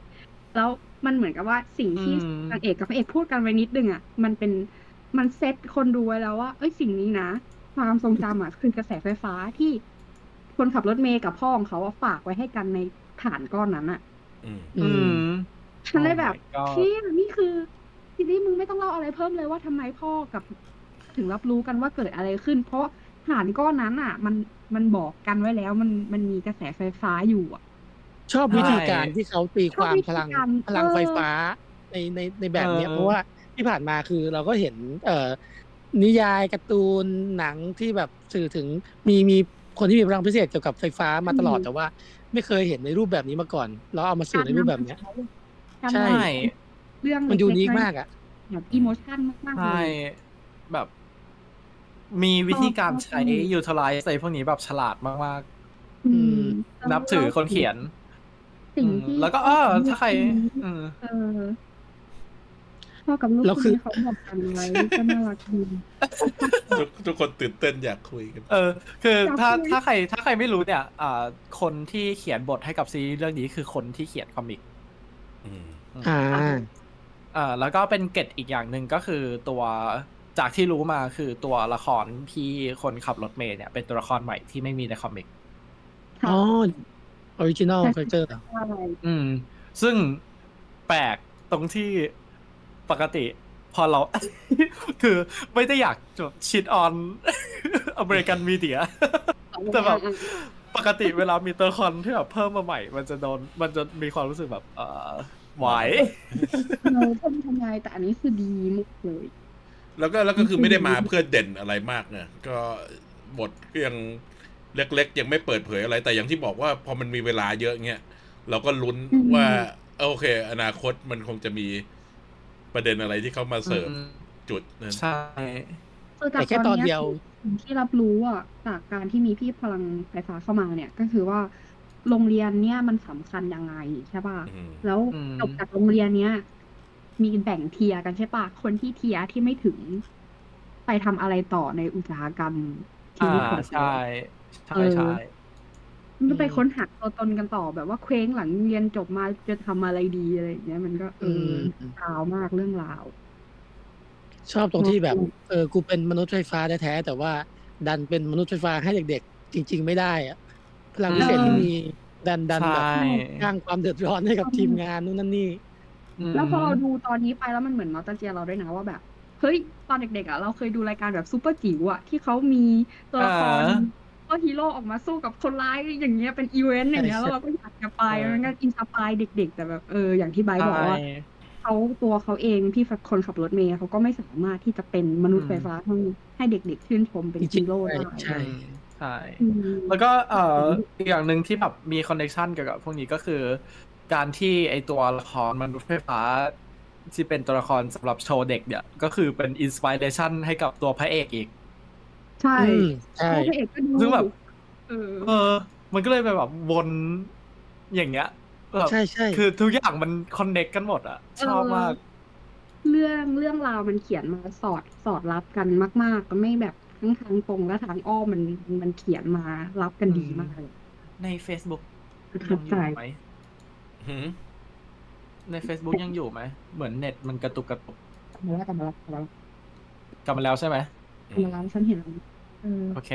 Speaker 3: แล้วมันเหมือนกับว่าสิ่งที่
Speaker 2: อืม
Speaker 3: นางเอกกับพระเอกพูดกันไว้นิดนึงอ่ะมันเป็นมันเซตคนดูไว้แล้วว่า เอ้ยสิ่งนี้นะ ความทรงจำอ่ะคือกระแสไฟฟ้าที่คนขับรถเมล์กับพ่อของเขาอะฝากไว้ให้กันในฐานก้อนนั้นอ่ะ
Speaker 1: อืม
Speaker 4: อื
Speaker 2: อื
Speaker 4: ม
Speaker 2: ม
Speaker 3: ฉันเลยแบบ
Speaker 2: Oh my god
Speaker 3: เชี่ยนี่คือทีนี้มึงไม่ต้องเล่าอะไรเพิ่มเลยว่าทำไมพ่อกับ ถึงรับรู้กันว่าเกิดอะไรขึ้น เพราะฐานก้อนนั้นอ่ะ มันมันบอกกันไว้แล้ว มันมันมีกระแสไฟฟ้าอยู่อ่ะ
Speaker 4: ชอบวิธีการที่เขาตีควา
Speaker 3: ชอ
Speaker 4: ม
Speaker 3: บวิ
Speaker 4: พ
Speaker 3: ธี
Speaker 4: ลัง
Speaker 3: การ
Speaker 4: พลัง
Speaker 3: เออ
Speaker 4: ไฟฟ้าในในในแบบเนี้ย
Speaker 2: เออ
Speaker 4: เพราะว่าที่ผ่านมาคือเราก็เห็น เอ่อนิยายการ์ตูนหนังที่แบบสื่อถึงมีมีคนที่มีพลังพิเศษเกี่ยวกับไฟฟ้ามาตลอดแต่ว่า ไม่เคยเห็นในรูปแบบนี้มาก่อนแล้วเอามาสู่ในรูปแบบเนี้ย
Speaker 3: การ
Speaker 4: ใช่
Speaker 3: นำมาเรื่อง
Speaker 4: มันยูนิค
Speaker 3: เล็ๆ
Speaker 4: มากอ่ะ
Speaker 3: แบบอิโมชันมากๆเล
Speaker 2: ใช่
Speaker 3: ย
Speaker 2: แบบ มีวิธีการใช้
Speaker 3: ชอบชอบ
Speaker 2: utilize ไอ้พวกนี้แบบฉลาดมาก
Speaker 3: อืม
Speaker 2: ๆ นับถือคนเขียน
Speaker 3: สิ่ง
Speaker 2: อืม
Speaker 3: ที่
Speaker 2: แล้วก็เออถ้าใคร อืม
Speaker 3: เออพ่อกับลูก
Speaker 4: แล้วคือ
Speaker 3: ที่เขาบอกกันไว้ก็น่ารักดี
Speaker 1: ทุกทุกคนตื่นเต้นอยากคุยกัน
Speaker 2: เออคือ
Speaker 3: อยาก
Speaker 2: ถ้า
Speaker 3: คุย
Speaker 2: ถ้าใครถ้าใครไม่รู้เนี่ย อ่า คนที่เขียนบทให้กับซีรีส์เรื่องนี้คือคนที่เขียนคอมิก
Speaker 1: อืม
Speaker 4: อ่า
Speaker 2: อ่าแล้วก็เป็นเกร็ดอีกอย่างหนึ่งก็คือตัวจากที่รู้มาคือตัวละครพี่คนขับรถเมล์เนี่ย เป็นตัวละครใหม่ที่ไม่มีในคอมิก
Speaker 4: อ๋อออริจินอลคาแรคเตอร์
Speaker 3: ใช่
Speaker 2: อืม ซึ่งแปลกตรงที่ปกติ พอเรา [laughs] คือไม่ได้อยากจบชิดอ [laughs] อนอเมริกันมีเดีย แต่แบบปกติเวลามีตัวละครที่แบบเพิ่มมาใหม่ มันจะโดนมันจะมีความรู้สึกแบบ เออไหว
Speaker 3: เราทำทำนายแต่อันนี้คือดีมากเลย
Speaker 1: แล้วก็แล้วก็คือไม่ได้มาเพื่อเด่นอะไรมากนะก็บทก็ยังเล็ก ๆ ยังไม่เปิดเผยอะไร แต่อย่างที่บอกว่าพอมันมีเวลาเยอะเงี้ยเราก็ลุ้นว่า โอเค อนาคตมันคงจะมีประเด็นอะไรที่เขามาเสริม
Speaker 2: อืม
Speaker 1: จุดนั้น
Speaker 2: ใช่
Speaker 3: คือ
Speaker 4: แต่แค่
Speaker 3: จาก
Speaker 4: ต
Speaker 3: ต
Speaker 4: อ
Speaker 3: อน น
Speaker 4: เดี
Speaker 3: เนี้
Speaker 4: ย
Speaker 3: ยว สิ่งที่รับรู้อะจากการที่มีพี่พลังไฟฟ้าเข้ามาเนี่ย ก็คือว่าโรงเรียนเนี่ยมันสำคัญยังไงใช่ป่ะ
Speaker 1: อืม
Speaker 3: แล้ว
Speaker 2: อืม
Speaker 3: จบจากโรงเรียนเนี้ยมีแบ่งเทียร์กันใช่ป่ะ คนที่เทียร์ที่ไม่ถึง ไปทำอะไรต่อในอุตสาหกรรมชี
Speaker 2: อ่า
Speaker 3: วิตของเขา
Speaker 2: ใช่ใช่ใช่
Speaker 3: มันก็ไป
Speaker 2: อืม
Speaker 3: ค้นหาตัวตนกันต่อแบบว่าเคว้งหลังเรียนจบมาจะทำอะไรดีอะไรอย่างเงี้ยมันก็เอออ
Speaker 4: ม
Speaker 3: ราวมากเรื่องราว
Speaker 4: ชอบตรงที่แบบ
Speaker 3: อืม
Speaker 4: เออกูเป็นมนุษย์ไฟฟ้าแท้ๆแต่ว่า ดันเป็นมนุษย์ไฟฟ้าให้เด็กๆ จริง ๆ ไม่ได้อะพลังพิเศษที่มีดันดันแบบ
Speaker 2: ใช่
Speaker 4: สร้างความเดือดร้อนให้กับทีมงานนู่นนั่นนี่
Speaker 2: ม
Speaker 3: แล้วพอเราดูตอนนี้ไปแล้วมันเหมือนนอสตาเจียเราด้วยนะว่าแบบ เฮ้ย ตอนเด็กๆอ่ะเราเคยดูรายการแบบซูเปอร์จิ๋วอ่ะที่เขามีตัวละคร
Speaker 2: อ่า
Speaker 3: ก็ฮีโร่ออกมาสู้กับคนร้ายอย่างเงี้ยเป็นอีเวนต์อย่างเงี้ยแล้วเราก็อยากจะไป
Speaker 2: เออ
Speaker 3: มันก็อินสปายเด็ก ๆ แต่แบบเอออย่างที่ไบร์ทบอก
Speaker 2: ใช่
Speaker 3: ว่าเขาตัวเขาเองพี่คนขับรถเมล์เขาก็ไม่สามารถที่จะเป็นมนุษย์ไฟฟ้าให้ให้เด็ก ๆ ชื่นชมเป็นฮีโร่ได้
Speaker 4: ใช่
Speaker 2: ใช่
Speaker 3: อืม
Speaker 2: แล้วก็เอ่อ
Speaker 3: อืม
Speaker 2: อีกอย่างหนึ่งที่แบบมีคอนเนคชันเกี่ยวกับพวกนี้ก็คือ การที่ไอตัวละครมนุษย์ไฟฟ้า ที่เป็นตัวละครสำหรับโชว์เด็กเนี่ย ก็คือเป็นอินสปิเรชันให้กับตัวพระเอกอีก
Speaker 3: ใช่
Speaker 4: อืมใช่
Speaker 3: ใช่พระเอกก็ดู
Speaker 2: ซึ่งแบบ
Speaker 3: เออ
Speaker 2: เออ มันก็เลยไปแบบวนอย่างเงี้ยแบบ
Speaker 4: ใช่ใช่
Speaker 2: คือทุกอย่างมันคอนเนคกันหมดอ่ะ ชอบมาก
Speaker 3: เรื่องเรื่องราวมันเขียนมาสอดสอดรับกันมากๆก็ไม่แบบทั้งทางตรงและทางอ้อมมันมันเขียนมารับกันดีมากเลย
Speaker 2: ใน Facebook
Speaker 3: ประทับใจ
Speaker 2: ไหม
Speaker 1: อืม
Speaker 2: ใน Facebook ยังอยู่ไหม เหมือนเน็ตมันกระตุกกระตุก
Speaker 3: กลับมาแล้วกลับมาแล้วกลั
Speaker 2: กลั
Speaker 3: บมาแล้ว
Speaker 2: บมาแล้วใช่ไหม
Speaker 3: กลับมาแล้วฉันเห็นแล้วเออ
Speaker 2: โอเค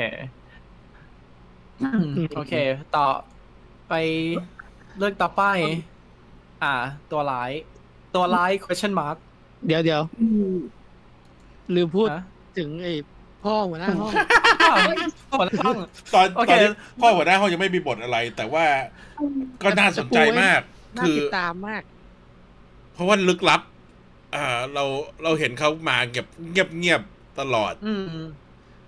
Speaker 2: โอเค ต่อไปเลือกต่อไป อ่า ตัวร้าย ตัวร้าย question mark
Speaker 4: เดี๋ยวเดี๋ยว
Speaker 3: อืม
Speaker 4: ลืมพูด
Speaker 2: นะ
Speaker 4: ถึงไอ้พ่อหัวหน้าห้อง
Speaker 2: หัวหน้าห้อง
Speaker 1: ตอน
Speaker 2: โอ
Speaker 1: ต
Speaker 2: เค
Speaker 1: อนนี้พ่อหัวหน้าห้องยังไม่มีบทอะไร แต่ว่าก็น่าสนใจมาก
Speaker 4: น่า
Speaker 1: คือ
Speaker 4: ติดตามมาก
Speaker 1: เพราะว่าลึกลับ อ่า เราเราเห็นเขามาเงียบเงียบเงียบตลอด
Speaker 2: อืม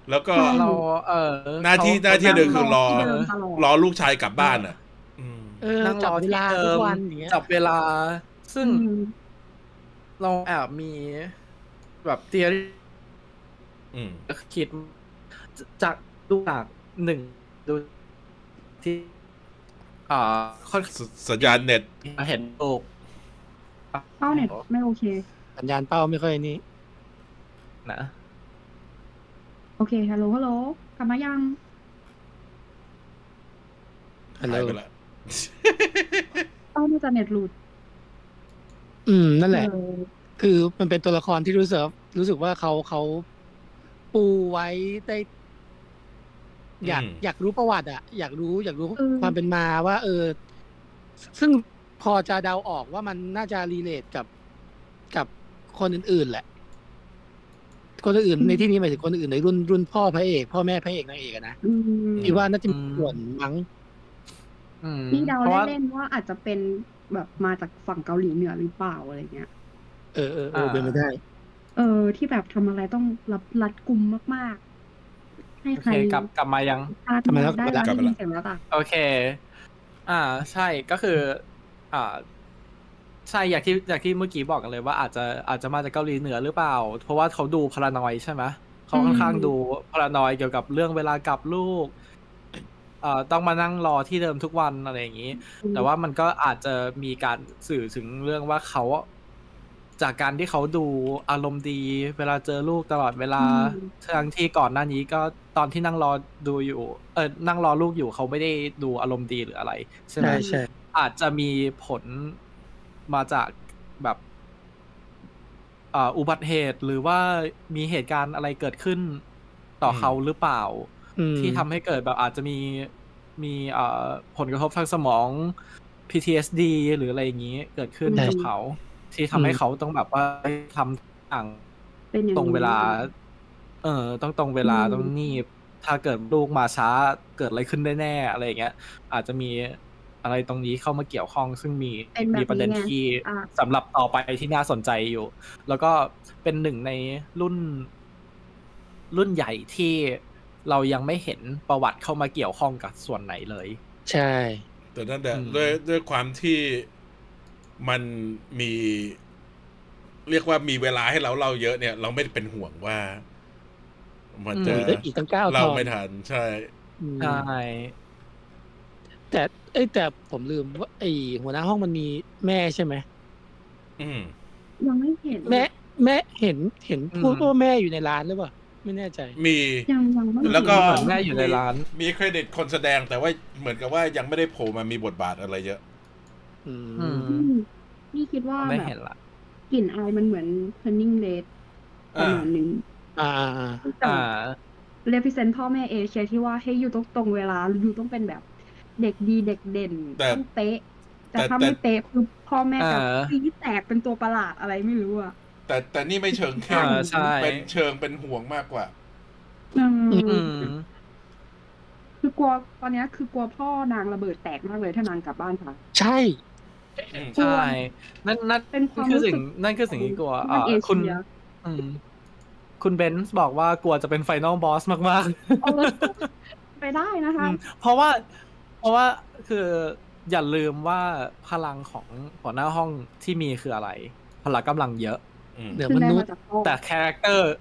Speaker 1: แล้วก็
Speaker 2: เรา เออ
Speaker 1: หน้าที่
Speaker 2: ข
Speaker 1: หน้าที่เดิมคือรอ
Speaker 3: ที่เดิมตลอด
Speaker 1: รอลูกชายกลับบ้านอ่ะ อืม
Speaker 4: เออ
Speaker 2: นั่งร
Speaker 4: จับ
Speaker 2: อ
Speaker 4: เว
Speaker 2: ที่
Speaker 4: ลา
Speaker 2: เดิ
Speaker 4: ทุ
Speaker 2: ม
Speaker 4: กวันอย่างเงี้ย
Speaker 2: จับเวลา ซึ่ง
Speaker 3: อืม
Speaker 2: เราแอบมีแบบเตีย
Speaker 1: อืม
Speaker 2: คิด จากดูจากหนึ่งดูที่ อ่าค่อน
Speaker 1: สสัญญาณเน็ต
Speaker 2: ข้างเห็นโลก
Speaker 3: เป้าเน็ตไม่โอเค
Speaker 4: สัญญาณเป้าไม่ค่อยนี้
Speaker 2: นะ
Speaker 3: โอเคฮัลโหลฮัลโหลกลับมายัง
Speaker 4: Hello
Speaker 1: หายไปละ
Speaker 3: เป้าน่าจะเน็ตหลุด
Speaker 4: อืมนั่นแหละ
Speaker 3: เออ
Speaker 4: คือมันเป็นตัวละครที่รู้สึกรู้สึกว่าเขาเขาปูไว้ได้ อยาก
Speaker 1: อืม
Speaker 4: อยากรู้ประวัติอะอยากรู้อยากรู้
Speaker 3: เออ
Speaker 4: ความเป็นมาว่า เออ ซึ่งพอจะเดาออกว่ามันน่าจะรีเลทกับกับคนอื่นๆแหละ คนอื่นๆในที่นี้หมายถึงคนอื่นในรุ่นรุ่นพ่อพระเอกพ่อแม่พระเอกนางเอกอะนะ
Speaker 3: อืม
Speaker 4: คิดว่าน่าจะมีส่วนมั้ง
Speaker 2: อืม
Speaker 3: นี่เดา
Speaker 2: เพราะว่า
Speaker 3: เล่นๆว่าอาจจะเป็นแบบมาจากฝั่งเกาหลีเหนือหรือเปล่าอะไรเงี้ย
Speaker 4: เออเออเออ
Speaker 2: อ่า
Speaker 4: เป็นไปได้
Speaker 3: เออ ที่แบบทำอะไรต้องรับรัดกุมมากๆ ให้
Speaker 2: โอ
Speaker 3: ใค
Speaker 2: เค
Speaker 3: ร
Speaker 2: กลับกลับมายัง
Speaker 3: พลาด
Speaker 4: กลับมาแล้ว
Speaker 3: ได้
Speaker 4: กลั
Speaker 3: แล้ว
Speaker 4: บมา
Speaker 3: ได้
Speaker 1: แล้ว
Speaker 3: ยินเสียงแล้วอะ
Speaker 2: โอเค อ่า ใช่ก็คือ อ่า ใช่อย่างที่อย่างที่เมื่อกี้บอกกันเลยว่าอาจจะอาจจะมาจากเกาหลีเหนือหรือเปล่า เพราะว่าเขาดูพารานอยใช่ไหมเขาค่อนข้างดูพารานอยเกี่ยวกับเรื่องเวลากลับลูก เอ่อต้องมานั่งรอที่เดิมทุกวันอะไรอย่างนี้ แต่ว่ามันก็อาจจะมีการสื่อถึงเรื่องว่าเขาจากการที่เขาดูอารมณ์ดี เวลาเจอลูกตลอดเวลาทั้งที่ก่อนหน้านี้ก็ตอนที่นั่งรอดูอยู่ เออนั่งรอลูกอยู่เขาไม่ได้ดูอารมณ์ดีหรืออะไรใช่ไหม
Speaker 4: ใช่ใช่
Speaker 2: อาจจะมีผลมาจากแบบอ่าอุบัติเหตุหรือว่ามีเหตุการณ์อะไรเกิดขึ้นต่ออ
Speaker 1: ม
Speaker 2: เขาหรือเปล่า
Speaker 4: อืม
Speaker 2: ที่ทำให้เกิดแบบอาจจะมีมีเอ่อผลกระทบทางสมอง PTSD หรืออะไรอย่างนี้เกิดขึ้นกับเขา ที่ทำให้เขาต้องแบบว่าทำต่าง
Speaker 3: เป็นอย่า
Speaker 2: ตรงเวลา เออต้องตรงเวลา
Speaker 3: อืม
Speaker 2: ต้องนี่ถ้าเกิดลูกมาช้าเกิดอะไรขึ้นได้แน่อะไรอย่างเงี้ย อาจจะมีอะไรตรงนี้เข้ามาเกี่ยวข้อง ซึ่งมี
Speaker 3: เป็นแบบ
Speaker 2: มีประเด็น
Speaker 3: นี้ไง
Speaker 2: ที่
Speaker 3: อ่า
Speaker 2: สำหรับต่อไปที่น่าสนใจอยู่ แล้วก็เป็นหนึ่งในรุ่น รุ่นใหญ่ที่เรายังไม่เห็นประวัติเข้ามาเกี่ยวข้องกับส่วนไหนเลย
Speaker 4: ใช่
Speaker 1: แต่นั่นแหละ
Speaker 2: อืม
Speaker 1: ด้วยด้วยความที่ มันมีเรียกว่ามีเวลาให้เราเล่าเยอะเนี่ย เราไม่ได้เป็นห่วงว่า มันจะ
Speaker 4: มีได้อีกตั้งเก้าต
Speaker 1: เล่า
Speaker 4: อน
Speaker 1: ไม่ทันใช่
Speaker 4: อืม
Speaker 2: ใช่
Speaker 4: แต่เอ้ยแต่ผมลืมว่าไอหัวหน้าห้องมันมีแม่ใช่ไหม
Speaker 1: อืม
Speaker 3: ยังไม่เห็น
Speaker 4: แม่แม่เห็นเห็นพูดว่าแม่อยู่ในร้านหรือเปล่าไม่แน่ใจ
Speaker 1: มี
Speaker 3: ยังยังไม่เห็น
Speaker 1: แล้วก็
Speaker 2: เหมือนแม่อยู่ในร้าน
Speaker 1: มีเครดิตคนแสดงแต่ว่าเหมือนกับว่ายังไม่ได้โผล่มามีบทบาทอะไรเยอะ
Speaker 4: อืม
Speaker 2: อืม
Speaker 3: อืมนี่คิดว่า
Speaker 2: ไม่
Speaker 3: แบบ
Speaker 2: เห็นละ
Speaker 3: กลิ่นอายมันเหมือน Turning Red ประมาณหนึ่ง
Speaker 4: อ่า
Speaker 3: แต่
Speaker 2: อ่า
Speaker 3: represent พ่อแม่เอเชียที่ว่าให้อยู่ต้องตรงเวลาอยู่ต้องเป็นแบบเด็กดีเด็กเด่น
Speaker 1: แต่
Speaker 3: ต้องเป๊ะ แต่
Speaker 1: แต่
Speaker 3: ถ้า
Speaker 1: แต่
Speaker 3: ไม่เป๊ะคือพ่อแม่จะ
Speaker 2: อ่า
Speaker 3: ตีแตกเป็นตัวประหลาดอะไรไม่รู้อ่ะ
Speaker 1: แต่แต่นี่ไม่เชิงแค่
Speaker 2: อ่าใช่
Speaker 1: เป็นเชิงเป็นห่วงมากกว่า
Speaker 3: อืม
Speaker 2: อืม
Speaker 3: คือกลัวตอนเนี้ยคือกลัวพ่อนางระเบิดแตกมากเลยถ้านางกลับบ้านค่ะ
Speaker 4: ใช่
Speaker 1: อืม
Speaker 2: ใช่ นั่นนั่น
Speaker 3: เป็นความ
Speaker 2: คือ
Speaker 3: รู้สึ
Speaker 2: สิ่ง
Speaker 3: ก
Speaker 2: นั่นคือสิ่งที่กลัวอ่า
Speaker 3: เอ
Speaker 2: คุณ
Speaker 3: เชีย
Speaker 2: อืม คุณเบนซ์บอกว่ากลัวจะเป็นไฟนอลบอสมาก
Speaker 3: เออ [laughs] ไปได้นะ
Speaker 2: ๆอื
Speaker 3: คะ
Speaker 2: มเพราะว่า เพราะว่าคืออย่าลืมว่าพลังของหัวหน้าห้องที่มีคืออะไร พลังกำลังเยอะ
Speaker 1: อืม
Speaker 4: เดี๋ยว
Speaker 3: ซึ่ง
Speaker 4: ม
Speaker 3: ได้
Speaker 4: นุษ
Speaker 3: มา
Speaker 4: ย์
Speaker 3: จากพ่อ
Speaker 2: แต่คาแรคเตอร์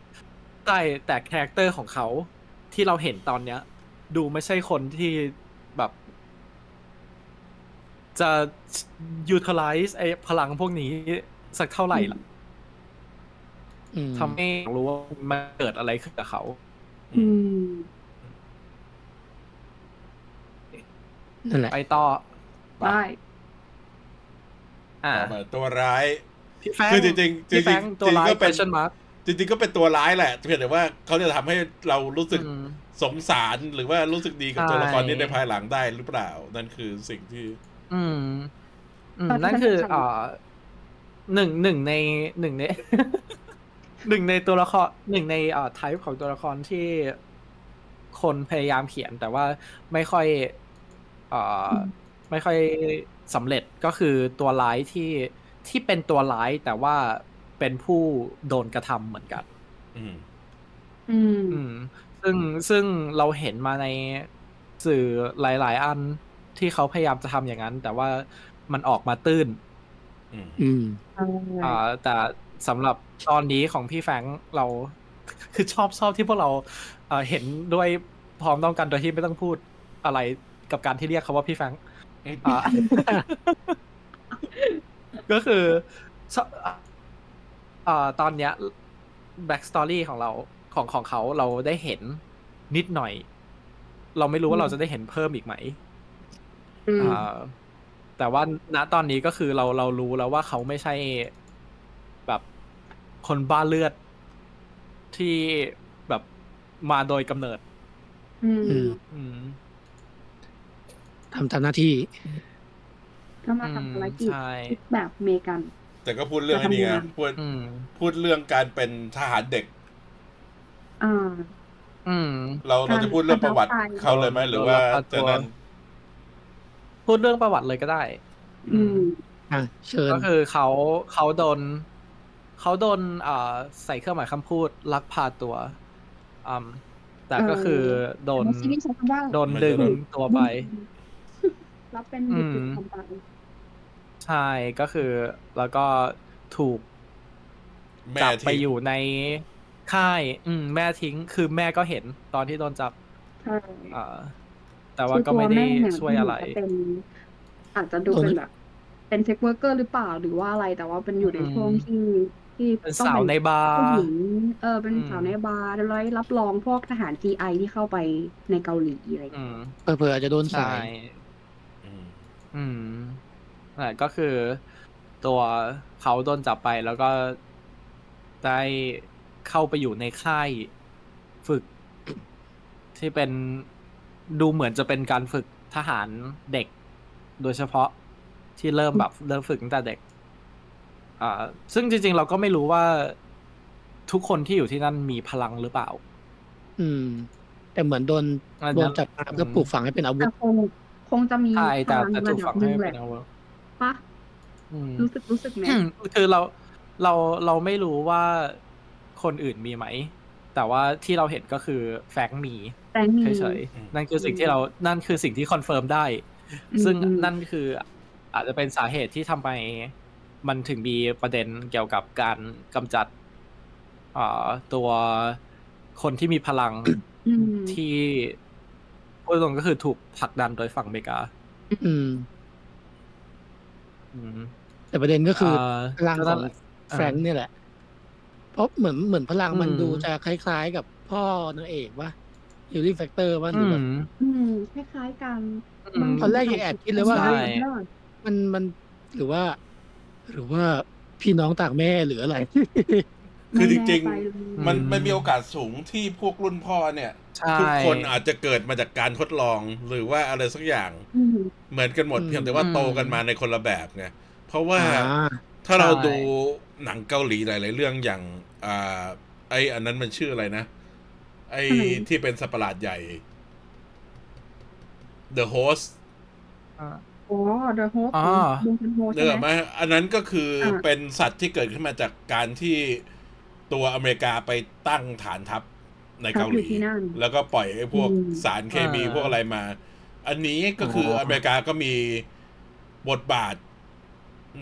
Speaker 2: ใช่แต่คาแรคเตอร์ของเขาที่เราเห็นตอนเนี้ย ดูไม่ใช่คนที่แบบ จะ utilize ไอ้พลังพวกนี้สักเท่าไหร่ล่ะ
Speaker 4: อืม
Speaker 2: ทำให้อยากรู้ว่ามันเกิดอะไรขึ้นกับเขา
Speaker 1: อื
Speaker 3: อื
Speaker 1: ม
Speaker 3: ม
Speaker 4: นั่นแหละ
Speaker 2: ไปต่อ
Speaker 3: ได้
Speaker 2: อ่า
Speaker 1: ต่อมาตัวร้าย
Speaker 2: พี่แฟง
Speaker 1: คือจริงๆจริงๆ
Speaker 2: พี่แฟงตัวร้าย
Speaker 1: จริงๆก็เป็น
Speaker 2: question mark
Speaker 1: จริงๆก็เป็นตัวร้ายแหละเพียงแต่ว่าเขาจะทำให้เรารู้สึก
Speaker 2: อืม
Speaker 1: สงสารหรือว่ารู้สึกดีกับ
Speaker 2: ใช่
Speaker 1: ตัวละครนี้ในภายหลังได้หรือเปล่า นั่นคือสิ่งที่
Speaker 2: อืมอืม
Speaker 3: ตอนที่
Speaker 2: นั่นคือ
Speaker 3: ฉันสงสัย
Speaker 2: เอ่อหนึ่งหนึ่งในหนึ่งใน [laughs] หนึ่งในตัวละครหนึ่งในเอ่อ type ของตัวละครที่คนพยายามเขียน แต่ว่าไม่ค่อยเอ่ออ
Speaker 3: ม
Speaker 2: ไม่ค่อยสำเร็จก็คือตัวร้ายที่ที่เป็นตัวร้ายแต่ว่าเป็นผู้โดนกระทำเหมือนกัน
Speaker 1: อืม
Speaker 3: อืม
Speaker 2: อืมซึ่งซึ่งเราเห็นมาในสื่อหลาย ๆ อันที่เขาพยายามจะทำอย่างนั้น แต่ว่ามันออกมาตื้น
Speaker 1: อืม
Speaker 4: อืม
Speaker 2: อ่าแต่สำหรับตอนนี้ของพี่แฟรงค์เรา คือชอบชอบที่พวกเราเอ่อเห็นด้วยพร้อมต้องกันโดยที่ไม่ต้องพูดอะไรกับการที่เรียกเขาว่าพี่แฟรงค์อ่า [laughs] ก็คือชอบอ่าตอนเนี้ย backstory ของเราของของเขาเราได้เห็นนิดหน่อย เราไม่รู้ว่า
Speaker 3: อืม
Speaker 2: เราจะได้เห็นเพิ่มอีกไหม
Speaker 3: อืม
Speaker 2: อ่าแต่ว่าณตอนนี้ก็คือเราเรารู้แล้วว่าเขาไม่ใช่แบบคนบ้าเลือดที่แบบมาโดยกำเนิด
Speaker 3: อื
Speaker 4: อืม
Speaker 3: ม
Speaker 2: อืม
Speaker 4: ทำตามหน้าที่
Speaker 3: ก็มาทำภารกิจ
Speaker 2: ใช่
Speaker 3: แบบอเมริกัน
Speaker 1: แต่ก็พูดเรื่องไอ้นี้ไงพูด
Speaker 2: อืม
Speaker 1: พูดเรื่องการเป็นทหารเด็ก
Speaker 3: อ่า
Speaker 2: อืม
Speaker 1: เรา
Speaker 3: อ่า
Speaker 1: เราจะพูดเรื่องประวัติ
Speaker 3: อ่า
Speaker 1: เขาเลยไหมหรือว่าจะนั้น
Speaker 2: พูดเรื่องประวัติเลยก็ได้
Speaker 3: อืม
Speaker 4: อ่ะ เชิญ
Speaker 2: ก็คือเขาเขาโดนเขาโดนอ่าใส่เครื่องหมายคำพูดลักพาตัวอืมแต่ก็คือโดน
Speaker 3: แล้วซีรีส์ใช้คำว่า
Speaker 2: โดนดึงตัวไป
Speaker 3: รับเป็นบุตรบุตรคำไป
Speaker 2: ใช่ก็คือแล้วก็ถูก
Speaker 1: แม่
Speaker 2: จับ
Speaker 1: ที่
Speaker 2: ไปอยู่ในค่าย อืมแม่ทิ้งคือแม่ก็เห็นตอนที่โดนจับ
Speaker 3: ใช่
Speaker 2: อ่าแต่ว่าก็ไม่ได้
Speaker 3: คือตัวแเนี่ย
Speaker 2: ช่วยอะไร
Speaker 3: เป็น อาจจะดูเป็นแบบ เป็นเซ็กเวอร์เกอร์หรือเปล่าหรือว่าอะไร แต่ว่าเป็นอยู่ในช่วงที่ที่
Speaker 2: เป็น
Speaker 3: ต้อง
Speaker 2: สาวในบาร์
Speaker 3: ผู้หญิงเออเป็น
Speaker 2: อืม
Speaker 3: สาวในบาร์แล้วรับรองพวกทหาร GI ที่เข้าไปในเกาหลีอะไรอย่างเงี้ย
Speaker 2: อืม
Speaker 4: เผื่อๆอาจจะโดนสา
Speaker 2: ใช่
Speaker 4: ย
Speaker 1: อืม
Speaker 2: อืมนั่นแหละก็คือตัวเขาโดนจับไปแล้วก็ได้เข้าไปอยู่ในค่ายฝึก ที่เป็นดูเหมือนจะเป็นการฝึกทหารเด็ก โดยเฉพาะที่เริ่มแบบเริ่มฝึกตั้งแต่เด็ก อ่า ซึ่งจริง ๆ เราก็ไม่รู้ว่าทุกคนที่อยู่ที่นั่นมีพลังหรือเปล่า
Speaker 4: อืม แต่เหมือนโดน
Speaker 2: อาจจะ
Speaker 4: โดนจับมาเพื่อปลูกฝังให้เป็นอาวุ
Speaker 3: แต่
Speaker 4: ธ
Speaker 3: คงคงจะมี
Speaker 2: ใช่แต่
Speaker 3: พลั
Speaker 2: แต่
Speaker 3: ระ
Speaker 2: ถูก
Speaker 3: ดั
Speaker 2: ฝั
Speaker 3: บ
Speaker 2: ง
Speaker 3: ห
Speaker 2: ให้
Speaker 3: นึ่งแห
Speaker 2: เป็
Speaker 3: ละ
Speaker 2: นอาวุธ
Speaker 3: ปะ
Speaker 2: อืม
Speaker 3: รู้สึกรู้สึกไหม
Speaker 2: อืมคือเราเราเราไม่รู้ว่าคนอื่นมีไหม แต่ว่าที่เราเห็นก็คือแฟรงค์มี
Speaker 3: แต่มี
Speaker 2: เฉยๆนั่นคือสิ่งที่เรานั่นคือสิ่งที่คอนเฟิร์มได้
Speaker 3: อืม
Speaker 2: ซึ่ง
Speaker 3: อืม
Speaker 2: นั่นคืออาจจะเป็นสาเหตุที่ทำไม มันถึงมีประเด็นเกี่ยวกับการกำจัดเอ่อตัวคนที่มีพลัง
Speaker 3: อืม
Speaker 2: ที่พูดตรงก็คือถูกผลักดันโดยฝั่งอเมริกา
Speaker 4: อืม
Speaker 2: อืม
Speaker 4: แต่ประเด็นก็คือ
Speaker 2: เ
Speaker 4: พลังของ
Speaker 2: ก็นั่นแหละ
Speaker 4: แฟรงค์เนี่ยแหละ เพราะเหมือนเหมือนพลังมัน
Speaker 2: อืม
Speaker 4: ดูจะคล้ายๆกับพ่อนางเอกว่าฮิลลิ่งแฟกเตอร์ว่าห
Speaker 2: อื
Speaker 4: รือแบบ
Speaker 2: ม
Speaker 3: อืมคล้ายๆกัน
Speaker 2: อืม
Speaker 4: ตอนแรกยังแอบคิดเลยว่า
Speaker 3: ใช่
Speaker 4: มันมันหรือว่า หรือว่าพี่น้องต่างแม่หรืออะไร
Speaker 1: คือจริง
Speaker 3: ไม่แน่ใจเลย
Speaker 2: ม
Speaker 1: มันมันมีโอกาสสูงที่พวกรุ่นพ่อเนี่ย
Speaker 2: ใช่
Speaker 1: ทุกคนอาจจะเกิดมาจากการทดลองหรือว่าอะไรสักอย่าง
Speaker 3: อืม
Speaker 1: เหมือนกันหมด
Speaker 4: อืม
Speaker 1: เพียงแต่ว่าโตกันมาในคนละแบบไงเพราะว่า
Speaker 4: อ่า
Speaker 1: ถ้าเราดูหนังเกาหลีหลาย ๆ เรื่องอย่างอ่าไออันนั้นมันชื่ออะไรนะ ไอ
Speaker 3: อันไหน
Speaker 1: ที่เป็นสัตว์ประหลาดใหญ่ The Host
Speaker 2: อ่า
Speaker 3: อ๋อ The Host
Speaker 2: อ่า
Speaker 3: ดูเป็นโฮส
Speaker 1: เนื้
Speaker 3: ใช่
Speaker 1: อไห
Speaker 3: ไห
Speaker 1: ม
Speaker 3: ม
Speaker 1: อันนั้นก็คืออา เป็นสัตว์ที่เกิดขึ้นมาจากการที่ตัวอเมริกาไปตั้งฐานทัพใน
Speaker 3: ครับ
Speaker 1: เกา
Speaker 3: อ
Speaker 1: ห
Speaker 3: ยู่
Speaker 1: ลี
Speaker 3: ที่นั่น
Speaker 1: แล้วก็ปล่อยไอ้พวก
Speaker 3: อืม
Speaker 1: สารเคมี
Speaker 2: อ่า
Speaker 1: พวกอะไรมา อันนี้ก็คืออ
Speaker 2: อ
Speaker 1: อเมริกาก็มีบทบาท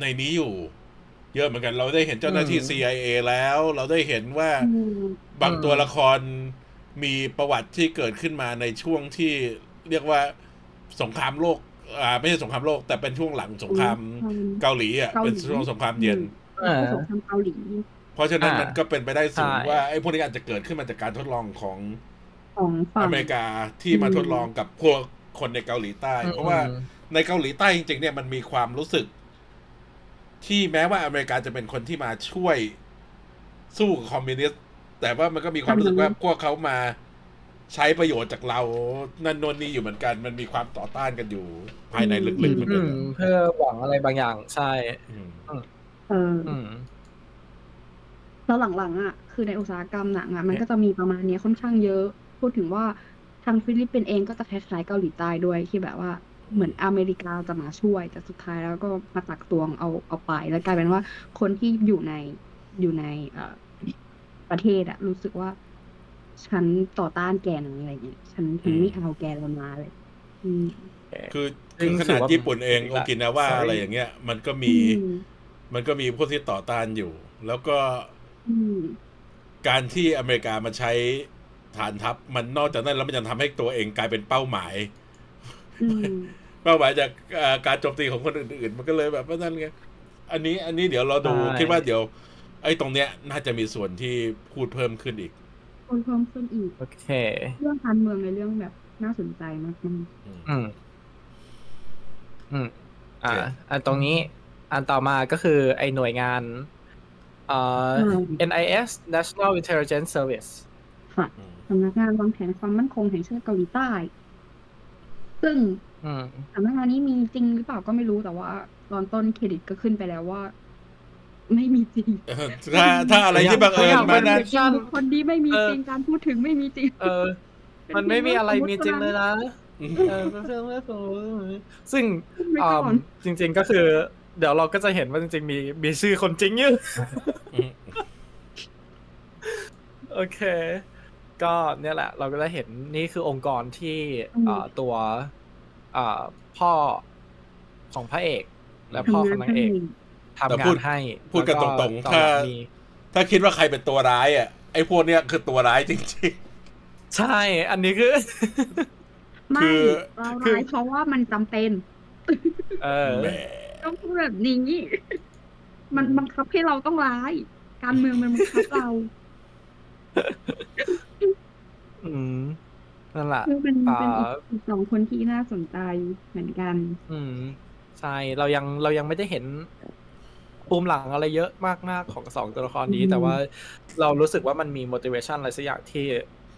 Speaker 1: ในนี้อยู่ เยอะเหมือนกัน เราได้เห็นเจ้าหน้าที่ CIA แล้ว เราได้เห็นว่า
Speaker 3: อืม
Speaker 1: บางตัวละครมีประวัติที่เกิดขึ้นมาในช่วงที่เรียกว่าสงครามโลก อ่า ไม่ใช่สงครามโลก แต่เป็นช่วงหลังสงคราม
Speaker 3: อืม
Speaker 1: เกาหลีอ่ะ
Speaker 3: เกาหลี
Speaker 1: เป็นช่วงสงครามเย็น
Speaker 2: เออ
Speaker 3: ผสมทำเกาหลี
Speaker 1: เพราะฉะนั้น
Speaker 2: อ่ามั
Speaker 1: มันก็เป็นไปได้สูง
Speaker 2: ใช่
Speaker 1: ว่าไอ้พวกนี้อาจจะเกิดขึ้นมาจากการทดลองของ
Speaker 3: ของฝั่ง
Speaker 1: อเมริกาที่มาทดลองกับพวกคนในเกาหลีใต้ เพราะว่าในเกาหลีใต้จริงๆเนี่ยมันมีความรู้สึก ที่แม้ว่าอเมริกาจะเป็นคนที่มาช่วยสู้กับคอมมิวนิสต์แต่ว่ามันก็มีความรู้สึกว่าพวกเขามาใช้ประโยชน์จากเรานั่นโน่นนี่อยู่เหมือนกัน มันมีความต่อต้านกันอยู่ภายในลึกๆเหมือน
Speaker 2: อื
Speaker 1: กัน
Speaker 2: มเพื่อหวังอะไรบางอย่างใช่
Speaker 1: อืม
Speaker 3: เออ
Speaker 2: อืม
Speaker 3: แล้วหลังๆอ่ะ คือในอุตสาหกรรมหนังอ่ะ มัน
Speaker 1: เนี่ย
Speaker 3: ก็จะมีประมาณเนี้ยค่อนข้างเยอะ พูดถึงว่าทางฟิลิปปินส์เองก็จะคล้ายๆเกาหลีใต้ด้วยที่แบบว่า เหมือนอเมริกาจะมาช่วย แต่สุดท้ายแล้วก็มาตักตวงเอาเอาไป แล้วกลายเป็นว่าคนที่อยู่ในอยู่ในเอ่อประเทศอะรู้สึกว่า ฉันต่อต้านแกหนะอะไรอย่างเงี้ยฉันฉันไม่เอาแกเรามาเลยอืม
Speaker 1: คือ
Speaker 2: ซึ่
Speaker 1: คืองข
Speaker 2: ถื
Speaker 1: นา
Speaker 2: อ
Speaker 1: ด
Speaker 2: ว่า
Speaker 1: ญี่ปุ่นเอง
Speaker 2: เป็น
Speaker 1: โอ
Speaker 2: แบบ
Speaker 1: กินาว่า
Speaker 2: sorry
Speaker 1: อะไรอย่างเงี้ย มันก็มี
Speaker 3: อืม
Speaker 1: มันก็มีพวกที่ต่อต้านอยู่ แล้วก็
Speaker 3: อืม
Speaker 1: การที่อเมริกามาใช้ฐานทัพ มันนอกจากนั้นแล้วมันยังทำให้ตัวเองกลายเป็นเป้าหมาย
Speaker 3: อื
Speaker 1: [laughs]
Speaker 3: ม
Speaker 1: เป้าหมายจากเอ่อการโจมตีของคนอื่นๆ มันก็เลยแบบว่านั่นไงอันนี้อันนี้เดี๋ยวเราดู
Speaker 2: ใช่
Speaker 1: คิดว่าเดี๋ยว ไอ้ตรงเนี้ย น่าจะมีส่วนที่พูดเพิ่มขึ้นอีก
Speaker 3: คนเพิ่มขึ้นอีก
Speaker 2: โอเค
Speaker 3: เรื่องการเมืองในเรื่องแบบน่าสนใจมากๆ
Speaker 1: อืม
Speaker 2: อืม อืม อ่า
Speaker 1: โอเค
Speaker 2: อันตรงนี้ อันต่อมาก็คือไอหน่วยงาน เอ่อ
Speaker 3: อืม
Speaker 2: NIS National Intelligence Service
Speaker 3: ค่ะ
Speaker 1: อืม
Speaker 3: สำนักงานวางแผนความมั่นคงแห่งชาติเกาหลีใต้ ซึ่ง
Speaker 2: อืม
Speaker 3: สำนักงานนี้มีจริงหรือเปล่าก็ไม่รู้แต่ว่า ตอนต้นเครดิตก็ขึ้นไปแล้วว่า ไม่มีจริง
Speaker 1: เออถ้าถ้าอะไรที่บังเอิญ
Speaker 2: อยก
Speaker 1: มา
Speaker 2: เป็
Speaker 1: นั้น
Speaker 2: fiction
Speaker 3: คนดีไม่มี
Speaker 2: เออ
Speaker 3: จริงการพูดถึงไม่มีจริง
Speaker 2: เออ มันไม่มีอะไรมีจริงเลยนะ เออเพื่อนเพื่อนซึ่ง
Speaker 3: ขึ้นไป
Speaker 2: อ่า
Speaker 3: ก่อน
Speaker 2: จริงๆก็คือ เดี๋ยวเราก็จะเห็นว่าจริงๆมีมีชื่อคนจริงอยู่
Speaker 1: อืม
Speaker 2: โอเค ก็เนี่ยแหละ เราก็จะเห็นนี่คือองค์กรที่อ่าตัวอ่าพ่อของพระเอก และพ่อของนางเอกทำงานให้
Speaker 1: พูดกันต
Speaker 2: แล้ว
Speaker 1: รงๆ
Speaker 2: ต่
Speaker 1: ถ้า
Speaker 2: อมี
Speaker 1: ถ้าคิดว่าใครเป็นตัวร้ายอ่ะไอ้พวกเนี้ยคือตัวร้ายจริง
Speaker 2: ใช่ อันนี้คื
Speaker 1: ค
Speaker 2: อ
Speaker 1: ื
Speaker 3: ไม่
Speaker 1: อ
Speaker 3: เรา
Speaker 2: คือ
Speaker 3: ร้ายเพราะว่ามันจำเป็น
Speaker 2: เอ
Speaker 1: ๆ
Speaker 2: อ
Speaker 1: แหม
Speaker 3: ต้องพูดแบบนี้ มันบังคับให้เราต้องร้าย การเมืองมันบังคับเรา
Speaker 2: อืมนั่นแหละ
Speaker 3: คือมันเป็น
Speaker 2: อ่า
Speaker 3: อีกสองคนที่น่าสนใจเหมือนกัน
Speaker 2: อืม ใช่ เรายังเรายังไม่ได้เห็นปูมหลังอะไรเยอะมากๆของสองตัวละครนี้
Speaker 3: อืม
Speaker 2: แต่ว่าเรารู้สึกว่ามันมี motivation อะไรสักอย่างที่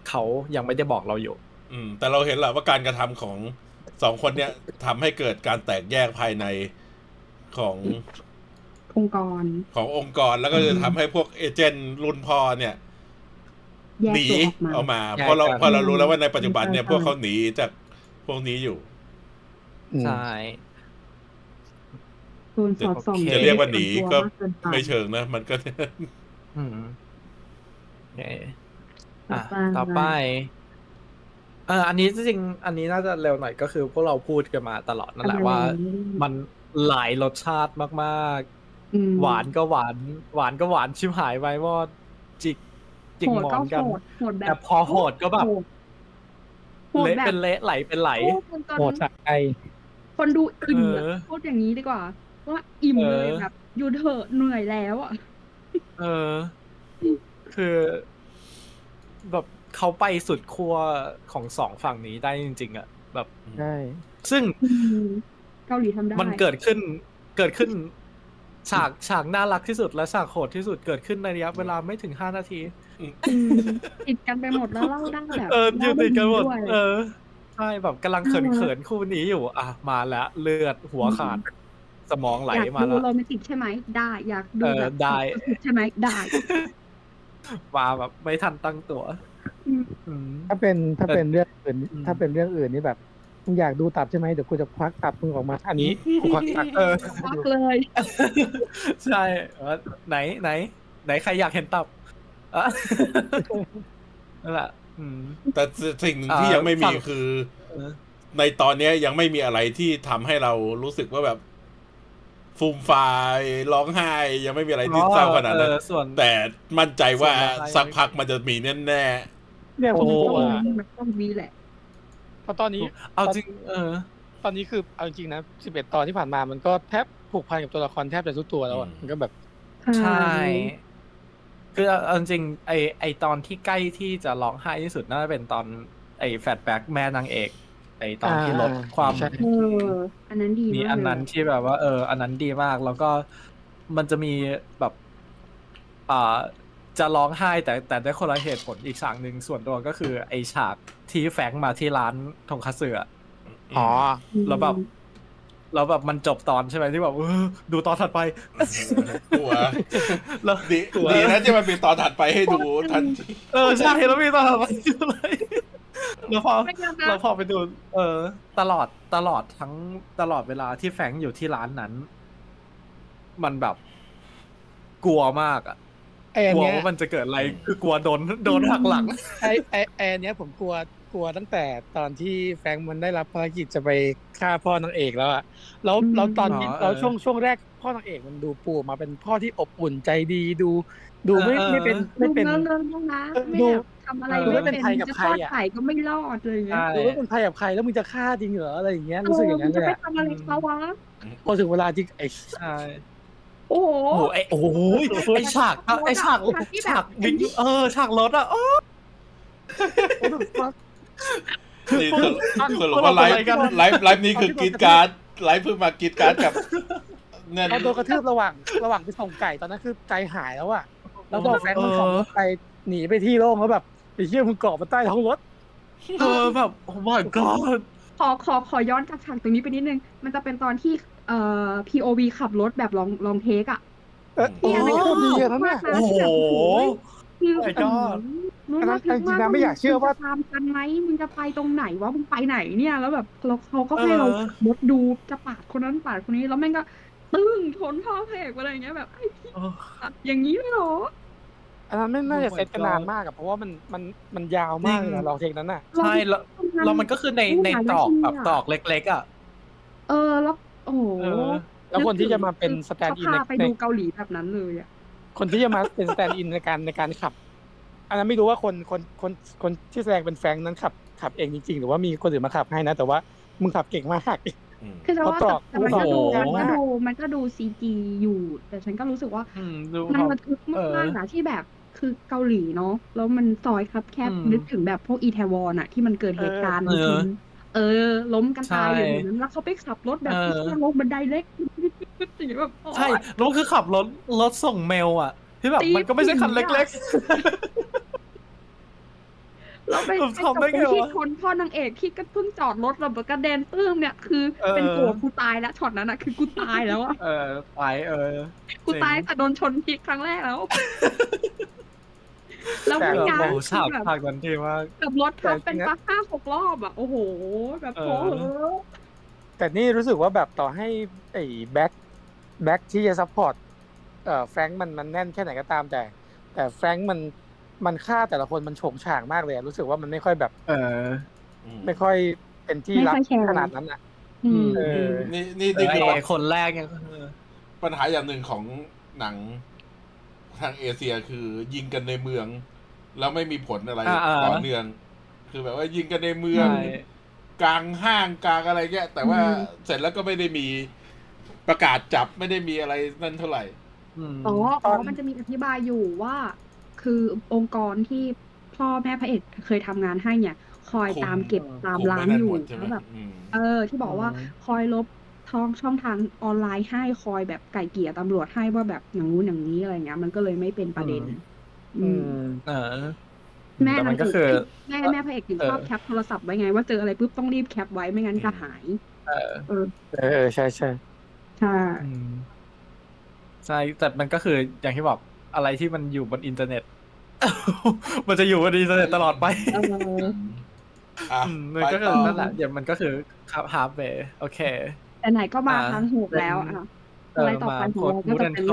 Speaker 2: เขายังไม่ได้บอกเราอยู่
Speaker 1: อืม แต่เราเห็นแหละว่าการกระทำของสองคนเนี้ยทำให้เกิดการแตกแยกภายในของ
Speaker 3: องค์กร
Speaker 1: ขององค์กรแล้วก็จะทำให้พวกเอเจนต์รุ่นพ่อเนี่ย
Speaker 3: แยก
Speaker 1: หนี
Speaker 3: ตัวออกมา
Speaker 1: ออกมา
Speaker 2: แยก
Speaker 1: เพราะเรา
Speaker 2: กัน
Speaker 1: เพราะเรารู้แล้วว่าในปัจจุบันเนี่ย
Speaker 3: ใช่
Speaker 1: พวกเขาหนีจากพวกนี้อยู่
Speaker 4: อืม
Speaker 2: ใช่
Speaker 3: โดนสอดส่อง
Speaker 2: โอเค
Speaker 1: จะเรียกว่าหนีก็
Speaker 3: ส่วนตัวากเนป
Speaker 1: ไม่เชิงนะ มันก็
Speaker 2: อืมโอเคอ่ะ
Speaker 3: ต่
Speaker 2: ต่อ
Speaker 3: อไป
Speaker 2: ไป เอออันนี้จริงๆอันนี้น่าจะเร็วหน่อยก็คือพวกเราพูดกันมาตลอดนั่นแหละว่า
Speaker 3: อะไร
Speaker 2: มันหลายรสชาติมาก
Speaker 3: อืม
Speaker 2: หวานก็หวาน หวานก็หวานชิบหายไว้วอดจิกจิก
Speaker 3: โห
Speaker 2: ห
Speaker 3: ด
Speaker 2: มอ
Speaker 3: ก็
Speaker 2: นกัน
Speaker 3: โหดโหดแบบ
Speaker 2: แต่พอโหดก็แบบ
Speaker 3: โหดโหด
Speaker 2: เละ
Speaker 3: แบบ
Speaker 2: เป็นเละไหลเป็นไหล
Speaker 3: โอ้คุณตอน
Speaker 4: โหดสักไอ
Speaker 3: คนดูอิ่มอะ
Speaker 2: เออ
Speaker 3: พูดอย่างนี้ดีกว่า ว่าอิ่มเลย
Speaker 2: เออ
Speaker 3: แบบหยุดเถอะเหนื่อยแล้ว
Speaker 2: [laughs]
Speaker 3: อ่ะ
Speaker 2: เออ คือ แบบเขาไปสุดขั้วของสองฝั่งนี้ได้จริง ๆอะแบบ
Speaker 4: ใช่
Speaker 2: ซึ่ง
Speaker 3: อืมเกาหลีทำได้
Speaker 2: มันเกิดขึ้นเกิดขึ้น ฉากฉากน่ารักที่สุดและฉากโหดที่สุดเกิดขึ้นในระยะเวลาไม่ถึงห้านาที
Speaker 3: อืมติดกันไปหมดแล้วเล่าได้แบบ
Speaker 2: เอออยืนติดกันหมด
Speaker 3: เล่าไวย
Speaker 2: เออใช่แบบกำลังเขินเขินๆคู่นี้อยู่ อ่ะมาแล้วเลือดหัวขาด สมองไหล
Speaker 3: อยาก
Speaker 2: มา
Speaker 3: ดู
Speaker 2: แล้ว
Speaker 3: โรแมนติกใช่ไหมได้อยากดู
Speaker 2: เออ
Speaker 3: แบบ
Speaker 2: ได้
Speaker 3: สุดๆใช่ไหมได้
Speaker 2: มาแบบไม่ทันตั้งตัว
Speaker 3: อืม
Speaker 2: อืม
Speaker 4: ถ้าเป็นถ้า
Speaker 2: แต่
Speaker 4: เป็นเรื่องอื่น
Speaker 2: อืม
Speaker 4: ถ้าเป็นเรื่องอื่นนี่แบบมึงอยากดูตับใช่ไหมเดี๋ยวกูจะควักตับมึงออกมาอันนี้กูควักตับ
Speaker 2: เออ
Speaker 3: รักเลย
Speaker 2: [laughs] ใช่ว่าไหนไหน ไหนใครอยากเห็นตับอ่ะ [laughs] นั่นแหละอืม
Speaker 1: แต่สิ่งหนึ่งที่
Speaker 2: อ่ายั
Speaker 1: ยังไม่มี
Speaker 2: ฝั่ง
Speaker 1: คือ
Speaker 2: เออ
Speaker 1: ในตอนเนี้ยยังไม่มีอะไรที่ทำให้เรารู้สึกว่าแบบฟูมฟายร้องไห้ ยังไม่มีอะไรที่เศร้าขนาดนั้น
Speaker 2: เออส่วน
Speaker 1: แต่มั่นใจว่า
Speaker 2: ส่วนอะไร
Speaker 1: สักพักมันจะมีแน่
Speaker 4: เนี่ย
Speaker 2: โอ้
Speaker 4: ผม
Speaker 2: โห
Speaker 4: กลัว
Speaker 3: แบบต้องมีแหละ
Speaker 4: เพราะตอนนี้
Speaker 2: เอาจริง เออ
Speaker 4: ตอนนี้คือเอาจริงๆนะสิบเอ็ดตอนที่ผ่านมามันก็แทบผูกพันกับตัวละครแทบจะทุกตัวแล้วอ่ะมันก็แบบ
Speaker 2: ใช่ คือเอาจริงๆไอไอตอนที่ใกล้ที่จะร้องไห้ที่สุดน่าจะเป็นตอนไอแฟลชแบ็กแม่นางเอก ไอตอนที่ลด
Speaker 4: อ่า
Speaker 2: ความ
Speaker 4: ใช่
Speaker 3: เออ อันนั้นดี
Speaker 2: มี
Speaker 3: มาก
Speaker 2: อันนั้น
Speaker 3: เลย
Speaker 2: ที่แบบว่าเออ อันนั้นดีมากแล้วก็มันจะมีแบบ อ่า จะร้องไห้แต่แต่ได้คนละเหตุผลอีกฉากหนึ่งส่วนตัวก็คือ ไอฉากที่แฟรงค์มาที่ร้านทงคัตสึอะ
Speaker 1: ๆ
Speaker 4: อ๋อ
Speaker 3: ม
Speaker 2: แล้วแบบแล้วแบบมันจบตอนใช่ไหมที่แบบเออดูตอนถัดไป
Speaker 1: กลัว
Speaker 2: แล้ว
Speaker 1: ดี
Speaker 2: กลัว
Speaker 1: ดีนะที่มันมีตอนถัดไปให้ดูทันที
Speaker 2: เออใช่แล้วมีตอนถัดไป [laughs] อยู่เลยแล้วพอ
Speaker 3: ไม่ยอม
Speaker 2: เรา
Speaker 3: นะ
Speaker 2: พอไปดู เออ ตลอดตลอดทั้งตลอดเวลาที่แฟรงค์อยู่ที่ร้านนั้น มันแบบกลัวมากอะ
Speaker 4: ไออัน
Speaker 2: กลัว
Speaker 4: เนี้ย
Speaker 2: ว่ามันจะเกิดอะไร คือกลัวโดนโดนหักหลัง
Speaker 4: ไอไอไออันเนี้ยผมกลัวกลัวตั้งแต่ตอนที่แฟรงค์มันได้รับภารกิจจะไปฆ่าพ่อนางเอกแล้วอ่ะแล้วแล้วตอนที่
Speaker 2: อ๋อเออ
Speaker 4: เราช่วงช่วงแรกพ่อนางเอกมันดูปูมาเป็นพ่อที่อบอุ่นใจดีดู ดูไม่
Speaker 2: เออเออ
Speaker 4: ไม่เป็น
Speaker 3: ลู
Speaker 4: ไม่
Speaker 3: ก
Speaker 4: เป็น
Speaker 3: เลิกเลิกลูกนะ
Speaker 4: เออ
Speaker 3: ไม่
Speaker 4: ดู
Speaker 3: อยากทำอะไร
Speaker 2: เออ
Speaker 3: ไม่
Speaker 2: ไม่เป็น
Speaker 3: เป็น
Speaker 4: ภัยกับ
Speaker 3: จะ
Speaker 4: ใคร
Speaker 3: ทอด
Speaker 4: อะ
Speaker 3: ไข่ก็ไม่รอดเลย
Speaker 2: ใช่
Speaker 3: เงี้ย
Speaker 4: ดูว่าเป็นใครกับใครแล้วมึงจะฆ่าจริงเหรออะไรอย่างเงี้ย
Speaker 3: เอ
Speaker 4: รู้สึก
Speaker 3: อ
Speaker 4: อย่าง
Speaker 3: มึง
Speaker 4: นั้นเล
Speaker 3: จะ
Speaker 4: ย
Speaker 3: ไป
Speaker 4: อะ
Speaker 3: ทำอะไรเขาวะ
Speaker 4: พอถึงเวลาจริงไอ
Speaker 2: ใช่
Speaker 3: โอ้โห
Speaker 2: โอ้โหไอโอ้ยไอฉากอะไอฉาก
Speaker 3: ฉากที่แบบ
Speaker 2: ฉากวิ่งเออ ฉากรถอะโอ้ย
Speaker 1: นี่สรุปสรุปว่าไลฟ์
Speaker 2: คนละคนละกัน
Speaker 1: ไลฟ์ไลฟ์นี้คือกรีดการ์ดไลฟ์เพื่อมากรีดการ์ดกับเงิน
Speaker 4: เราโดนกระทืบระหว่างระหว่างไปส่งไก่ตอนนั้นคือใจหายแล้วอะแล้วพอแฟนมันขับรถไปหนีไปที่โล่งแล้วแบบไอ้เชี่ยมึงเกาะมาใต้ท้องรถ
Speaker 2: เออแบบโอ้ my god
Speaker 3: ขอขอขอย้อนกลับฉากตรงนี้ไปนิดนึง มันจะเป็นตอนที่เอ่อ POV ขับรถแบบลองลองเทคอะ
Speaker 4: เออ
Speaker 3: ที่อันนั้น
Speaker 4: โอ้โหดีอะนั่น
Speaker 3: มา
Speaker 4: น่ะ
Speaker 3: ก
Speaker 2: โอ้โห
Speaker 3: คือ
Speaker 2: ไอ้
Speaker 3: แบบ
Speaker 2: ยอด
Speaker 3: รู้
Speaker 4: อัน
Speaker 3: มา
Speaker 4: นั้
Speaker 3: ก
Speaker 4: นจริงๆนะไม่อยากเชื่อว่า
Speaker 3: ตามกันไหมมึงจะไปตรงไหนวะมึงไปไหนเนี่ยแล้วแบบเราเขาก็ให้เรา
Speaker 2: เออ
Speaker 3: มดดูจะปาดคนนั้นปาดคนนี้แล้วแม่งก็ตึ้งชนพ่อเพกอะไรอย่างเงี้ยแบบไอ้ที่
Speaker 2: เออ
Speaker 3: ตัดอย่างนี้เลยเหรอ
Speaker 4: อันนั้นไม่น่าจะ
Speaker 2: Oh my
Speaker 4: เซตกันนานมากอะเพราะว่ามันมันมันยาวมากเล
Speaker 2: จริ
Speaker 4: ยนะ
Speaker 2: ง
Speaker 4: ลองเทคนั้นน่ะ
Speaker 2: ใช่แล้วแล้วมันก็คือในในตรอกแบบตรอกเล็ก ๆ อ่ะ
Speaker 3: เออแล้วโอ้โห
Speaker 2: เออ
Speaker 4: แล้วคนที่จะมาเป็นสแตนด์อิน
Speaker 3: เขา
Speaker 4: ใน
Speaker 3: พาไป
Speaker 4: ใน
Speaker 3: ดูเกาหลีแบบนั้นเลยอ่ะ
Speaker 4: คนที่จะมาเป็นสแตนด์อินในการในการขับ อันนั้นไม่รู้ว่าคนคนคนคนที่แสดงเป็นแฟรงค์นั้นขับขับเองจริงๆ หรือว่ามีคนอื่นมาขับให้นะ แต่ว่ามึงขับเก่งมาก [laughs]
Speaker 1: อืม
Speaker 3: คือจะว่า
Speaker 4: เขาตอบ
Speaker 3: แต่มันก็ดู
Speaker 4: โอ้โห
Speaker 3: มันก็ดูมันก็ดูซีจีอยู่ แต่ฉันก็รู้สึกว่า
Speaker 2: อืมดู
Speaker 3: มัน
Speaker 2: แบบ
Speaker 3: ระทึกมาก
Speaker 2: เออ
Speaker 3: ๆนะที่แบบคือเกาหลีเนาะแล้วมันซอยครับแคบ
Speaker 2: อืม
Speaker 3: นึกถึงแบบพวกอีแทวอนอะที่มันเกิดเหตุการณ์
Speaker 2: เออ
Speaker 3: จริงๆเออ ล้มกันตายอยู่
Speaker 2: ใช่
Speaker 3: ในนั้นแล้วเขาไปขับรถแบบ
Speaker 2: เออ
Speaker 3: ที่ลงบันไดเล็ก [laughs] อย่างเงี้ยแบบ
Speaker 2: ใช่แล้วก็คือขับรถรถส่งเมลอ่ะ ที่แบบ
Speaker 3: ตี
Speaker 2: มันก็ไม่ใช่คันเล็ก
Speaker 3: เราไป
Speaker 2: ผมทำ
Speaker 3: ไป
Speaker 2: ได้
Speaker 3: กับ
Speaker 2: ไง
Speaker 3: คนที่
Speaker 2: วะ
Speaker 3: ชนพ่อนางเอกที่ก็เพิ่งจอดรถแล้วแบบกระเด็นตื้มเนี่ยคือ
Speaker 2: เออ
Speaker 3: เป็นตัวกูตายแล้วช็อตนั้นอะคือกูตายแล้วอะ
Speaker 2: ๆ เออไปเออ
Speaker 3: กู
Speaker 2: จริง
Speaker 3: ตายแต่โดนชนทีครั้งแรก
Speaker 2: [laughs]
Speaker 3: แล้ว แล้ว
Speaker 4: แต่
Speaker 3: วิ่ง
Speaker 2: โอ้
Speaker 3: นะ
Speaker 2: โหฉาก
Speaker 3: แบบ
Speaker 2: ฉากนั้นดีมาก
Speaker 3: กับรถทับเป็นปักห้าหกรอบอะโอ้โห แบบ
Speaker 2: เอ
Speaker 3: โอ้
Speaker 2: อ
Speaker 3: โห
Speaker 4: แต่นี่รู้สึกว่าแบบต่อให้ไอ้แบ็คแบ็คที่จะซัพพอร์ตเอ่อแฟรงค์มันมันแน่นแค่ไหนก็ตามแต่ แต่แฟรงค์มันมันฆ่าแต่ละคนมันโฉงฉางมากเลยอะรู้สึกว่ามันไม่ค่อยแบบ
Speaker 2: เออ
Speaker 1: อืม
Speaker 4: ไม่ค่อยเป็นที่รักขนาดนั้นอ่ะ
Speaker 3: อืม
Speaker 4: เออ
Speaker 1: นี่นี่นี่คือ
Speaker 2: ไอ้คนแรกยังเออ
Speaker 1: ปัญหาอย่างหนึ่งของหนังทางเอเชียคือยิงกันในเมือง แล้วไม่มีผลอะไร
Speaker 2: อ่าอ่า
Speaker 1: ต่อเนื่อง คือแบบว่ายิงกันในเมือง
Speaker 2: ใช่
Speaker 1: กลางห้างกลางอะไรเงี้ยแต่ว่า
Speaker 3: อืม
Speaker 1: เสร็จแล้วก็ไม่ได้มีประกาศจับไม่ได้มีอะไรนั่นเท่าไหร่
Speaker 2: ม
Speaker 3: อ๋อ
Speaker 2: ต
Speaker 3: อ๋
Speaker 2: อ
Speaker 3: อน มันจะมีอธิบายอยู่ว่า คือองค์กรที่พ่อแม่พระเอกเคยทำงานให้เนี่ย คอย
Speaker 1: คุม
Speaker 3: ตามเก็บตาม
Speaker 1: คุ
Speaker 3: ล้าง
Speaker 1: ไนั่
Speaker 3: อน ยู่
Speaker 1: หมดใช่ไหม
Speaker 3: แล้วแบบ
Speaker 1: อืม
Speaker 3: เออ ที่บอกว่า
Speaker 2: อืม
Speaker 3: คอยลบท้องช่องทางออนไลน์ให้คอยแบบไก่เกลี่ยตำรวจให้ว่าแบบอย่างนู้นอย่างนี้อะไรเงี้ยมันก็เลยไม่เป็นประเด็น
Speaker 2: อื
Speaker 3: อืม
Speaker 2: มเออ
Speaker 3: แม่
Speaker 2: แต่
Speaker 3: นา
Speaker 2: มั
Speaker 3: ง
Speaker 2: น
Speaker 3: เอ
Speaker 2: ก็
Speaker 3: ก
Speaker 2: คือ
Speaker 3: แม่แม่พระเอกถึง
Speaker 2: เออ
Speaker 3: ชอบแคปโทรศัพท์ไว้ไงว่าเจออะไรปุ๊บต้องรีบแคปไว้ไม่งั้นจะหาย
Speaker 2: เออ
Speaker 3: เออ
Speaker 4: เออเออใช่ใช่
Speaker 3: ใช่
Speaker 2: อืมใช่แต่มันก็คืออย่างที่บอกอะไรที่มันอยู่บนอินเทอร์เน็ต [laughs] มันจะอยู่บนอินเทอร์เน็ตตลอดไป
Speaker 3: เออ
Speaker 1: อ่ะ
Speaker 2: อืมมัน
Speaker 1: ไป
Speaker 2: ก็คื
Speaker 1: ต่
Speaker 2: อ
Speaker 1: อ
Speaker 2: นั่นแหละเดี๋ยวมันก็คือครับฮาร์ปเวย์โอเค
Speaker 3: แต่ไหนก็มา
Speaker 2: อ่า
Speaker 3: ทางหูกแล้ว
Speaker 2: เป็น
Speaker 3: อ่ะ
Speaker 2: เออ
Speaker 3: อะไรต่อ
Speaker 2: มา
Speaker 3: ไปข
Speaker 2: โค
Speaker 3: อง
Speaker 2: ด
Speaker 3: เราก็
Speaker 2: มูด
Speaker 3: จะ
Speaker 2: แอน
Speaker 3: เป็น
Speaker 2: โท
Speaker 3: เ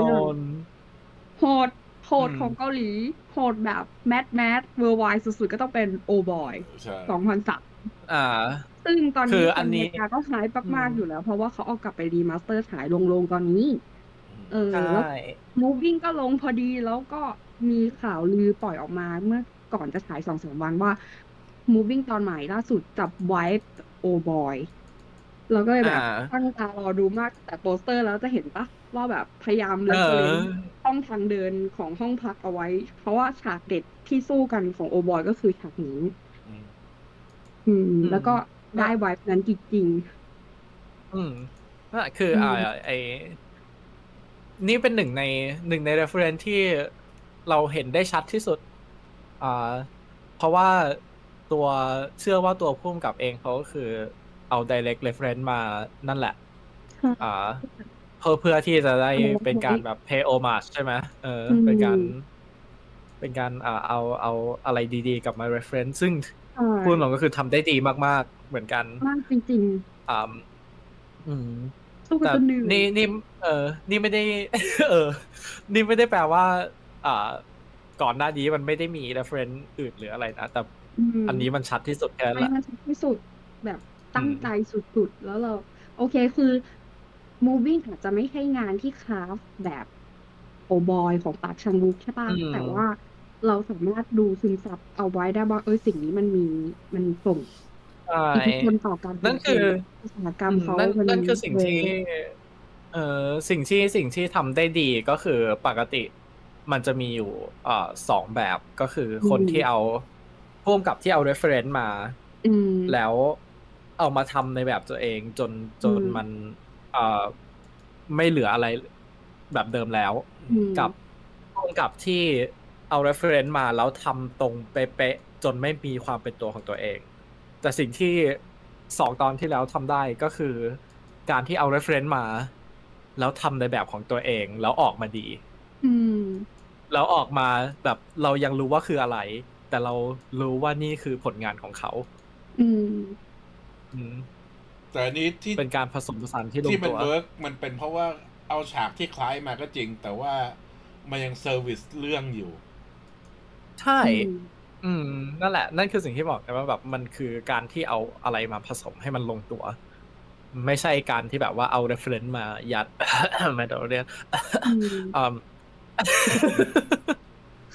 Speaker 2: น
Speaker 3: รื่องโหดโหด
Speaker 2: อืม
Speaker 3: ของเกาหลีโหดแบบแมทแมทเวอร์ไวสุดๆ ก็ต้องเป็นโอบอย
Speaker 1: ใช่
Speaker 3: สองพันสับ
Speaker 2: อ่า
Speaker 3: ซึ่งตอน
Speaker 2: คื
Speaker 3: นี้
Speaker 2: อ
Speaker 3: ค
Speaker 2: อัน
Speaker 3: นอ
Speaker 2: นี้
Speaker 3: เมริกาก็ขายมาก
Speaker 2: อืม
Speaker 3: ๆอยู่แล้ว เพราะว่าเขาเอากลับไปรีมาสเตอร์ฉายลงๆตอนนี้ เออ
Speaker 2: ใช
Speaker 3: แล้ว
Speaker 2: ่
Speaker 3: Moving ก็ลงพอดีแล้วก็มีข่าวลือปล่อยออกมาเมื่อก่อนจะฉายสองสามวันว่า Moving ตอนใหม่ล่าสุดจับไว้โอบอยเราก็เลยแบบ
Speaker 2: อ่า
Speaker 3: ตั้งตารอดูมากแต่โปสเตอร์แล้วจะเห็นปะว่าแบบพยายาม
Speaker 2: เอ
Speaker 3: เลือกเล
Speaker 2: อน
Speaker 3: ช่องทางเดินของห้องพักเอาไว้ เพราะว่าฉากเด็ดที่สู้กันของโอบอยก็คือฉากนี้
Speaker 1: อืม
Speaker 3: อืม แล้วก็ได้ไวบ์นั้นจริง
Speaker 2: อืมนั่นแหละคืออ่า
Speaker 3: อืม
Speaker 2: ไอนี่เป็นหนึ่งในหนึ่งใน reference ที่เราเห็นได้ชัดที่สุด อ่า เพราะว่าตัวเชื่อว่าตัวพุ่มกับเองเขาก็คือเอา direct reference มานั่นแหละ
Speaker 3: ๆ
Speaker 2: อ่าเพื่อเพื่อที่จะได้
Speaker 3: เอาไว้
Speaker 2: เป็นการแบบ pay homage ใช่ไหมเอออ
Speaker 3: ม
Speaker 2: เป็นการ เป็นการอ่าเอาเอาอะไรดีๆ กลับมา reference ซึ่ง
Speaker 3: ใช่
Speaker 2: พุ่มเราก็คือทำได้ดีมากๆ เหมือนกัน
Speaker 3: มากจริง
Speaker 2: อ่าอืม
Speaker 3: ๆ สู้กันจนเหนื่อย
Speaker 2: นี่นี่เออ นี่ไม่ได้ [laughs] เออ นี่ไม่ได้แปลว่า อ่า ก่อนหน้านี้มันไม่ได้มี reference อื่นหรืออะไรนะ แต่
Speaker 3: ม
Speaker 2: อันนี้มันชัดที่สุดแค่นั้น
Speaker 3: ไม่
Speaker 2: แหละ
Speaker 3: มันสุดที่สุดแบบตั้ง
Speaker 2: อืม
Speaker 3: ใจสุดๆ แล้วเรา โอเคคือ moving อาจจะไม่ใช่งานที่คราฟแบบโอบอยของปากชังวุกใช่ป่ะ แต่ว่าเราสามารถดูซึมซับเอาไว้ได้ว่า เอ้ยสิ่งนี้มันมีมันส่ง
Speaker 2: ใช่
Speaker 3: อิทธิพลต่อการ
Speaker 2: นั่นคือ
Speaker 3: อุตสาหกรรมเขา
Speaker 2: นั่น
Speaker 3: มั
Speaker 2: นั่นคือสิ่งที่ เออสิ่งที่สิ่งที่ทำได้ดีก็คือปกติมันจะมีอยู่เอ่อสองแบบก็คือคนที่เอาพ่วงกับที่เอา reference มา
Speaker 3: อืม
Speaker 2: แล้วเอามาทำในแบบตัวเองจนจน
Speaker 3: อืม
Speaker 2: มันเอ่อไม่เหลืออะไรแบบเดิมแล้ว
Speaker 3: อืม
Speaker 2: กับตรงกับที่เอา reference มาแล้วทำตรงเป๊ะๆจนไม่มีความเป็นตัวของตัวเอง แต่สิ่งที่สองตอนที่แล้วทำได้ก็คือ การที่เอา reference มา แล้วทำในแบบของตัวเองแล้วออกมาดี
Speaker 3: อืม
Speaker 2: แล้วออกมาแบบเรายังรู้ว่าคืออะไร แต่เรารู้ว่านี่คือผลงานของเขา
Speaker 3: อืม
Speaker 2: อืม
Speaker 1: แต่อันนี้ที่
Speaker 2: เป็นการผสมผสานที่ลง
Speaker 1: ที่มัน
Speaker 2: ตัว
Speaker 1: เวิร์กมันเป็นเพราะว่าเอาฉากที่คล้ายมาก็จริง แต่ว่ามันยังเซอร์วิสเรื่องอยู่
Speaker 2: ใช่ อืม นั่นแหละ นั่นคือสิ่งที่บอกไงว่าแบบมันคือการที่เอาอะไรมาผสมให้มันลงตัว ไม่ใช่การที่แบบว่าเอา reference มายัด [coughs] ไม่ต้องเรียก
Speaker 3: อืม
Speaker 2: [laughs] อืม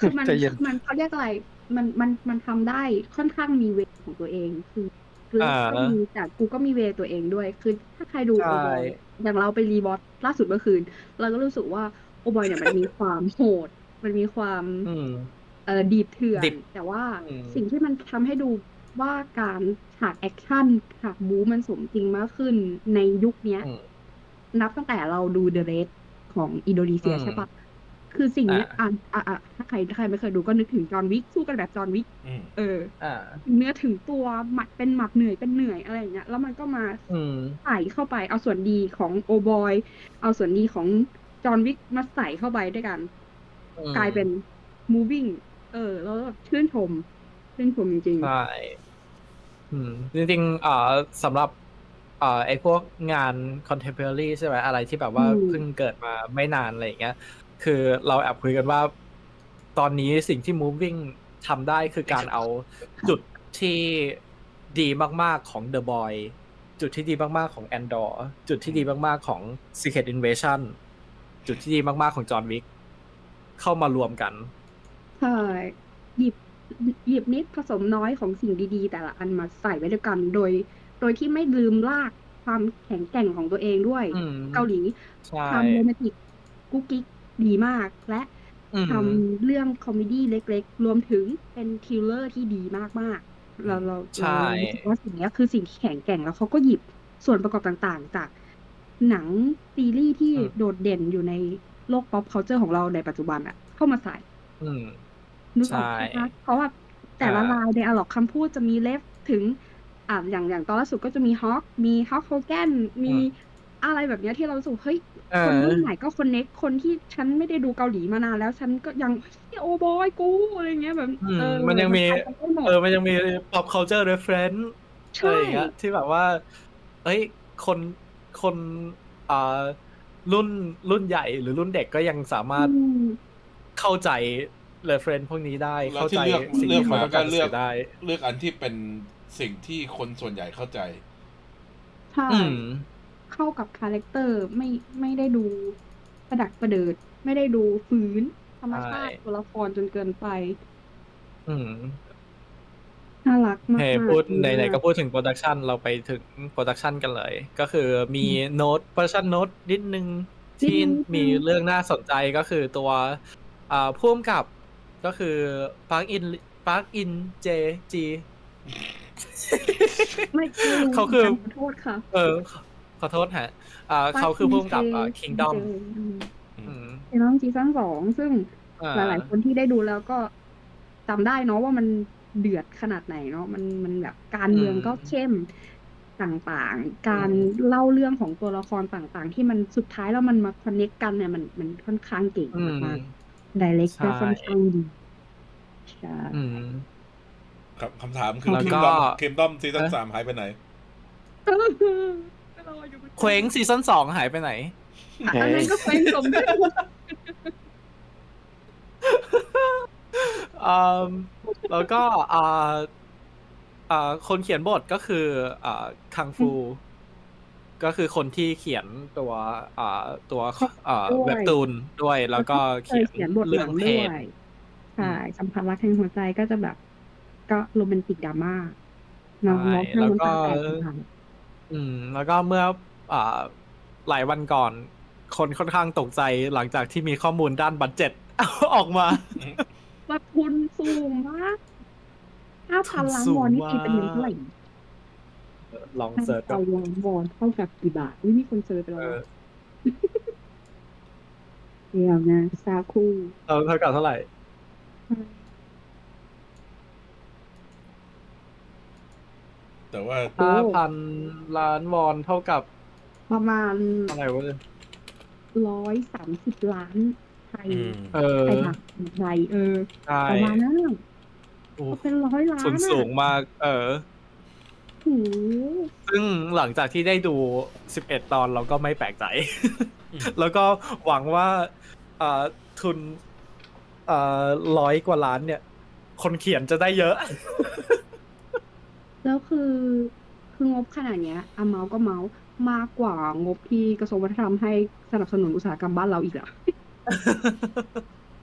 Speaker 3: คือ
Speaker 2: [laughs]
Speaker 3: มัน
Speaker 4: ใจเย็น
Speaker 3: มันเขาเรียกอะไร มันมันมันทำได้ค่อนข้างมีเวของตัวเอง คือคือ
Speaker 2: อ่า
Speaker 3: ก็มีแต่กูก็มีเวตัวเองด้วย คือถ้าใครดู
Speaker 2: ใช่
Speaker 3: โอบอยอย่างเราไปรีบอสล่าสุดเมื่อคืน เราก็รู้สึกว่าโอบอยเนี่ยมันมีความโหด มันมีความ
Speaker 2: อืม
Speaker 3: เอ่อดีบเถื่อน
Speaker 2: ดิบ
Speaker 3: แต่ว่า
Speaker 2: อืม
Speaker 3: สิ่งที่มันทำให้ดูว่าการฉากแอคชั่นฉากบู๊มันสมจริงมากขึ้นในยุคเนี้ย
Speaker 2: อืม
Speaker 3: นับตั้งแต่เราดูเด e r เร e ของอินโดนีเซีย
Speaker 2: อืม
Speaker 3: ใช่ปะคือสิ่งเนี้ยอ่า
Speaker 2: อ่า
Speaker 3: อ่าอ่าถ้าใครถ้าใครไม่เคยดูก็นึกถึงจอห์นวิกสู้กันแบบจอห์นวิก
Speaker 1: อืม
Speaker 3: เออ
Speaker 2: อ่า
Speaker 3: เนื้อถึงตัวหมัดเป็นหมัดเหนื่อยเป็นเหนื่อยอะไรอย่างเงี้ย แล้วมันก็มา
Speaker 2: อืม
Speaker 3: ใส่เข้าไปเอาส่วนดีของโอบอย เอาส่วนดีของจอห์นวิกมาใส่เข้าไปด้วยกัน
Speaker 2: อืม
Speaker 3: กลายเป็น moving เออ แล้วแบบชื่นชมชื่นชมจริง
Speaker 2: ใช่อืมจริงๆเอ่อสำหรับเอ่อไอพวกงาน contemporary ใช่ไหมอะไรที่แบบว่า
Speaker 3: อืม
Speaker 2: เพิ่งเกิดมาไม่นานอะไรอย่างเงี้ย คือเราแอบคุยกันว่า ตอนนี้สิ่งที่ moving ทำได้คือการเอาจุดที่ดีมากๆของ The Boy จุดที่ดีมากๆของ Andor จุดที่ดีมากๆของ Secret Invasion จุดที่ดีมากๆของจอห์นวิกเข้ามารวมกัน
Speaker 3: ใช่หยิบหยิบนิดผสมน้อยของสิ่งดีๆ แต่ละอันมาใส่ไว้ด้วยกัน โดย โดยที่ไม่ลืมลากความแข็งแกร่งของตัวเองด้วย
Speaker 2: อืม
Speaker 3: เกาหลี
Speaker 2: ใช่
Speaker 3: ทำโรแมนติกกุ๊กกิ๊กดีมาก และ
Speaker 2: อืม
Speaker 3: ทำเรื่องคอมเมดี้เล็กๆ รวมถึงเป็นทริลเลอร์ที่ดีมากๆ เราเรา
Speaker 2: ใช่
Speaker 3: เรารู้สึกว่าสิ่งเนี้ยคือสิ่งที่แข็งแกร่งแล้วเขาก็หยิบส่วนประกอบต่างๆ จากหนังซีรีส์ที่โดดเด่นอยู่ในโลกป๊อปเคาเจอร์ของเราในปัจจุบันอะเข้ามาใส่
Speaker 2: อืม
Speaker 3: นึกออกใช่
Speaker 2: ใช่
Speaker 3: ไหมคะเพราะว่าแต่ละ
Speaker 2: อ่า
Speaker 3: ลายในอะล็อกคำพูดจะมีเลฟถึงอ่าอย่างอย่างตอนล่าสุดก็จะมีฮอคมีฮอคโฮแกนมีอะไรแบบเนี้ยที่เรารู้สูเฮ้ย
Speaker 2: เอ
Speaker 3: คน
Speaker 2: อ
Speaker 3: รุ่นใหม่ก็คนเน็กคนที่ฉันไม่ได้ดูเกาหลีมานานแล้วฉันก็ยังเฮ้ยโอบอยกูอะไรเงี้ยแบบ
Speaker 2: อืม
Speaker 3: เออ
Speaker 2: มันยังมี
Speaker 3: ขายกันไม่หมด
Speaker 2: เออมันยังมี pop culture reference
Speaker 3: ใช่
Speaker 2: อะไรอย่างเงี้ยที่แบบว่า เอ้ย คน คนอ่ารุ่น รุ่นใหญ่หรือรุ่นเด็กก็ยังสามารถ
Speaker 3: อืม
Speaker 2: เข้าใจ reference พวกนี้ได้
Speaker 1: แล้ว
Speaker 2: เข้าใจ
Speaker 1: ที่เลือก
Speaker 2: สิ่ง
Speaker 1: เลือก
Speaker 2: ที่เขา
Speaker 1: มา
Speaker 2: ต้องการ
Speaker 1: ก็เลื
Speaker 2: สื่
Speaker 1: อก
Speaker 2: อได้
Speaker 1: เลือกอันที่เป็นสิ่งที่คนส่วนใหญ่เข้าใจ
Speaker 3: ใช่
Speaker 2: อืม
Speaker 3: เข้ากับคาแรคเตอร์ไม่ไม่ได้ดูประดักประเดิด ไม่ได้ดูฝืนธรรมชาติ
Speaker 2: ใช่
Speaker 3: ตัวละครจนเกินไป
Speaker 2: อืม
Speaker 3: น่ารักมาก
Speaker 2: เฮ้ย
Speaker 3: ๆ
Speaker 2: พูด
Speaker 3: ดี
Speaker 2: ไหนๆ
Speaker 3: มาก
Speaker 2: ก็พูดถึงโปรดักชันเราไปถึงโปรดักชันกันเลย ก็คือมีโน้ตโปรดักชันโน้ตนิดนึง ที่
Speaker 3: นิดนึง
Speaker 2: มีเรื่องน่าสนใจก็คือตัวอ่าพ่วมกับก็คือปาร์คอินปาร์คอินเจจี
Speaker 3: ไม่ไม่รู้
Speaker 2: เขาคือ
Speaker 3: หมืนกันขอโทษค่ะ
Speaker 2: เออขอขอโทษฮะอ่าเขาคือผู้กำกับอ่าคิงดอม
Speaker 3: คิงดอมซีซั่นสองซึ่งหลาย ๆ คนที่ได้ดูแล้วก็จำได้เนาะว่ามันเดือดขนาดไหนเนาะมันมันแบบการเมืองก็เข้มต่างๆ การเล่าเรื่องของตัวละครต่างๆ ที่มันสุดท้ายแล้วมันมาคอนเน็กกันเนี่ยมันมันค่อนข้างเก่ง
Speaker 2: อืม
Speaker 3: มากๆดิเรก
Speaker 2: ใช่
Speaker 3: ก็ค่อนข้างดีใช่
Speaker 2: อืม
Speaker 1: ครับคำถามคือ
Speaker 2: แล้ว
Speaker 1: คิ
Speaker 2: ก็
Speaker 1: มดอมคิมดอมซีซั่นสามหายไปไหน
Speaker 3: [laughs]
Speaker 2: เคว้งซีซั่นสองหายไปไหน
Speaker 3: [laughs] อันนั้นก็เป็นสมชื่อ
Speaker 2: [laughs] อืมแล้วก็อ่าอ่าคนเขียนบทก็คืออ่าคังฟู ก็คือคนที่เขียนตัวอ่าตัวอ่าเว็บตูนด้วยแล้วก็
Speaker 3: เคยเขียนบท
Speaker 2: เรื่อ
Speaker 3: หนั
Speaker 2: ง
Speaker 3: ง
Speaker 2: เพ
Speaker 3: ด้วย
Speaker 2: จ
Speaker 3: ใช่สัมภาระแห่งหัวใจก็จะแบบ ก็โรแมนติกดราม่าเน้อง
Speaker 2: ใช่
Speaker 3: น้องให้
Speaker 2: แล้ว
Speaker 3: มัน
Speaker 2: ก็
Speaker 3: ตาแตกต่าง
Speaker 2: อืม แล้วก็เมื่ออ่าหลายวันก่อน คนค่อนข้างตกใจหลังจากที่มีข้อมูลด้านบัตเจ็ต [laughs] ออกมา
Speaker 3: ๆว่าทุนสูงมากห้าพันล้านวอนนี่ตีเป็นเงินเท่าไหร่
Speaker 2: ลอง
Speaker 3: ห้า
Speaker 2: เสิร์ช
Speaker 3: พั
Speaker 2: ดู
Speaker 3: นล้านวอนเท่ากับกี่บาทอุ๊ยมีคนเซิร์ชไปแล้ว
Speaker 2: เออ
Speaker 3: เดี๋ยวนะซาคู
Speaker 2: เออเท่ากับเท่าไหร่
Speaker 1: แต่ว่า
Speaker 2: ห้าพันล้านวอนเท่ากับ
Speaker 3: ประมาณ
Speaker 2: อะไรวะเนี่ย
Speaker 3: ร้อยสามสิบล้านไทย
Speaker 1: อืม
Speaker 2: เออ
Speaker 3: ไทยบาทไทยเออ
Speaker 2: ใช่
Speaker 3: ประมาณนั้นอะ
Speaker 2: โอ้
Speaker 3: ก็เป็นร้อยล้าน
Speaker 2: ส่วนสูงมาก เออ
Speaker 3: โอ้
Speaker 2: ซึ่งหลังจากที่ได้ดู 11 ตอนเราก็ไม่แปลกใจ แล้วก็หวังว่าอ่าทุนอ่าร้อยกว่าล้านเนี่ย คนเขียนจะได้
Speaker 1: [laughs]
Speaker 2: เยอะ
Speaker 3: แล้วคือคืองบขนาดเนี้ยอะเมาส์ก็เมาส์มากกว่างบที่กระทรวงวัฒนธรรมให้สนับสนุนอุตสาหกรรมบ้านเราอีกเหรอ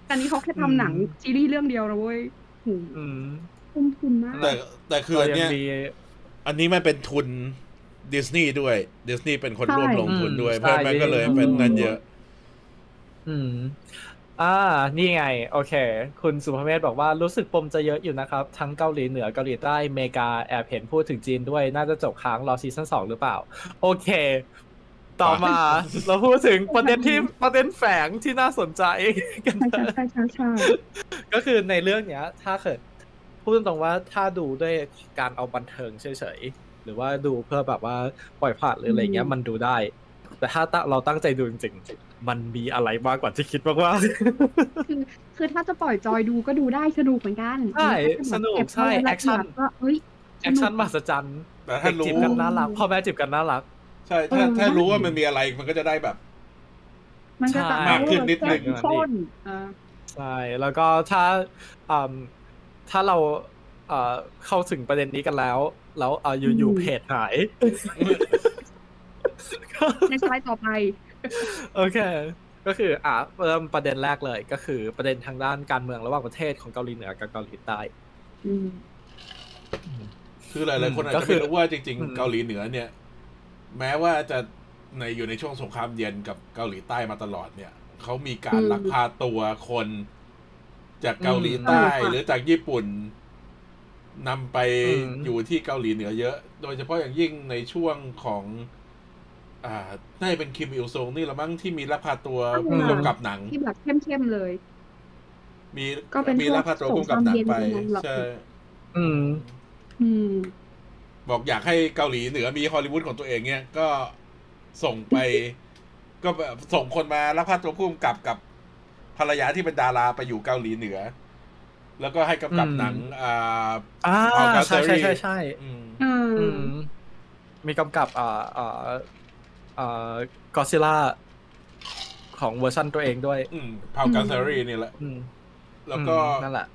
Speaker 3: อันนี้เขาแค่
Speaker 2: อืม
Speaker 3: ทำหนังซีรีส์เรื่องเดียวนะเว้ยโห
Speaker 2: อืม
Speaker 3: คุ้มทุนมาก
Speaker 1: แต่แต่คืออัน
Speaker 2: ยั
Speaker 1: เนี้ย
Speaker 2: มี
Speaker 1: อันนี้มันเป็นทุนดิสนีย์ด้วย ดิสนีย์เป็นคนร่วมลงทุนด้วย
Speaker 2: ใช่
Speaker 1: เพราะฉะนั้นมันก็เลย
Speaker 2: อืม
Speaker 1: เป็นนั่นเยอะ
Speaker 2: อืม อ่า นี่ไง โอเค คุณสุภเมธบอกว่ารู้สึกปมจะเยอะอยู่นะครับ ทั้งเกาหลีเหนือเกาหลีใต้อเมริกาแอบเห็นพูดถึงจีนด้วย น่าจะจบค้างรอซีซั่นสองหรือเปล่า โอเค ต่อมา เราพูดถึงประเด็นที่ประเด็นแฝงที่น่าสนใจกัน
Speaker 3: ใช่
Speaker 2: เถอะ
Speaker 3: ใช่ใช่ใช่ใช่
Speaker 2: ก็คือในเรื่องเนี้ย ถ้าเกิดพูดตรงๆว่าถ้าดูด้วยการเอาบันเทิงเฉยๆ หรือว่าดูเพื่อแบบว่าปล่อยผ่านหรืออะไรเงี้ยมันดูได้ แต่ถ้าตะเราตั้งใจดูจริงๆ มันมีอะไรมากกว่าที่คิดมากๆ
Speaker 3: คือคือถ้าจะปล่อยจอยดูก็ดูได้สนุกเหมือนกัน
Speaker 2: ใช่สนุก
Speaker 3: เบ
Speaker 2: ใช่
Speaker 3: รายละเยด
Speaker 2: action
Speaker 3: ว่าเฮ้ย
Speaker 2: แอคชั่นมหัศจรรย์
Speaker 1: แต่ถ้า
Speaker 2: เด็ก
Speaker 1: รู้
Speaker 2: จีบกันน่ารักพ่อแม่จีบกันน่ารัก
Speaker 1: ใช่ถ้าถ้ารู้ว่ามันมีอะไรมันก็จะได้แบบ
Speaker 3: มันก็จะ
Speaker 2: ใช่
Speaker 1: มากขึ้นนิดนึง
Speaker 3: แก้มข้นเออ
Speaker 2: ใช่ แล้วก็ถ้าอืมถ้าเราเอ่อเข้าถึงประเด็นนี้กันแล้ว แล้วเอ่ออยู่ๆเพจหาย
Speaker 3: ในสไลด์ต่อไป
Speaker 2: โอเค ก็คืออ่ะเริ่มประเด็นแรกเลยก็คือประเด็นทางด้านการเมืองระหว่างประเทศของเกาหลีเหนือกับเกาหลีใต้
Speaker 3: อืม
Speaker 1: คือหลายๆคนอาจ
Speaker 2: ก็
Speaker 1: จะ
Speaker 2: คือ
Speaker 1: ไม่รู้ว่าจริง
Speaker 2: อืม
Speaker 1: ๆ เกาหลีเหนือเนี่ย แม้ว่าจะในอยู่ในช่วงสงครามเย็นกับเกาหลีใต้มาตลอดเนี่ย เขามีการ
Speaker 3: อืม
Speaker 1: ลักพาตัวคน จากเกาหลีใต้
Speaker 3: อืม
Speaker 1: หรือจากญี่ปุ่นนำไป
Speaker 2: อืม
Speaker 1: อยู่ที่เกาหลีเหนือเยอะ โดยเฉพาะอย่างยิ่งในช่วงของ อ่าน่าจะเป็นคิมอิลซงนี่ละมั้งที่มีลักพาตัวกำกับหนัง
Speaker 3: ที่แบบเข้มๆเลย
Speaker 1: มี
Speaker 3: ก็เป็น
Speaker 1: มีลักพาตัวกำกับหนังไปใช่
Speaker 2: อืม
Speaker 3: อืม
Speaker 1: บอกอยากให้เกาหลีเหนือมีฮอลลีวูดของตัวเองเนี่ย ก็ส่งไป ก็แบบส่งคนมารับพาตัวผู้กำกับกับภรรยาที่เป็นดาราไปอยู่เกาหลีเหนือ แล้วก็ให้กำกับ
Speaker 2: อืม
Speaker 1: หนัง อ่า
Speaker 2: อ่า
Speaker 1: เอากา
Speaker 2: ใช่
Speaker 1: เซอรี่
Speaker 2: ใช่ใช่ใช่
Speaker 1: อืม
Speaker 3: เออ
Speaker 2: อืมมีกำกับอ่าอ่าอ่ากอซิล่าของเวอร์ชันตัวเองด้วย
Speaker 1: อืมพาวกาเซอรี่นี่แหละ
Speaker 2: อืม
Speaker 1: แล้วก็
Speaker 2: อืมนั่นแหละ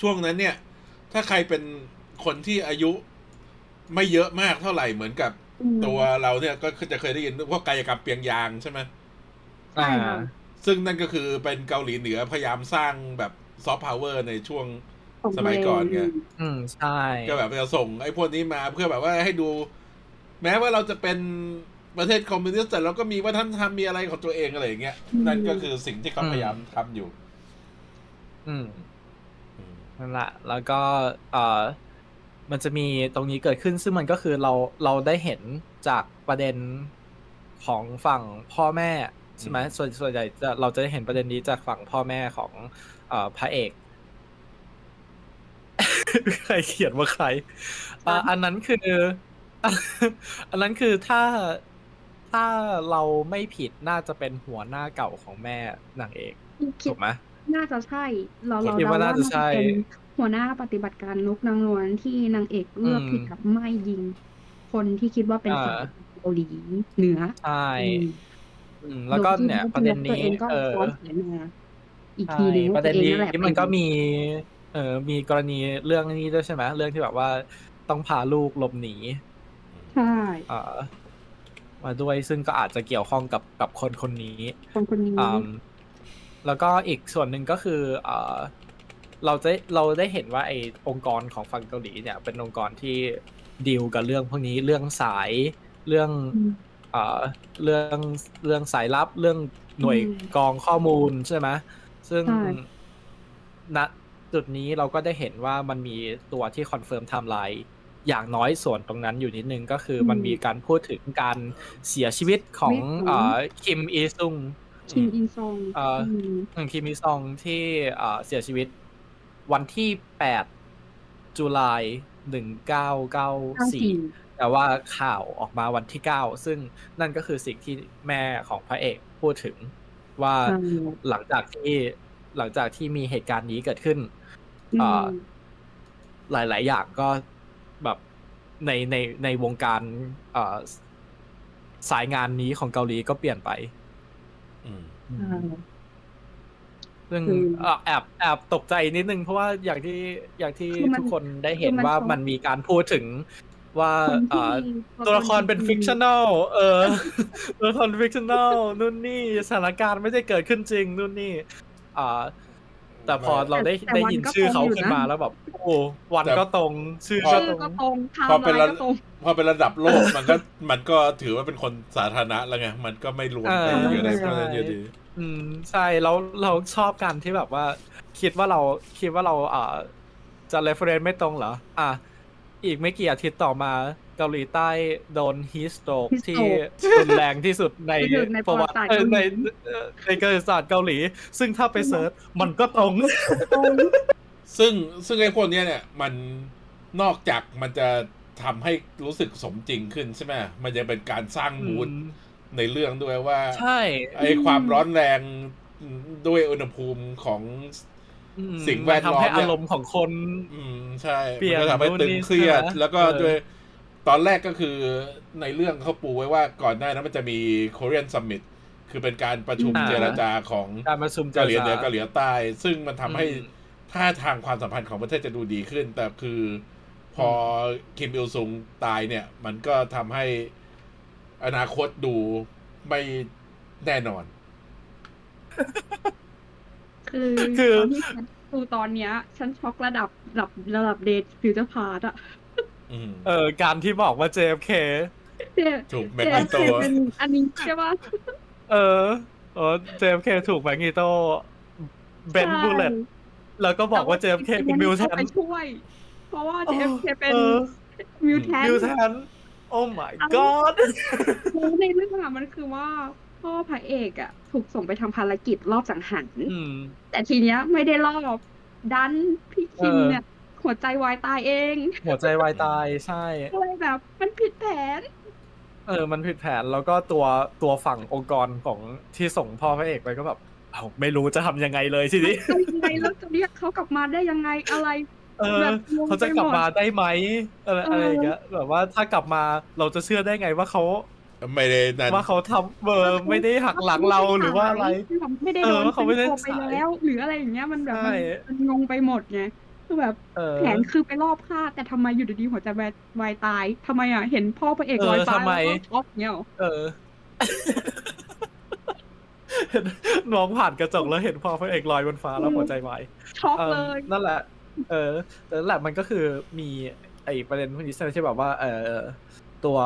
Speaker 1: ช่วงนั้นเนี่ย ถ้าใครเป็นคนที่อายุไม่เยอะมากเท่าไหร่เหมือนกับ
Speaker 3: อืม
Speaker 1: ตัวเราเนี่ย ก็จะเคยได้ยินพวกกายกรรมเปียงยางใช่ไหม
Speaker 3: ใช่ค่ะ
Speaker 1: ซึ่งนั่นก็คือเป็นเกาหลีเหนือพยายามสร้างแบบซอฟต์พาวเวอร์ในช่วง
Speaker 3: ของ
Speaker 1: สมัยก่อนไง
Speaker 2: อืมใช่
Speaker 1: ก็แบบจะส่งไอ้พวกนี้มาเพื่อแบบว่าให้ดู แม้ว่าเราจะเป็นประเทศคอมมิวนิสต์แต่เราก็มีวัฒนธรรมมีอะไรของตัวเองอะไรอย่างเงี้ยนั่นก็คือสิ่งที่เขาพยายามทำอยู่
Speaker 2: อืม นั่นแหละ แล้วก็เออมันจะมีตรงนี้เกิดขึ้น ซึ่งมันก็คือเรา เราได้เห็นจากประเด็นของฝั่งพ่อแม่ ใช่ไหมส่วนส่วนใหญ่จะเราจะได้เห็นประเด็นนี้จากฝั่งพ่อแม่ของ เอ่อพระเอก [laughs] ใครเขียนว่าใครอ่ะอันนั้นคือ [laughs] อันนั้นคือถ้า ถ้าเราไม่ผิดน่าจะเป็นหัวหน้าเก่าของแม่นางเอก
Speaker 3: คิ
Speaker 2: ถู
Speaker 3: ด
Speaker 2: กไหม
Speaker 3: น่าจะใช่ เราเรา
Speaker 2: คิดว่าน่าจะใช่
Speaker 3: เป็นหัวหน้าปฏิบัติการลุกนางนวลที่นางเอกเลือกที่จะไม่ยิง คนที่คิดว่าเป็นสายเกาหลีเหนือ
Speaker 2: ใช่
Speaker 3: อืม
Speaker 2: อืมแล้วก็เนี่ยประเด็นนี้
Speaker 3: ตัว
Speaker 2: เออ
Speaker 3: เองก็ฟ้องเสียมาอีก
Speaker 2: ใช่
Speaker 3: ทีหนึง
Speaker 2: ป
Speaker 3: ว่า
Speaker 2: ระ
Speaker 3: ตั
Speaker 2: เด็น
Speaker 3: วเอง
Speaker 2: นี้
Speaker 3: นั่นแหละ
Speaker 2: มันก็มี เออมีกรณีเรื่องนี้ด้วยใช่ไหมเรื่องที่แบบว่าต้องพาลูกหลบหนี
Speaker 3: ใช่
Speaker 2: เอ่อมาด้วยซึ่งก็อาจจะเกี่ยวข้องกับกับคนคนนี้
Speaker 3: คนคนนี้
Speaker 2: อืมแล้วก็อีกส่วนหนึ่งก็คือเออเราจะเราได้เห็นว่าไอองค์กรของฝั่งเกาหลีเนี่ย เป็นองค์กรที่ดีลกับเรื่องพวกนี้เรื่องสายเรื่อง
Speaker 3: อืม
Speaker 2: เอ่อเรื่องเรื่องสายลับเรื่องหน่วย
Speaker 3: อืม
Speaker 2: กรองข้อมูลใช่ไหมซึ่ง
Speaker 3: ใช่
Speaker 2: ณจุดนี้เราก็ได้เห็นว่ามันมีตัวที่คอนเฟิร์มไทม์ไลน์อย่างน้อยส่วนตรงนั้นอยู่นิดนึงก็คือมันมีการพูดถึงการเสียชีวิตของเอ่อคิมอีซุง
Speaker 3: คิมอินซง
Speaker 2: เอ่ออื
Speaker 3: ม
Speaker 2: หนึ่งคิมอีซองที่เอ่อเสียชีวิตวันที่ 8 จุลาย
Speaker 3: เก้าสี่
Speaker 2: 1994 แต่ว่าข่าวออกมาวันที่เก้าซึ่งนั่นก็คือสิ่งที่แม่ของพระเอกพูดถึงว่า
Speaker 3: ใช่
Speaker 2: หลังจากที่หลังจากที่มีเหตุการณ์นี้เกิดขึ้น เอ่อ
Speaker 3: ม
Speaker 2: หลาย ๆ อย่างก็แบบในในในวงการเอ่อสายงานนี้ของเกาหลีก็เปลี่ยนไป ซึ่ง
Speaker 3: อืม
Speaker 2: เอ่อแอบแอบตกใจนิดนึง เพราะว่าอย่างที่อย่างที่
Speaker 3: คือมัน
Speaker 2: ทุกคนได้เห็น
Speaker 3: คือมัน
Speaker 2: ว่า
Speaker 3: ช็อก
Speaker 2: มันมีการพูดถึงว่า
Speaker 3: คน
Speaker 2: เอ่อ
Speaker 3: ที่มี
Speaker 2: ตัวละครเป็น
Speaker 3: จ
Speaker 2: ฟิ
Speaker 3: ง
Speaker 2: ก
Speaker 3: ๆ
Speaker 2: ชัน a ลเออ [laughs] ตัวละครฟิกชัน a ลนู่นนี่สถานการณ์ไม่ได้เกิดขึ้นจริง นู่นนี่ อ่า แต่พอเราได้
Speaker 3: แต่
Speaker 2: ได้
Speaker 3: วัน
Speaker 2: ยิน
Speaker 3: ก็
Speaker 2: ชื่อเขา
Speaker 3: ตรงอยู่
Speaker 2: ขึ้น
Speaker 3: นะ
Speaker 2: มาแล้วแบบ โอ้วัน
Speaker 1: แต่
Speaker 2: ก็ตรง ชื่อก็
Speaker 3: ชื่อ
Speaker 2: ตร
Speaker 3: ก็
Speaker 2: ง
Speaker 3: ตรงไท
Speaker 1: พอ
Speaker 3: ม์
Speaker 1: เป็น
Speaker 3: ไล
Speaker 1: ระ
Speaker 3: น์ก็ตรง
Speaker 1: พอเป็นระดับโลกมันก็มันก็ถือว่าเป็นคนสาธารณะแล้วไงมันก็ไม่รวมกัน
Speaker 2: เออ
Speaker 1: อยู่ใน
Speaker 2: ใช่
Speaker 1: ประเทศอยู่ดี
Speaker 2: อืมใช่แล้วเราชอบการที่แบบว่า คิดว่าเราคิดว่าเราอ่าจะเรฟเ e น c ์ไม่ตรงเหรอ อ่ะ อีกไม่กี่อาทิตย์ต่อมาเกาหลีใต้โดนฮีสโตก
Speaker 3: heat
Speaker 2: ที่
Speaker 3: stroke
Speaker 2: รุนแรงที่สุดใน
Speaker 3: [laughs] ที่สุดในประวัติศาสตร์
Speaker 2: เออใน
Speaker 3: เกาหลี
Speaker 2: เออในประวัติศาสตร์เกาหลี ซึ่งถ้าไปเซิร์ชมันก็ตรง
Speaker 3: ตรง
Speaker 1: ซึ่งซึ่งไอ้พวกเนี้ยเนี่ยมันนอกจากมันจะทำให้รู้สึกสมจริงขึ้นใช่ไหมมันจะเป็นการสร้างมูดในเรื่องด้วยว่า
Speaker 2: ใช่
Speaker 1: ไอ้ความร้อนแรงด้วยอุณหภูมิของ
Speaker 2: อืม
Speaker 1: สิ่งแวดล้อม
Speaker 2: นทำให้
Speaker 1: เนี่ย
Speaker 2: อารมณ์ของคน
Speaker 1: อืมใช่
Speaker 2: เปลี่ยน
Speaker 1: มันก็ทำให้ตึงเครียด
Speaker 2: นู่นนี่ใช่ไหม
Speaker 1: แล้วก็
Speaker 2: เออ
Speaker 1: ด้วยตอนแรกก็คือในเรื่องเขาปูไว้ว่าก่อนหน้านั้นมันจะมี Korean Summit คือเป็นการประชุม
Speaker 3: อ่า
Speaker 1: เจรจาของ
Speaker 2: การประชุมจรจ
Speaker 1: เกาหลีเหนือเกาหลีใต้ ซึ่งมันทำให้
Speaker 2: อืม
Speaker 1: ท่าทางความสัมพันธ์ของประเทศจะดูดีขึ้น แต่คือพอคิมอิลซุงตายเนี่ย มันก็ทำให้อนาคตดูไม่แน่นอน
Speaker 3: คือ
Speaker 2: คือ
Speaker 3: ตอนที่ฉันดูตอนเนี้ย ฉันช็อกระดับระดับระดับเดทฟิวเจอร์พาร์ตอะ
Speaker 1: อืม
Speaker 2: เออการที่บอกว่า JFK
Speaker 3: เจ
Speaker 1: ถูกแมก
Speaker 3: เจ
Speaker 1: นิโต
Speaker 3: คือเป็นอันนี้ใช่ปะ
Speaker 2: เออเออ JFK ถูกแมกนิโตเบน
Speaker 3: ใช่
Speaker 2: บูเลตแล้วก็บอกว่า JFK
Speaker 3: แต่
Speaker 2: เป็นมิวแท
Speaker 3: เข้าน ไปช่วย เพราะว่าเจฟเคเป็น
Speaker 2: ออ
Speaker 3: มิวแทน
Speaker 2: มิวแทนโอ้ my god
Speaker 3: แล้วในเรื่องราวมันคือว่าพ่อพระเอกอะถูกส่งไปทำภารกิจรอบสังหาร
Speaker 2: อืม
Speaker 3: แต่ทีเนี้ยไม่ได้รอบดันพี่คิม
Speaker 2: เออ
Speaker 3: เนี่ย หัวใจวายตายเอง [laughs]
Speaker 2: หัวใจวายตายใช่
Speaker 3: ก็เลยแบบ มันผิดแผน
Speaker 2: เออ มันผิดแผนแล้วก็ตัวตัวฝั่งองค์กรของที่ส่งพ่อพระเอกไปก็แบบเอ้าไม่รู้จะทำยังไงเลยทีนี้
Speaker 3: [laughs] ทำยังไงแล้วจะเรียกเขากลับมาได้ยังไงอะไร
Speaker 2: เออ
Speaker 3: แบบงง
Speaker 2: เขาจะกลับมา
Speaker 3: ไปหมด
Speaker 2: ได้ไหมอะไรอะไรอย่างเงี้ยแบบว่าถ้ากลับมาเราจะเชื่อได้ไงว่าเขา
Speaker 1: ไม่ได้นั่น
Speaker 2: ว่าเขาทำเบอร์ไม่ได้หักหลังเราหรือว่าอะไร
Speaker 3: ไม่ได้
Speaker 2: เอ
Speaker 3: โด
Speaker 2: อน เขาไม่ได้
Speaker 3: ตัวไปแล้ว หรืออะไรอย่างเงี้ยมันแบบมัน
Speaker 2: ใช่
Speaker 3: มันงงไปหมดไงคือแบบ
Speaker 2: เออ
Speaker 3: แผนคือไปรอบฆ่าแต่ทำไมอยู่ดีๆหัวใจวายตายทำไมอ่ะเห็นพ่อพระเอกลอยฟ้าแล้วก็ช็อกเงี้ยหรอ
Speaker 2: เออเห็นมองผ่านกระจกแล้วเห็นพ่อพระเอกลอยบนฟ้าแล้วหัวใจวาย
Speaker 3: ช็อก
Speaker 2: เอิ่ม
Speaker 3: เลย
Speaker 2: นั่นแหละ เออแต่นั่นแหละมันก็คือมีไอประเด็นพวกนี้ใช่ไหมที่แบบว่า เออตัว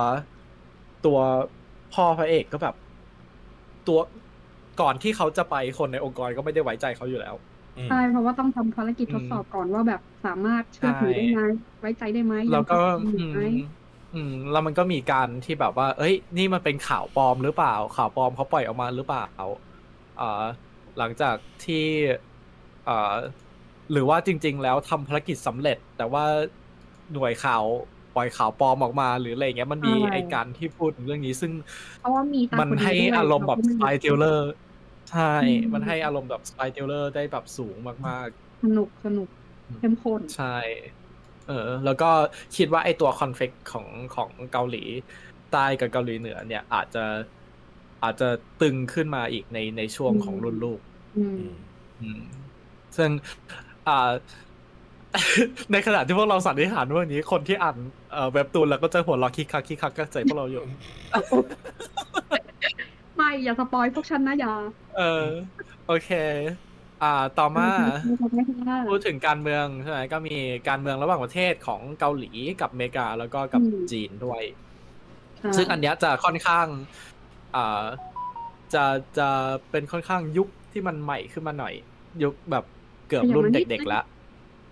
Speaker 2: ตัวพ่อพระเอกก็แบบ ตัวก่อนที่เขาจะไปคนในองค์กรก็ไม่ได้ไว้ใจเขาอยู่แล้ว
Speaker 1: อืม
Speaker 3: ใช่ เพราะว่าต้องทำภารกิจทดสอบก่อนว่าแบบสามารถเชื่อถือได้ไหมไว้ใจได้ไหม
Speaker 2: แล้วก็
Speaker 3: ยัง
Speaker 2: อื
Speaker 3: ไงไหม
Speaker 2: มอืมแล้วมันก็มีการที่แบบว่า เอ้ย นี่มันเป็นข่าวปลอมหรือเปล่า ข่าวปลอมเขาปล่อยออกมาหรือเปล่าอ่าหลังจากที่อ่าหรือว่าจริง ๆ แล้วทำภารกิจสำเร็จ แต่ว่าหน่วยข่าวปล่อยข่าวปลอมออกมา หรืออะไรเงี้ยมันมีไอการที่พูดถึงเรื่องนี้ซึ่ง
Speaker 3: เพราะว่ามีตา
Speaker 2: มัน
Speaker 3: คน
Speaker 2: ให้
Speaker 3: เดียวด้วย
Speaker 2: อารมณ์แบบ
Speaker 3: เาก็
Speaker 2: ส
Speaker 3: ไม่
Speaker 2: ไปเทเลอร์ใช่
Speaker 3: อืม
Speaker 2: มันให้อารมณ์แบบสไปเทเลอร์ได้แบบสูงมาก
Speaker 3: สนุกสนุกเข้มข้น
Speaker 2: ๆ ใช่ เออ แล้วก็คิดว่าไอตัวคอนฟ lict ของของเกาหลีใต้กับเกาหลีเหนือเนี่ยอาจจะอาจจะตึงขึ้นมาอีกในในช่วงของรุ่นลูก
Speaker 3: อื
Speaker 2: [laughs]
Speaker 3: ม
Speaker 2: อืมซึ่งอ่า [laughs] ในขณะที่พวกเราสันนิษฐานเรื่องนี้คนที่อ่านเอ่อเว็บตูนแล้วก็จะหัวเรอคิกคักคิกคักก็ใจพวกเราอยู่
Speaker 3: ไม่อย่าสปอยพวกฉันนะอย่า
Speaker 2: เออ โอเค อ่า ต่อมา
Speaker 3: ไม่ทำไม่ได้
Speaker 2: พูดถึงการเมืองใช่ไหมก็มีการเมืองระหว่างประเทศของเกาหลีกับอเมริกาแล้วก็กับ
Speaker 3: อืม
Speaker 2: จีนด้วย
Speaker 3: ใช่
Speaker 2: ซึ่งอันเนี้ยจะค่อนข้างอ่าจะจะเป็นค่อนข้างยุคที่มันใหม่ขึ้นมาหน่อย ยุคแบบเกือบรุ่นเด็กๆละ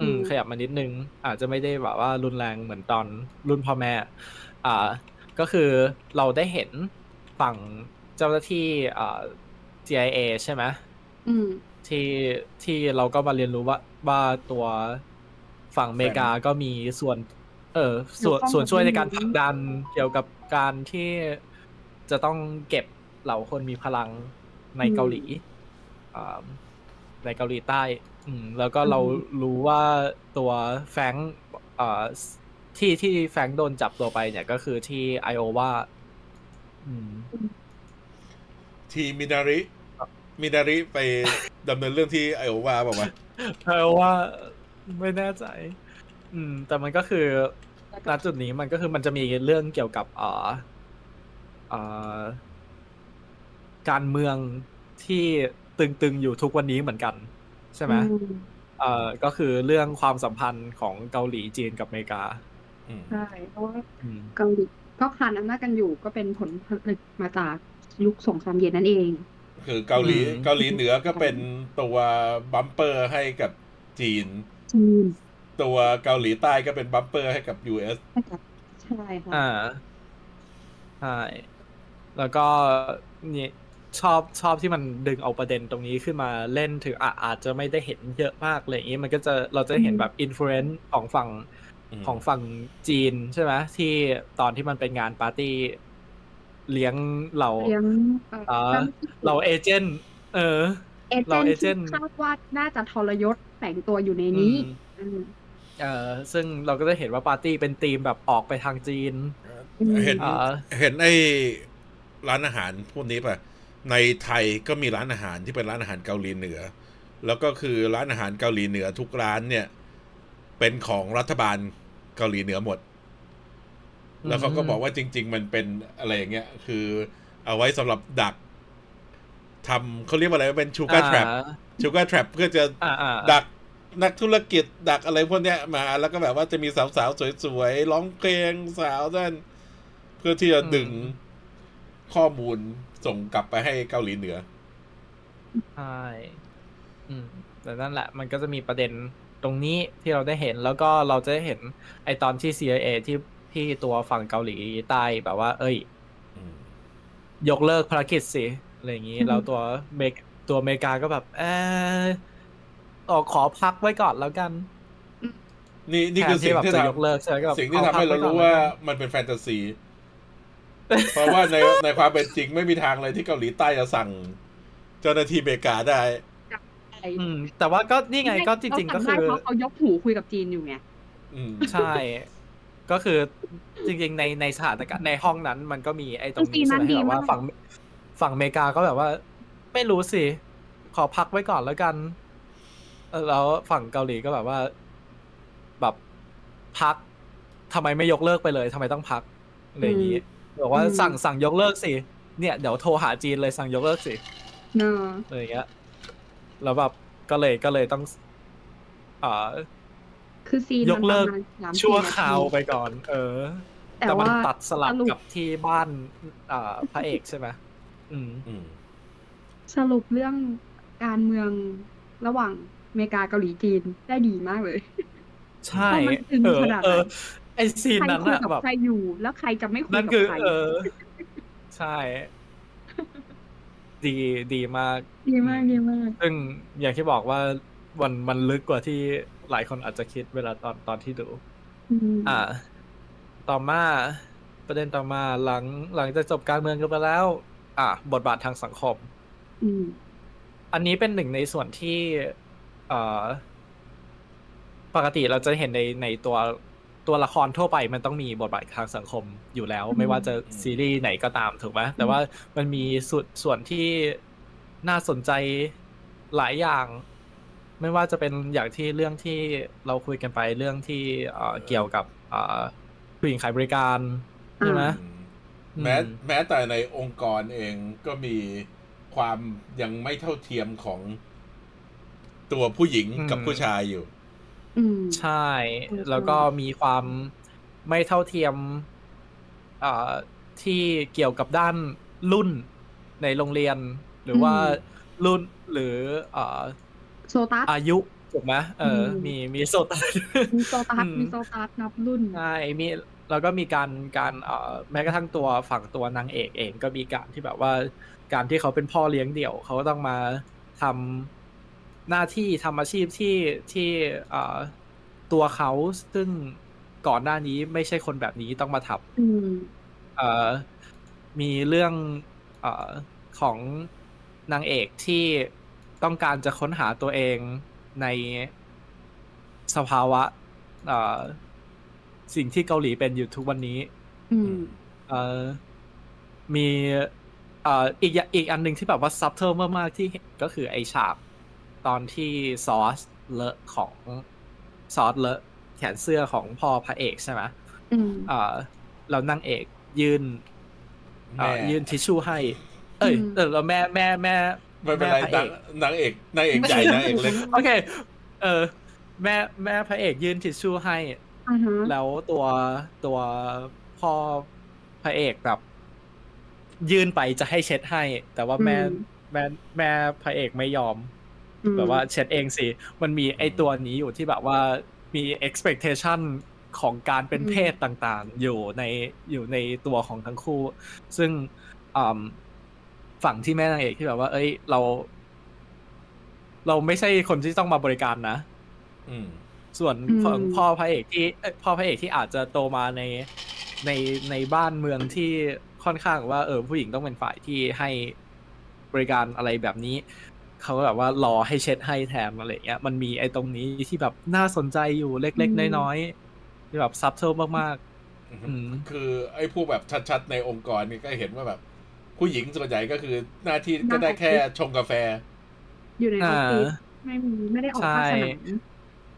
Speaker 2: อืม ขยับมานิดนึง อาจจะไม่ได้แบบว่ารุนแรงเหมือนตอนรุ่นพ่อแม่ อ่า ก็คือเราได้เห็นฝั่งเจ้าหน้าที่อ่า CIA ใช่ไหม
Speaker 3: อืม
Speaker 2: ที่ที่เราก็มาเรียนรู้ว่าว่าตัวฝั่งอเมริกาก็มีส่วน เออส่วน
Speaker 3: เกี่ยวข้องกับ
Speaker 2: ส่วนช่วยในการ
Speaker 3: เรื่
Speaker 2: ผ
Speaker 3: องนี้
Speaker 2: ลักดันเกี่ยวกับการที่จะต้องเก็บเหล่าคนมีพลังในเกาหลีอ่าในเกาหลีใต้ อืม แล้วก็เรารู้ว่าตัวแฟรงค์เอ่อที่ที่แฟรงค์โดนจับตัวไปเนี่ยก็คือที่ไอโอวาอืม
Speaker 1: ทีมินาริ มินาริไปดำเนินเรื่องที่ไอโอวาบอกว่า
Speaker 2: เพราะว่าไม่แน่ใจ อืม แต่มันก็คือณจุดนี้มันก็คือมันจะมีเรื่องเกี่ยวกับเอ่อเอ่อการเมืองที่ตึงๆอยู่ทุกวันนี้เหมือนกัน ใช่ไหม
Speaker 3: อืม
Speaker 2: เอ่อก็คือเรื่องความสัมพันธ์ของเกาหลีจีนกับอเมริกา
Speaker 1: อืม
Speaker 3: ใช่เพราะว่า
Speaker 2: อืม
Speaker 3: เกาหลีก็ขานอำนาจกันอยู่ก็เป็นผลผลิตมาจากยุคสงครามเย็นนั่นเอง
Speaker 1: คือเกาหลี
Speaker 2: อืม
Speaker 1: เกาหลีเหนือก็เป็นตัวบัมเปอร์ให้กับจีน
Speaker 3: จีน
Speaker 1: ตัวเกาหลีใต้ก็เป็นบัมเปอร์ให้กับ US
Speaker 3: ใช่ค่ะ
Speaker 2: อ่าใช่แล้วก็เนี่ยชอบชอบที่มันดึงเอาประเด็นตรงนี้ขึ้นมาเล่นถึงอ่ะอาจจะไม่ได้เห็นเยอะมากอะไรอย่างนี้มันก็จะเราจะเห็นแบบอินฟลูเอนซ์ของฝั่ง
Speaker 1: ม
Speaker 2: ของฝั่งจีนใช่ไหมที่ตอนที่มันเป็นงานปาร์ตี้เลี้ยงเรา
Speaker 3: เลี้ยงเ
Speaker 2: อ่า
Speaker 3: ตั้ง
Speaker 2: เราเอเจนต์เออ
Speaker 3: เอเจ
Speaker 2: เรา
Speaker 3: นต์
Speaker 2: เอเจ
Speaker 3: ที่
Speaker 2: นต์
Speaker 3: คาดว่าน่าจะทรยศแฝงตัวอยู่ในนี้
Speaker 2: อืม
Speaker 3: อืม
Speaker 2: เออซึ่งเราก็จะเห็นว่าปาร์ตี้เป็นธีมแบบออกไปทางจีน
Speaker 1: เห็น
Speaker 3: อืม
Speaker 2: อ่า
Speaker 1: เห็นไอ้ร้านอาหารพวกนี้ป่ะ ในไทยก็มีร้านอาหารที่เป็นร้านอาหารเกาหลีเหนือ แล้วก็คือร้านอาหารเกาหลีเหนือทุกร้านเนี่ย เป็นของรัฐบาลเกาหลีเหนือหมด
Speaker 2: อืม
Speaker 1: แล้วเขาก็บอกว่าจริง ๆ มันเป็นอะไรอย่างเงี้ย คือเอาไว้สำหรับดัก ทำเขาเรียกว่าอะไรเป็นชูการ์ทรัพชูการ์ทรัพเพื่อจะ
Speaker 2: อ่าอ่า
Speaker 1: ดักนักธุรกิจดักอะไรพวกเนี้ยมา แล้วก็แบบว่าจะมีสาวๆสวยๆร้องเพลงสาวนั่นเพื่อที่จะดึงข้อมูลส่งกลับไปให้เกาหลีเหนือ
Speaker 2: ใช่อืมแต่นั่นแหละ มันก็จะมีประเด็นตรงนี้ที่เราได้เห็นแล้วก็เราจะได้เห็นไอตอนที่ CIA ที่ที่ตัวฝั่งเกาหลีใต้แบบว่า เอ้ย
Speaker 1: อืม
Speaker 2: ยกเลิกภารกิจสิอะไรอย่างนี้
Speaker 3: อืม
Speaker 2: แล้วตัวเมกตัวอเมริกาก็แบบเออออกขอพักไว้ก่อนแล้วกัน
Speaker 1: นี่นี่คือ
Speaker 2: แท
Speaker 1: สิ่ง
Speaker 2: แบบ
Speaker 1: ที่
Speaker 2: จะ
Speaker 1: ทำ
Speaker 2: ยกเลิกใช่ไหมก็แบบ
Speaker 1: สิ่งที่
Speaker 2: อ
Speaker 1: ทำ
Speaker 2: พั
Speaker 1: ให้
Speaker 2: ก
Speaker 1: เรา
Speaker 2: ไก่อน
Speaker 1: รู้ว่ามันเป็นแฟนตาซี เพราะว่าในในความเป็นจริงไม่มีทางเลยที่เกาหลีใต้จะสั่ง เจ้าหน้าที่อเมริกาได้
Speaker 2: อืม แต่ว่าก็นี่ไงก็จริง ๆ ก็คือ
Speaker 3: เาทำได้เพราะเขายกหูคุยกับจีนอยู่ไง
Speaker 1: อืม
Speaker 2: ใช่ ก็คือจริงๆในในสถานการณ์ในห้องนั้นมันก็มีไอ้ตรง
Speaker 3: คือซี
Speaker 2: นี้
Speaker 3: นนั้
Speaker 2: ใช่
Speaker 3: น
Speaker 2: ไหม
Speaker 3: ดี
Speaker 2: แบบว่าม
Speaker 3: าก
Speaker 2: ฝั่งฝั่งอเมริกาก็แบบว่า ไม่รู้สิ ขอพักไว้ก่อนแล้วกันเออแล้วฝั่งเกาหลีก็แบบว่า แบบพักทำไมไม่ยกเลิกไปเลยทำไมต้องพักอะไรอย่างนี้บอกว่า
Speaker 3: อืม
Speaker 2: สั่งสั่งยกเลิกสิเนี่ยเดี๋ยวโทรหาจีนเลยสั่งยกเลิกสิ
Speaker 3: เนอะ
Speaker 2: อะไรอย่างเงี้ยแล้วแบบก็เลยก็เลยต้องอ่า
Speaker 3: คือซีน
Speaker 2: ยกเลิก
Speaker 3: มันประมาณสมสี่
Speaker 2: ชั่วคราว
Speaker 3: นาที
Speaker 2: ไปก่อน เออ
Speaker 3: แต่
Speaker 2: แต่มัน
Speaker 3: ว่า
Speaker 2: ตัดสลับ
Speaker 3: สรุป
Speaker 2: กับที่บ้านเอ่อพระเอกใช่ไหมอืม
Speaker 1: อืม
Speaker 3: สรุปเรื่องการเมืองระหว่างอเมริกาเกาหลีจีนได้ดีมากเลย
Speaker 2: ใช่
Speaker 3: ว่ามันตึง
Speaker 2: เออ
Speaker 3: ขนาดไหน
Speaker 2: เออไอซีน
Speaker 3: ใคร
Speaker 2: นั้น
Speaker 3: คุย
Speaker 2: อะ
Speaker 3: กับ
Speaker 2: แบบ
Speaker 3: ใครอยู่แล้วใครจะไม่คุย
Speaker 2: นั่น
Speaker 3: กับ
Speaker 2: คือ
Speaker 3: ใคร
Speaker 2: เออ ใช่ ดีดีมาก
Speaker 3: ดีมากดีมาก
Speaker 2: ซึ่งอย่างที่บอกว่ามันมันลึกกว่าที่หลายคนอาจจะคิดเวลาตอนตอนที่ดู
Speaker 3: ม
Speaker 2: อ่า ต่อมาประเด็นต่อมาหลังหลังจากจบการเมืองกันไปแล้ว อ่ะบทบาททางสังคม
Speaker 3: อืม
Speaker 2: อันนี้เป็นหนึ่งในส่วนที่เอ่อปกติเราจะเห็นในในตัวตัวละครทั่วไปมันต้องมีบทบาททางสังคมอยู่แล้ว
Speaker 3: อืม
Speaker 2: ไม่ว่าจะซีรีส์ไหนก็ตามถูกไหมแต่ว่ามันมีส่วนส่วนที่น่าสนใจหลายอย่าง ไม่ว่าจะเป็นอย่างที่เรื่องที่เราคุยกันไปเรื่องที่เอ่อเกี่ยวกับเอ่อผู้หญิงขายบริการใช่ไหม
Speaker 1: แม้
Speaker 2: อืม
Speaker 1: แม้แต่ในองค์กรเองก็มีความยังไม่เท่าเทียมของตัวผู้หญิงกับผู้ชายอยู่
Speaker 3: อืม
Speaker 2: ใช่
Speaker 3: อืม
Speaker 2: แล้วก็มีความไม่เท่าเทียมเอ่อที่เกี่ยวกับด้านรุ่นในโรงเรียน หรือว่ารุ่นหรือเอ่อ
Speaker 3: โซตัส
Speaker 2: อายุถูกไหมเอออ
Speaker 3: ม
Speaker 2: มีมีโซตัส
Speaker 3: มีโซตัส
Speaker 2: อืม
Speaker 3: มีโซตัสนับรุ่น
Speaker 2: ใช่มีแล้วก็มีการการเอ่อแม้กระทั่งตัวฝั่งตัวนางเอกเองก็มีการที่แบบว่าการที่เขาเป็นพ่อเลี้ยงเดี่ยว เขาก็ต้องมาทำหน้าที่ทำอาชีพที่ที่เอ่อตัวเขาซึ่งก่อนหน้านี้ไม่ใช่คนแบบนี้ต้องมาทำ
Speaker 3: อืม
Speaker 2: เอ่อมีเรื่องเออของนางเอกที่ต้องการจะค้นหาตัวเองในสภาวะเอ่อสิ่งที่เกาหลีเป็นอยู่ทุกวันนี้
Speaker 3: อืม
Speaker 2: เอ่อมีเอ่ออีกอย่างอีกอันหนึ่งที่แบบว่าซับเท e มากๆที่เห็นก็คือไอฉากตอนที่ซอสเลอะของซอสเลอะแขนเสื้อของพ่อพระเอกใช่ไหม
Speaker 3: อืม
Speaker 2: เอ่อเรานั่งเอกยืนเอ่อ
Speaker 1: แม่
Speaker 2: ยืนทิชชู่ให้ เอ้ย
Speaker 3: อืม
Speaker 2: เออเราแม่แม่แม่
Speaker 1: ไม่เป็นไร
Speaker 2: แพะ
Speaker 1: นาง
Speaker 2: อก
Speaker 1: นางเอกนางเอกใหญ่นางเอกเล็ก
Speaker 2: โอเคเออแม่แม่พระเอกยืนทิชชู่ให้
Speaker 3: อ่าฮะ
Speaker 2: แล้วตัวตัวพ่อพระเอกแบบ ยื่นไปจะให้เช็ดให้ แต่ว่าแม่แม่แม่พระเอกไม่ยอม
Speaker 3: อืม
Speaker 2: แบบว่าเช็ดเองสิ มันมีไอตัวนี้อยู่ที่แบบว่ามี expectation ของการเป็นเพศต่างๆ อยู่ในอยู่ในตัวของทั้งคู่ ซึ่งอืมฝั่งที่แม่นางเอกที่แบบว่า เอ้ย เรา เราไม่ใช่คนที่ต้องมาบริการนะ
Speaker 1: อืม
Speaker 2: ส่วนฝั่งพ่อพระเอกที่เอ้ยพ่อพระเอกที่อาจจะโตมาในในในบ้านเมืองที่ค่อนข้างว่า เออผู้หญิงต้องเป็นฝ่ายที่ให้บริการอะไรแบบนี้ เขาก็แบบว่ารอให้เช็ดให้แถมอะไรอย่างเงี้ยมันมีไอ้ตรงนี้ที่แบบน่าสนใจอยู่เล็กๆ น้อยๆที่แบบซับเท e มากๆ อืม
Speaker 1: คือไอ้พวกแบบชัดๆ ในองค์กรเนี่ยก็เห็นว่าแบบ ผู้หญิงส่วนใหญ่ก็คือหน้าที่ก็ได้แค่ชงกาแฟ
Speaker 3: อยู่ในออฟฟิศ
Speaker 2: อ่า
Speaker 3: ไม่มีไม่ได้ออกภาค
Speaker 2: ใช่
Speaker 3: สนาม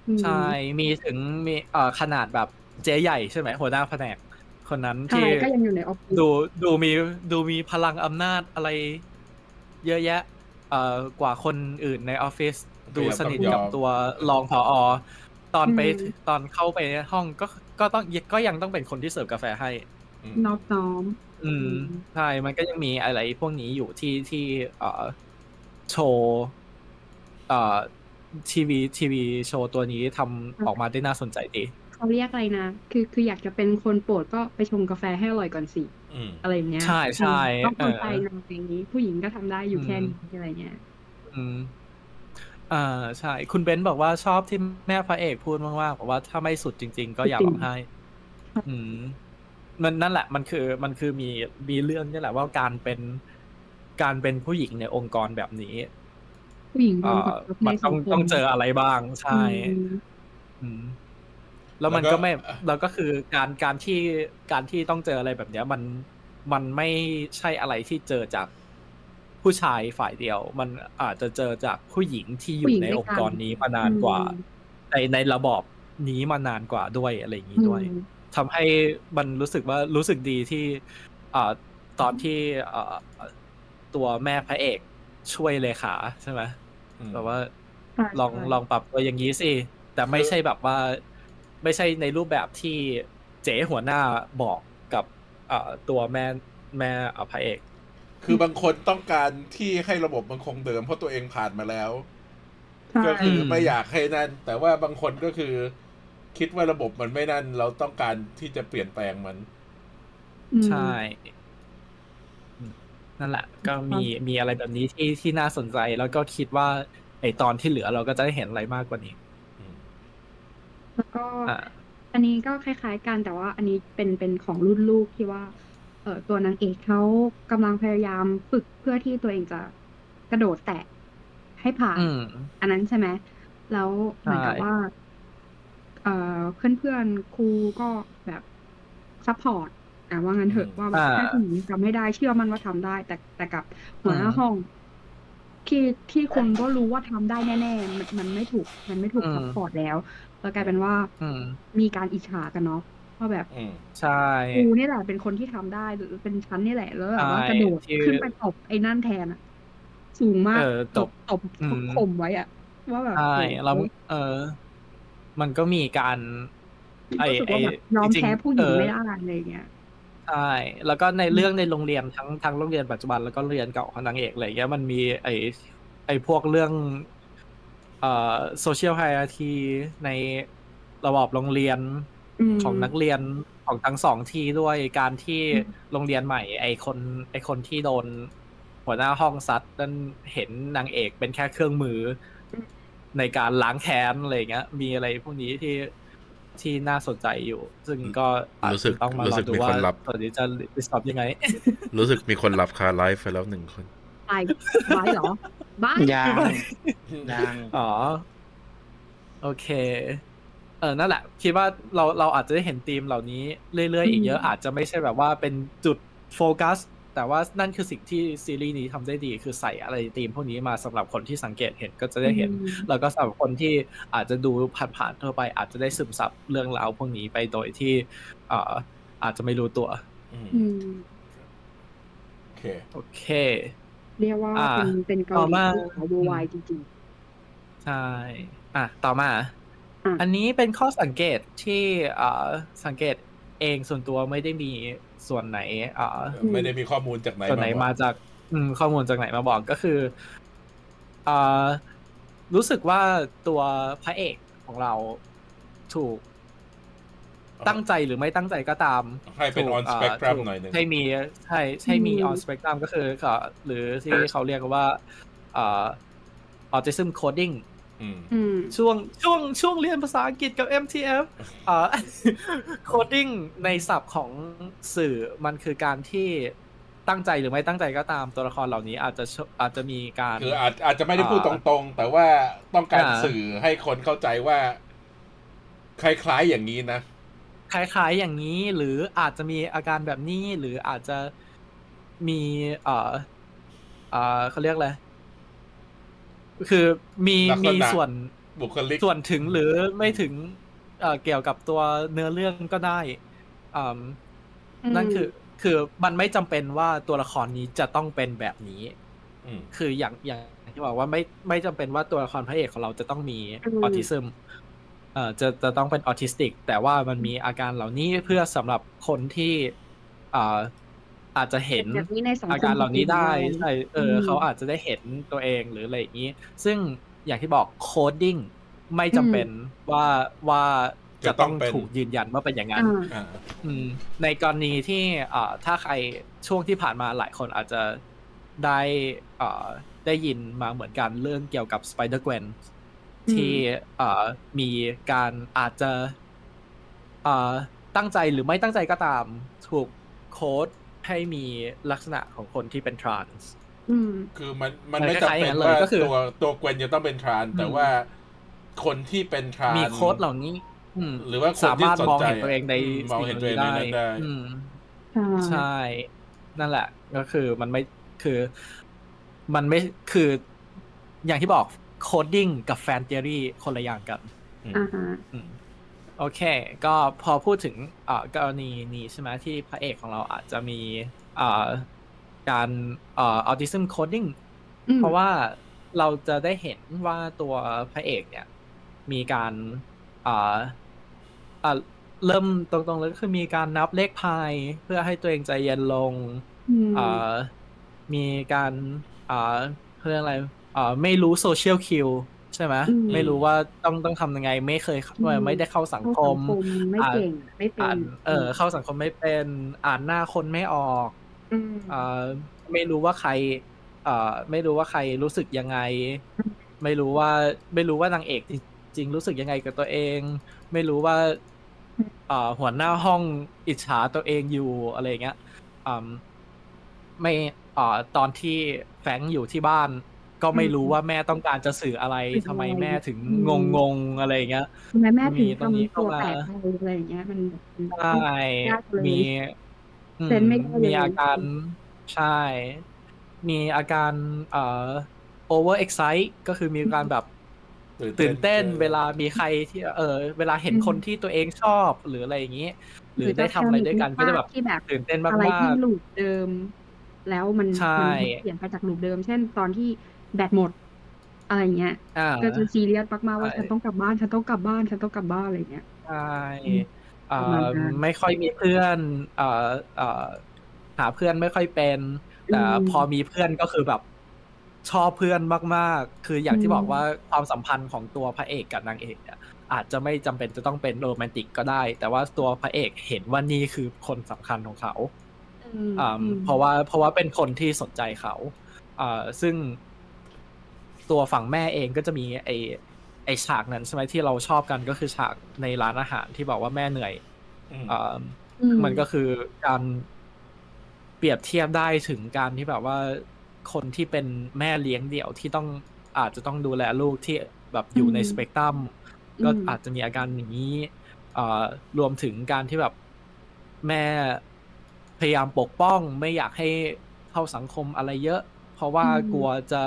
Speaker 3: อืม
Speaker 2: ใช่ มีถึงมีเอ่อขนาดแบบเจ๊ใหญ่ใช่ไหมหัวหน้าแผนก คนนั้น
Speaker 3: ใช่
Speaker 2: ที่
Speaker 3: ก็ยังอยู่ในออฟฟิศ
Speaker 2: ดูดูมีดูมีพลังอำนาจอะไร เยอะแยะเอ่อกว่าคนอื่นในออฟฟิศดูสนิท
Speaker 1: ก็ยังต้องย
Speaker 2: กับ
Speaker 1: อม
Speaker 2: ตัวรองผออตอนไป
Speaker 3: อืม
Speaker 2: ตอนเข้าไปในห้องก็ก็ต้องก็ยังต้องเป็นคนที่เสิร์ฟกาแฟให้
Speaker 1: อืม
Speaker 3: นอบน้อม
Speaker 2: อืม
Speaker 3: อืม
Speaker 2: ใช่มันก็ยังมีอะไรพวกนี้อยู่ที่ที่เอ่อโชว์เอ่อทีวีทีวีโชว์ตัวนี้ทำออกมาได้น่าสนใจดี
Speaker 3: เขาเรียกอะไรนะ คือคืออยากจะเป็นคนโปรดก็ไปชงกาแฟให้อร่อยก่อนสิ
Speaker 1: อืม
Speaker 3: อะไรอย่างเงี้ย
Speaker 2: ใช่ใช่
Speaker 3: อืมต้องคนไทย
Speaker 2: เออ
Speaker 3: นะอย่างนี้ ผู้หญิงก็ทำได้อยู่
Speaker 2: อืม
Speaker 3: แค่นี้อะไรเงี้ย
Speaker 2: อืมอ่าใช่ คุณเบนซ์บอกว่าชอบที่แม่พระเอกพูดมากๆบอกว่าถ้าไม่สุดจริง ๆ ก็อย่าร้องไห้ อืม มันนั่นแหละ มันคือมันคือมีมีเรื่องนี่แหละว่าการเป็นการเป็นผู้หญิงในองค์กรแบบนี้
Speaker 3: ผู้หญิงโด
Speaker 2: อ
Speaker 3: น
Speaker 2: ่าก
Speaker 3: ดทับ
Speaker 2: มัน
Speaker 3: ใน
Speaker 2: ต้อง
Speaker 3: สัคม
Speaker 2: ต้องเจออะไรบ้าง ใช่
Speaker 3: อืม
Speaker 2: อืมแล้วมัน
Speaker 1: แล้วก็
Speaker 2: ก็ไม่
Speaker 1: อ่ะ
Speaker 2: แล้วก็คือการการที่การที่ต้องเจออะไรแบบเนี้ย มันมันไม่ใช่อะไรที่เจอจากผู้ชายฝ่ายเดียว มันอาจจะเจอจากผู้หญิงที่อ
Speaker 3: ผู้
Speaker 2: ยู่
Speaker 3: หญิง
Speaker 2: ใน
Speaker 3: ด้วย
Speaker 2: องค์กร
Speaker 3: กัน
Speaker 2: นี้มานานกว่า
Speaker 3: อืม
Speaker 2: ในในระบอบนี้มานานกว่าด้วยอะไรอย่างนี้ด้วย
Speaker 3: อืม
Speaker 2: ทำให้มันรู้สึกว่ารู้สึกดีที่อ่าตอนที่อ่าตัวแม่พระเอกช่วยเลขาใช่ไหม
Speaker 1: อืม
Speaker 2: แบบว่า
Speaker 3: ใช่
Speaker 2: ลอง
Speaker 3: ใช่
Speaker 2: ลองปรับตัวอย่างนี้สิ แต่ไม่ใช่แบบว่า ไม่ใช่ในรูปแบบที่เจ๋หัวหน้าบอกกับเอ่อตัวแม่แม่เอ่อพระเอก
Speaker 1: คือบางคนต้องการที่ให้ระบบมันคงเดิมเพราะตัวเองผ่านมาแล้ว
Speaker 3: ใช่
Speaker 1: ก็คือ
Speaker 2: ม
Speaker 1: ไม่อยากให้นั่น แต่ว่าบางคนก็คือ คิดว่าระบบมันไม่นั่น เราต้องการที่จะเปลี่ยนแปลงมัน
Speaker 3: ม
Speaker 2: ใช่อืมนั่นแหละ ก็มีมีอะไรแบบนี้ที่ที่น่าสนใจแล้วก็คิดว่าไอตอนที่เหลือเราก็จะได้เห็นอะไรมากกว่านี้
Speaker 1: อืม
Speaker 3: แล้วก็
Speaker 2: อ่า
Speaker 3: อันนี้ก็คล้ายๆกันแต่ว่าอันนี้เป็นเป็นของรุ่นลูกที่ว่าเออตัวนางเอกเขากำลังพยายามฝึกเพื่อที่ตัวเองจะกระโดดแตะให้ผ่าน
Speaker 2: อืม
Speaker 3: อันนั้นใช่ไหมแล้วเหมือนกับ
Speaker 2: ใช่
Speaker 3: ว่าเออเพื่อนๆครูก็แบบซัพพอร์ตอ่ะว่างั้นเถอะ
Speaker 1: อืม
Speaker 3: ว่าแบบถ้าผู้หญิงทำให้ได้เชื่อมันว่าทำได้ แต่แต่กับหัวหน้าห้อง ที่ที่คนก็รู้ว่าทำได้แน่ๆมันมันไม่ถูก มันไม่ถูกซัพพอร์ตแล้วแล้วกลายเป็นว่า
Speaker 2: อืม
Speaker 3: มีการอิจฉากันเนาะว่าแบบ
Speaker 1: อืม
Speaker 2: ใช่
Speaker 3: กูนี่แหละเป็นคนที่ทำได้หรือเป็นชั้นนี่แหละแล้วแบบว่า
Speaker 2: ใช่
Speaker 3: กระโดด
Speaker 2: ที่
Speaker 3: ขึ้นไปตบไอ้นั่นแทนอะสูงมาก
Speaker 2: เออตบ
Speaker 3: ตบ
Speaker 2: อืม
Speaker 3: ข่มไว้อะว่าแบบ
Speaker 2: ใช่เรา
Speaker 3: โอ้โห
Speaker 2: เออ มันก็มีการ
Speaker 3: รู้สึกว่าแบบยอม
Speaker 2: จริง
Speaker 3: แพ้
Speaker 2: ๆ
Speaker 3: ผู้หญิง
Speaker 2: เออ
Speaker 3: ไม่ได้อะไรอย่างเงี้ย
Speaker 2: ใช่แล้วก็ในเรื่องในโรงเรียนทั้งทั้งโรงเรียนปัจจุบันแล้วก็โรงเรียนเก่าของนางเอกอะไรเงี้ยมันมีไอไอพวกเรื่องเอ่อโซเชียลไฮอาทีในระบอบโรงเรียน
Speaker 3: อืม
Speaker 2: ของนักเรียนของทั้งสองที่ด้วยการที่
Speaker 3: อืม
Speaker 2: โรงเรียนใหม่ ไอคนไอคนที่โดนหัวหน้าห้องซัดนั่นเห็นนางเอกเป็นแค่เครื่องมืออในการล้างแค้นอะไรเงี้ย มีอะไรพวกนี้ที่ที่น่าสนใจอยู่ ซึ่งก็อาจ
Speaker 1: รู้สึก
Speaker 2: จะต้องมา
Speaker 1: รู้
Speaker 2: รอ
Speaker 1: สึก
Speaker 2: ดู
Speaker 1: มีคนรั
Speaker 2: ว่า
Speaker 1: บ
Speaker 2: ตอนนี้จะรีสอบยังไง [laughs]
Speaker 1: รู้สึกมีคนหลับคาไลฟ์ไปแล้วหนึ่งคน
Speaker 3: ตายบ้ายเหรอบ้าย
Speaker 4: ยางยาง
Speaker 2: อ๋อ โอเค เออนั่นแหละ คิดว่าเราเราอาจจะได้เห็นธีมเหล่านี้เรื่อยๆอีกเยอะอาจจะไม่ใช่แบบว่าเป็นจุดโฟกัส แต่ว่านั่นคือสิ่งที่ซีรีส์นี้ทำได้ดี คือใส่อะไรธีมพวกนี้มาสำหรับคนที่สังเกตเห็นก็จะได้เห็น
Speaker 3: อืม
Speaker 2: แล้วก็สำหรับคนที่อาจจะดูผ่านๆทั่วไป อาจจะได้ซึมซับเรื่องราวพวกนี้ไปโดยที่เอ่ออาจจะไม่รู้ตัว
Speaker 3: อืม
Speaker 1: โอเค
Speaker 2: โอเค
Speaker 3: เรียกว่า
Speaker 2: อ่า
Speaker 3: เป็นเป็นเกา
Speaker 2: ต่อ
Speaker 3: หลี
Speaker 2: มา
Speaker 3: ที่ขายเวอร์ไวายจริง
Speaker 2: ใช่ อ่ะ ต่อมา
Speaker 3: อ่ะ
Speaker 2: อันนี้เป็นข้อสังเกตที่เอ่อสังเกตเองส่วนตัวไม่ได้มีส่วนไหนเอ่อ
Speaker 1: ไม่ได้มีข้อมูลจากไหน
Speaker 2: ส่วนไหน
Speaker 1: บอก
Speaker 2: มาจากอืมข้อมูลจากไหนมาบอกก็คือเอ่อรู้สึกว่าตัวพระเอกของเราถูกตั้งใจหรือไม่ตั้งใจก็ตาม
Speaker 1: ให้เป็นออนสเปกตรัม
Speaker 2: ถูก
Speaker 1: หน่อยหนึ่ง
Speaker 2: ใช่มีใช่ใช่มี
Speaker 3: อืม
Speaker 2: ออนสเปกตรัมก็คือก็หรือที่เขาเรียกว่าเอ่อออทิซึมโคดิ้ง
Speaker 1: อืม
Speaker 3: ๆ อืม
Speaker 2: ช่วงช่วงช่วงเรียนภาษาอังกฤษกับ MTF เอ่อ [laughs] โคดดิ้งในศัพท์ของสื่อมันคือการที่ตั้งใจหรือไม่ตั้งใจก็ตามตัวละครเหล่านี้อาจจะชอาจจะมีการ
Speaker 1: คืออาจอาจจะไม่ได้พูดต
Speaker 2: อ่า
Speaker 1: รงๆ แต่ว่าต้องการ
Speaker 2: อ่า
Speaker 1: สื่อให้คนเข้าใจว่า คล้ายๆอย่างนี้นะ
Speaker 2: คล้ายๆอย่างนี้หรืออาจจะมีอาการแบบนี้หรืออาจจะมีเอ่อเอ่อเขาเรียกอะไรคือมี
Speaker 1: ลักษณะ
Speaker 2: มีส่วน
Speaker 1: บุคลิก
Speaker 2: ส่วนถึงหรือไม่ถึงเอ่อเกี่ยวกับตัวเนื้อเรื่องก็ได้อืม
Speaker 3: อืม
Speaker 2: นั่นคือ คือมันไม่จำเป็นว่าตัวละครนี้จะต้องเป็นแบบนี้
Speaker 1: อืม
Speaker 2: คืออย่างอย่างที่บอกว่าไม่ไม่จำเป็นว่าตัวละครพระเอกของเราจะต้องมี
Speaker 3: อืม
Speaker 2: ออทิซึมเอ่อจะจะต้องเป็นออทิสติก แต่ว่ามันมีอาการเหล่านี้เพื่อสำหรับคนที่อ่าอาจจะเห็น
Speaker 3: แบบนี้ในสังคม
Speaker 2: อาการเหล่านี้ได้
Speaker 3: จริงๆ
Speaker 2: ใช่เอออ
Speaker 3: ม
Speaker 2: เขาอาจจะได้เห็นตัวเองหรืออะไรอย่างนี้ ซึ่งอย่างที่บอกโคดดิ้งไม่จำเป็นว่าว่าจะ
Speaker 1: จะต้
Speaker 2: ต้อ
Speaker 1: อง
Speaker 2: ง
Speaker 1: เป็น
Speaker 2: ถูกยืนยันว่าเป็นอย่างนั้น
Speaker 3: อ่า
Speaker 1: อ่า
Speaker 2: อืมในกรณีที่เอ่อถ้าใครช่วงที่ผ่านมาหลายคนอาจจะได้เอ่อได้ยินมาเหมือนกันเรื่องเกี่ยวกับ Spider Gwen
Speaker 3: อืม
Speaker 2: ที่เอ่อมีการอาจจะเอ่อตั้งใจหรือไม่ตั้งใจก็ตามถูกโค้ดให้มีลักษณะของคนที่เป็นทรานส์
Speaker 3: อืม
Speaker 1: คือมันมัน
Speaker 2: มัน
Speaker 1: ไม่
Speaker 2: คล้ายๆ
Speaker 1: จำ
Speaker 2: อ
Speaker 1: เป็น
Speaker 2: ย่างนั้นเลย
Speaker 1: ว่า
Speaker 2: ก็คือ
Speaker 1: ตัวตัวเกวนจะต้องเป็นทรานส์
Speaker 2: อืม
Speaker 1: แต่ว่าคนที่เป็นทรานส์
Speaker 2: มีโค้ดเหล่านี้ อืม
Speaker 1: หรือว่าคน
Speaker 2: สา
Speaker 1: ที่
Speaker 2: มารถ
Speaker 1: สน
Speaker 2: มอง
Speaker 1: ใจ
Speaker 2: เห็นตัวเองใน
Speaker 1: มมองเห็นตัวเองใน
Speaker 2: สิ่งห
Speaker 1: นั้
Speaker 2: ล่า
Speaker 1: น
Speaker 2: นี้
Speaker 1: ได้
Speaker 2: อืม
Speaker 3: อ่า
Speaker 2: ใช่ นั่นแหละ ก็คือมันไม่คือ มันไม่คืออย่างที่บอกโคดดิ้งกับแฟนเทอรี่คนละอย่างกัน
Speaker 3: อ่าฮะ
Speaker 2: อืมโอเค ก็พอพูดถึงเอ่อกรณีนี้ใช่ไหมที่พระเอกของเราอาจจะมีเอ่อการเอ่อออทิซึมโคดดิ้ง
Speaker 3: อืม
Speaker 2: เพราะว่าเราจะได้เห็นว่าตัวพระเอกเนี่ย มีการเอ่อเอ่อเริ่มตรงๆเลยก็คือมีการนับเลขพายเพื่อให้ตัวเองใจเย็นลง
Speaker 3: อืม
Speaker 2: เอ่อมีการเอ่อเขาเรียกอะไรเอ่อไม่รู้โซเชียลคิวใช่ไหม
Speaker 3: อืม
Speaker 2: ไม่รู้ว่าต้องต้องทำยังไง ไม่เคยไม่ไม่ได้เข้าสัง
Speaker 3: เข้า
Speaker 2: ค
Speaker 3: สั
Speaker 2: ม
Speaker 3: งคมไม่เก่งไม่เป็
Speaker 2: อ่าน นเออเข้าสังคมไม่เป็นอ่านหน้าคนไม่ออก
Speaker 3: ม
Speaker 2: เอ่อไม่รู้ว่าใครเอ่อไม่รู้ว่าใครรู้สึกยังไง
Speaker 3: อืม
Speaker 2: ไม่รู้ว่าไม่รู้ว่านางเอกจริงๆรู้สึกยังไงกับตัวเอง ไม่รู้ว่าเอ่อหัวหน้าห้องอิจฉาตัวเองอยู่อะไรอย่างเงี้ย อืมไม่เอ่อตอนที่แฟรงค์อยู่ที่บ้าน ก็ไม่รู้ว่าแม่ต้องการจะสื่ออะไร
Speaker 3: สื่ออะไร
Speaker 2: ทำไมแม่ถึง
Speaker 3: อืม
Speaker 2: งงงๆอะไรอย่างเงี้ย
Speaker 3: ทำไมแม่ถึง
Speaker 2: มีตรงนี้
Speaker 3: ทำตัว
Speaker 2: เข้ามา
Speaker 3: แปลกไปอะไรอย่างเงี้ย มันมัน
Speaker 2: ใช่
Speaker 3: ยากเลย
Speaker 2: มีอื
Speaker 3: เซ็นไม่ได้เลย
Speaker 2: มีอาการใช่ มีอาการเอ่อ over excite ก็คือมีการแบบ
Speaker 1: ตื่
Speaker 2: ตื่
Speaker 1: น
Speaker 2: น
Speaker 1: เต้
Speaker 2: เต้
Speaker 1: น
Speaker 2: นเวลามีใครที่เออเวลาเห็นคนที่ตัวเองชอบหรืออะไรอย่างงี้ หรือได้ทำอะไรด้วยกันก็จะแบบ
Speaker 3: ที่แบบ
Speaker 2: ตื่นเต้นมา
Speaker 3: อะไรที่
Speaker 2: ก
Speaker 3: ลูปเดิม แล้วมัน
Speaker 2: ใช่
Speaker 3: มัเปลี่ยนไปจากลูปเดิม เช่นตอนที่แบตหมด อะไรเงี้ย
Speaker 2: ๆอ่า
Speaker 3: ก็จะซีเรียสมากๆว่า
Speaker 2: ใช่
Speaker 3: ฉันต้องกลับบ้านฉันต้องกลับบ้านฉันต้องกลับบ้านอะไรเงี้ย
Speaker 2: ใช่
Speaker 3: อืม
Speaker 2: เอ่อ
Speaker 3: ประมาณนั้น
Speaker 2: ไม่ค่อยมีเพื่อนเอ่อเอ่อหาเพื่อนไม่ค่อยเป็น แต่
Speaker 3: อืม
Speaker 2: พอมีเพื่อนก็คือแบบชอบเพื่อนมากๆ คืออย่างที่
Speaker 3: อืม
Speaker 2: บอกว่าความสัมพันธ์ของตัวพระเอกกับนางเอกเนี่ยอาจจะไม่จำเป็นจะต้องเป็นโรแมนติกก็ได้ แต่ว่าตัวพระเอกเห็นว่านี่คือคนสำคัญของเขา อ่าเพราะว่าเพราะว่าเป็นคนที่สนใจเขาอ่าซึ่งตัวฝั่งแม่เองก็จะมีไอไอฉากนั้นใช่ไหมที่เราชอบกันก็คือฉากในร้านอาหารที่บอกว่าแม่เหนื่อย
Speaker 1: อืม
Speaker 2: อ่า
Speaker 3: อื
Speaker 2: มันก็คือการเปรียบเทียบได้ถึงการที่แบบว่าคนที่เป็นแม่เลี้ยงเดี่ยวที่ต้องอาจจะต้องดูแลลูกที่แบบอยู่ในสเปกตรัม ก็
Speaker 3: ม
Speaker 2: อาจจะมีอาการอย่างนี้เอ่อรวมถึงการที่แบบแม่พยายามปกป้อง ไม่อยากให้เข้าสังคมอะไรเยอะ เพราะว่า
Speaker 3: อืม
Speaker 2: กลัวจะ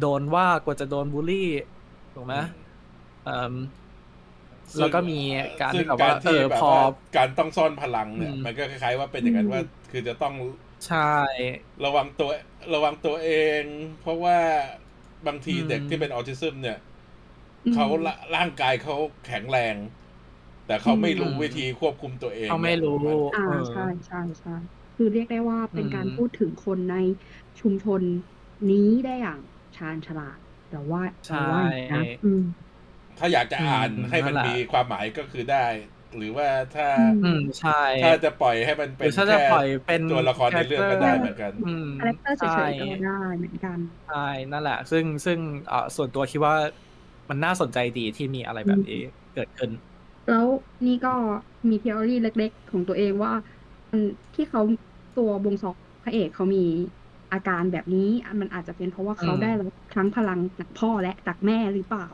Speaker 2: โดนว่ากลัวจะโดนบูลลี่ถูกไหมเอิ่ม
Speaker 1: ซึ่ง
Speaker 2: แล้วก็มีการ
Speaker 1: ซึ่ง
Speaker 2: ที่แบบว่า เอ
Speaker 1: ที่
Speaker 2: อ
Speaker 1: แบบ
Speaker 2: พอ
Speaker 1: ว่าการต้องซ่อนพลังเนี่ย
Speaker 2: อืม
Speaker 1: มันก็คล้ายๆว่าเป็นอย่างนั้นว่า คือจะต้อง
Speaker 2: ใช่
Speaker 1: ระวังตัวระวังตัวเอง เพราะว่าบางทีเด็กที่เป็นออทิซึมเนี่ยเขาละร่างกายเขาแข็งแรง แต่เขาไม่รู้วิธีควบคุมตัวเอง
Speaker 2: เขาไม่รู้
Speaker 1: นี่ย
Speaker 2: เอ
Speaker 3: อ่า
Speaker 2: อ
Speaker 3: ใช่ใช่ใช่คือเรียกได้ว่าเป็นการ
Speaker 2: อืม
Speaker 3: พูดถึงคนในชุมชนนี้ได้อย่างชาญฉลาดแต่ว่าแต่ว่าอย่างนั้น
Speaker 2: ใช่
Speaker 3: อืม
Speaker 1: ถ้าอยากจะอ่าน
Speaker 2: อืม
Speaker 1: ให้มัน
Speaker 2: นั่นแหละ
Speaker 1: มีความหมายก็คือได้ หรือว่าถ้า
Speaker 3: อื
Speaker 2: อืมใช่
Speaker 1: ถ้าจะปล่อยให้มัน
Speaker 2: ห
Speaker 1: เป็น
Speaker 2: รือถ้าจะ
Speaker 1: แค่
Speaker 2: ปล่อยเป็น
Speaker 1: ตัวละครในเรื่องก็ได้เหมือนกัน
Speaker 2: อืม
Speaker 3: คาแรคเตอร์เฉยๆก็ได้เหมือนกัน
Speaker 2: ใช่นั่นแหละ ซึ่งซึ่งเอ่อส่วนตัวคิดว่ามันน่าสนใจดีที่มีอะไรแบบนี้เกิดขึ้น
Speaker 3: แล้วนี่ก็มีเทอรี่เล็กๆ ของตัวเองว่ามันที่เขาตัวบงซอกพระเอกเขามีอาการแบบนี้อ่ะมันอาจจะเป็นเพราะว่าเขา
Speaker 2: อืม
Speaker 3: ได้รับครั้งพลังจากพ่อและจากแม่หรือเปล่า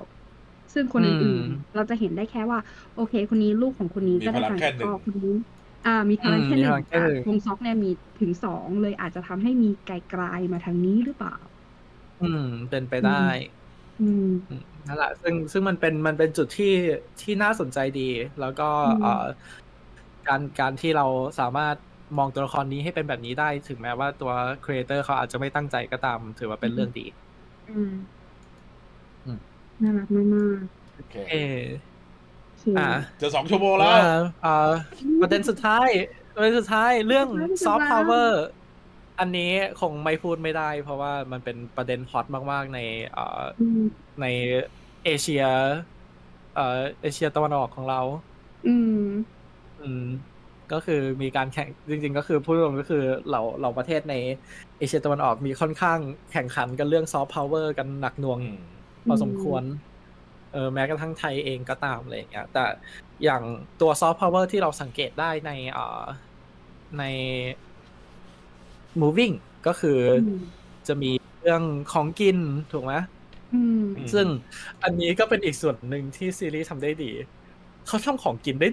Speaker 3: ซึ่งคน
Speaker 2: อืม
Speaker 3: อื่นๆเราจะเห็นได้แค่ว่า โอเค คนนี้ลูกของคนนี้
Speaker 1: มี
Speaker 3: ก็
Speaker 1: พ
Speaker 3: ได้
Speaker 1: ลัง
Speaker 3: พลัง
Speaker 1: แค่
Speaker 3: จาก
Speaker 1: หนึ่ง
Speaker 3: พ่อคนนี้ อ่า มีพลังแค่หนึ่ง
Speaker 2: อืมมีพลังแค่หนึ่ง
Speaker 3: วงซอกเนี่ยมีถึงสองเลยอาจจะทำให้มีไกลๆมาทางนี้หรือเปล่า
Speaker 2: อืม เป็นไปได้
Speaker 3: อืม
Speaker 2: อืมนั่นแหละซึ่งซึ่งมันเป็นมันเป็นจุดที่ที่น่าสนใจดี แล้วก็
Speaker 3: อืม
Speaker 2: เอ่อการการที่เราสามารถ มองตัวละครนี้ให้เป็นแบบนี้ได้ถึงแม้ว่าตัวครีเอเตอร์เขาอาจจะไม่ตั้งใจก็ตาม ถือว่าเป็นเรื่องดี
Speaker 3: อืม
Speaker 2: อืม
Speaker 3: น่ารักมาก
Speaker 1: โอเค
Speaker 2: เออ
Speaker 3: ๆโเค
Speaker 2: อ่ะ
Speaker 1: จะสองชั่วโมงแล้ว
Speaker 2: ว่าเอ่อ ประเด็นสุดท้ายประเด็นสุดท้ายเรื่องซอฟต์พาวเวอร์อันนี้คงไม่พูดไม่ได้ เพราะว่ามันเป็นประเด็นฮอตมาก ๆ ในเอ่อ
Speaker 3: อืม
Speaker 2: ในเอเชียเอ่อเอเชียตะวันออกของเรา
Speaker 3: อืม
Speaker 2: อืมก็คือมีการแข่งจริง ๆ ก็คือพูดตรงๆก็คือเหล่าเหล่าประเทศในเอเชียตะวันออกมีค่อนข้างแข่งขันกันเรื่องซอฟต์พาวเวอร์กันหนักหน่วง พอสมควร เออแม้กระทั่งไทยเองก็ตามอะไรอย่างเงี้ย แต่อย่างตัวซอฟต์พาวเวอร์ที่เราสังเกตได้ในเอ่อใน moving ก็คืออ
Speaker 3: ม
Speaker 2: จะมีเรื่องของกินถูกไหม
Speaker 3: อืม
Speaker 1: อืม
Speaker 2: ซึ่งอันนี้ก็เป็นอีกส่วนหนึ่งที่ซีรีส์ทำได้ดี เขาทำของกินได้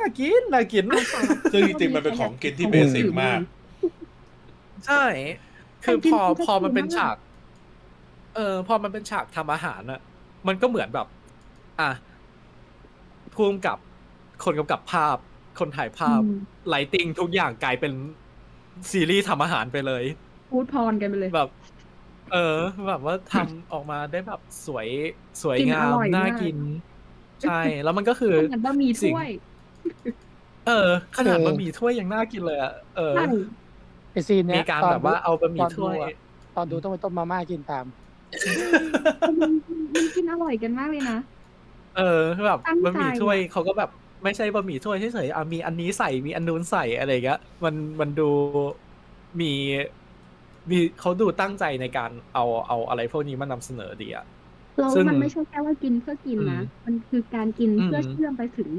Speaker 2: น่ากินน่ากิน
Speaker 1: ซึ่งจริงๆมันเป็นของกินที่เบสิกมาก
Speaker 2: ใช่ คือพอ
Speaker 3: ของกิน
Speaker 2: พอมันเป็น
Speaker 3: ของกิน
Speaker 2: ฉาก เออ พอมันเป็นฉากทำอาหารอะมันก็เหมือนแบบ อ่ะพูมกับคนกำกับภาพ คนถ่ายภาพ ไลติงทุกอย่างกลายเป็นซีรีส์ทำอาหารไปเลย
Speaker 3: พูดพรกันไปเลย
Speaker 2: แบบ เออ แบบว่าทำออกมาได้แบบสวยสวย
Speaker 3: กิน
Speaker 2: งา
Speaker 3: อ
Speaker 2: ม
Speaker 3: ร่อย
Speaker 2: น่าม
Speaker 3: าก
Speaker 2: กิน ใช่ แล้วมันก็
Speaker 3: [laughs]
Speaker 2: คือ
Speaker 3: ขนาดบะหมี่ถ้วย
Speaker 2: เออ ขนาด
Speaker 4: เออ
Speaker 2: บะหมี่ถ้วยยังน่ากินเลยอะเออ
Speaker 3: ใช่
Speaker 4: ไอซีนเนี้ย
Speaker 2: มีการ
Speaker 4: ตน
Speaker 2: แบบว่าเอาบะหมี่
Speaker 4: ตนดู
Speaker 2: ถ้วย
Speaker 4: อะตอนดูต้องไปต้มมาม่ากินตาม
Speaker 3: มันมันกินอร่อยกันมากเลยนะ
Speaker 2: เออแบบ
Speaker 3: ตั้งใจ
Speaker 2: บะหมี่ถ้วย
Speaker 3: อะ
Speaker 2: เขาก็แบบไม่ใช่บะหมี่ถ้วยเฉยๆอ่ะมีอันนี้ใส่มีอันนู้นใส่อะไรอย่างเงี้ยมันมันดูมีมีเขาดูตั้งใจในการเอาเอาอะไรพวกนี้มานำเสนอดีอะ
Speaker 3: เรา
Speaker 2: ซึ่ง
Speaker 3: มันไม่ใช่แค่ว่ากินเพื่อกินนะ
Speaker 2: อืม
Speaker 3: มันคือการกินเพื่ออ
Speaker 2: ม
Speaker 3: เชื่อมไปถึง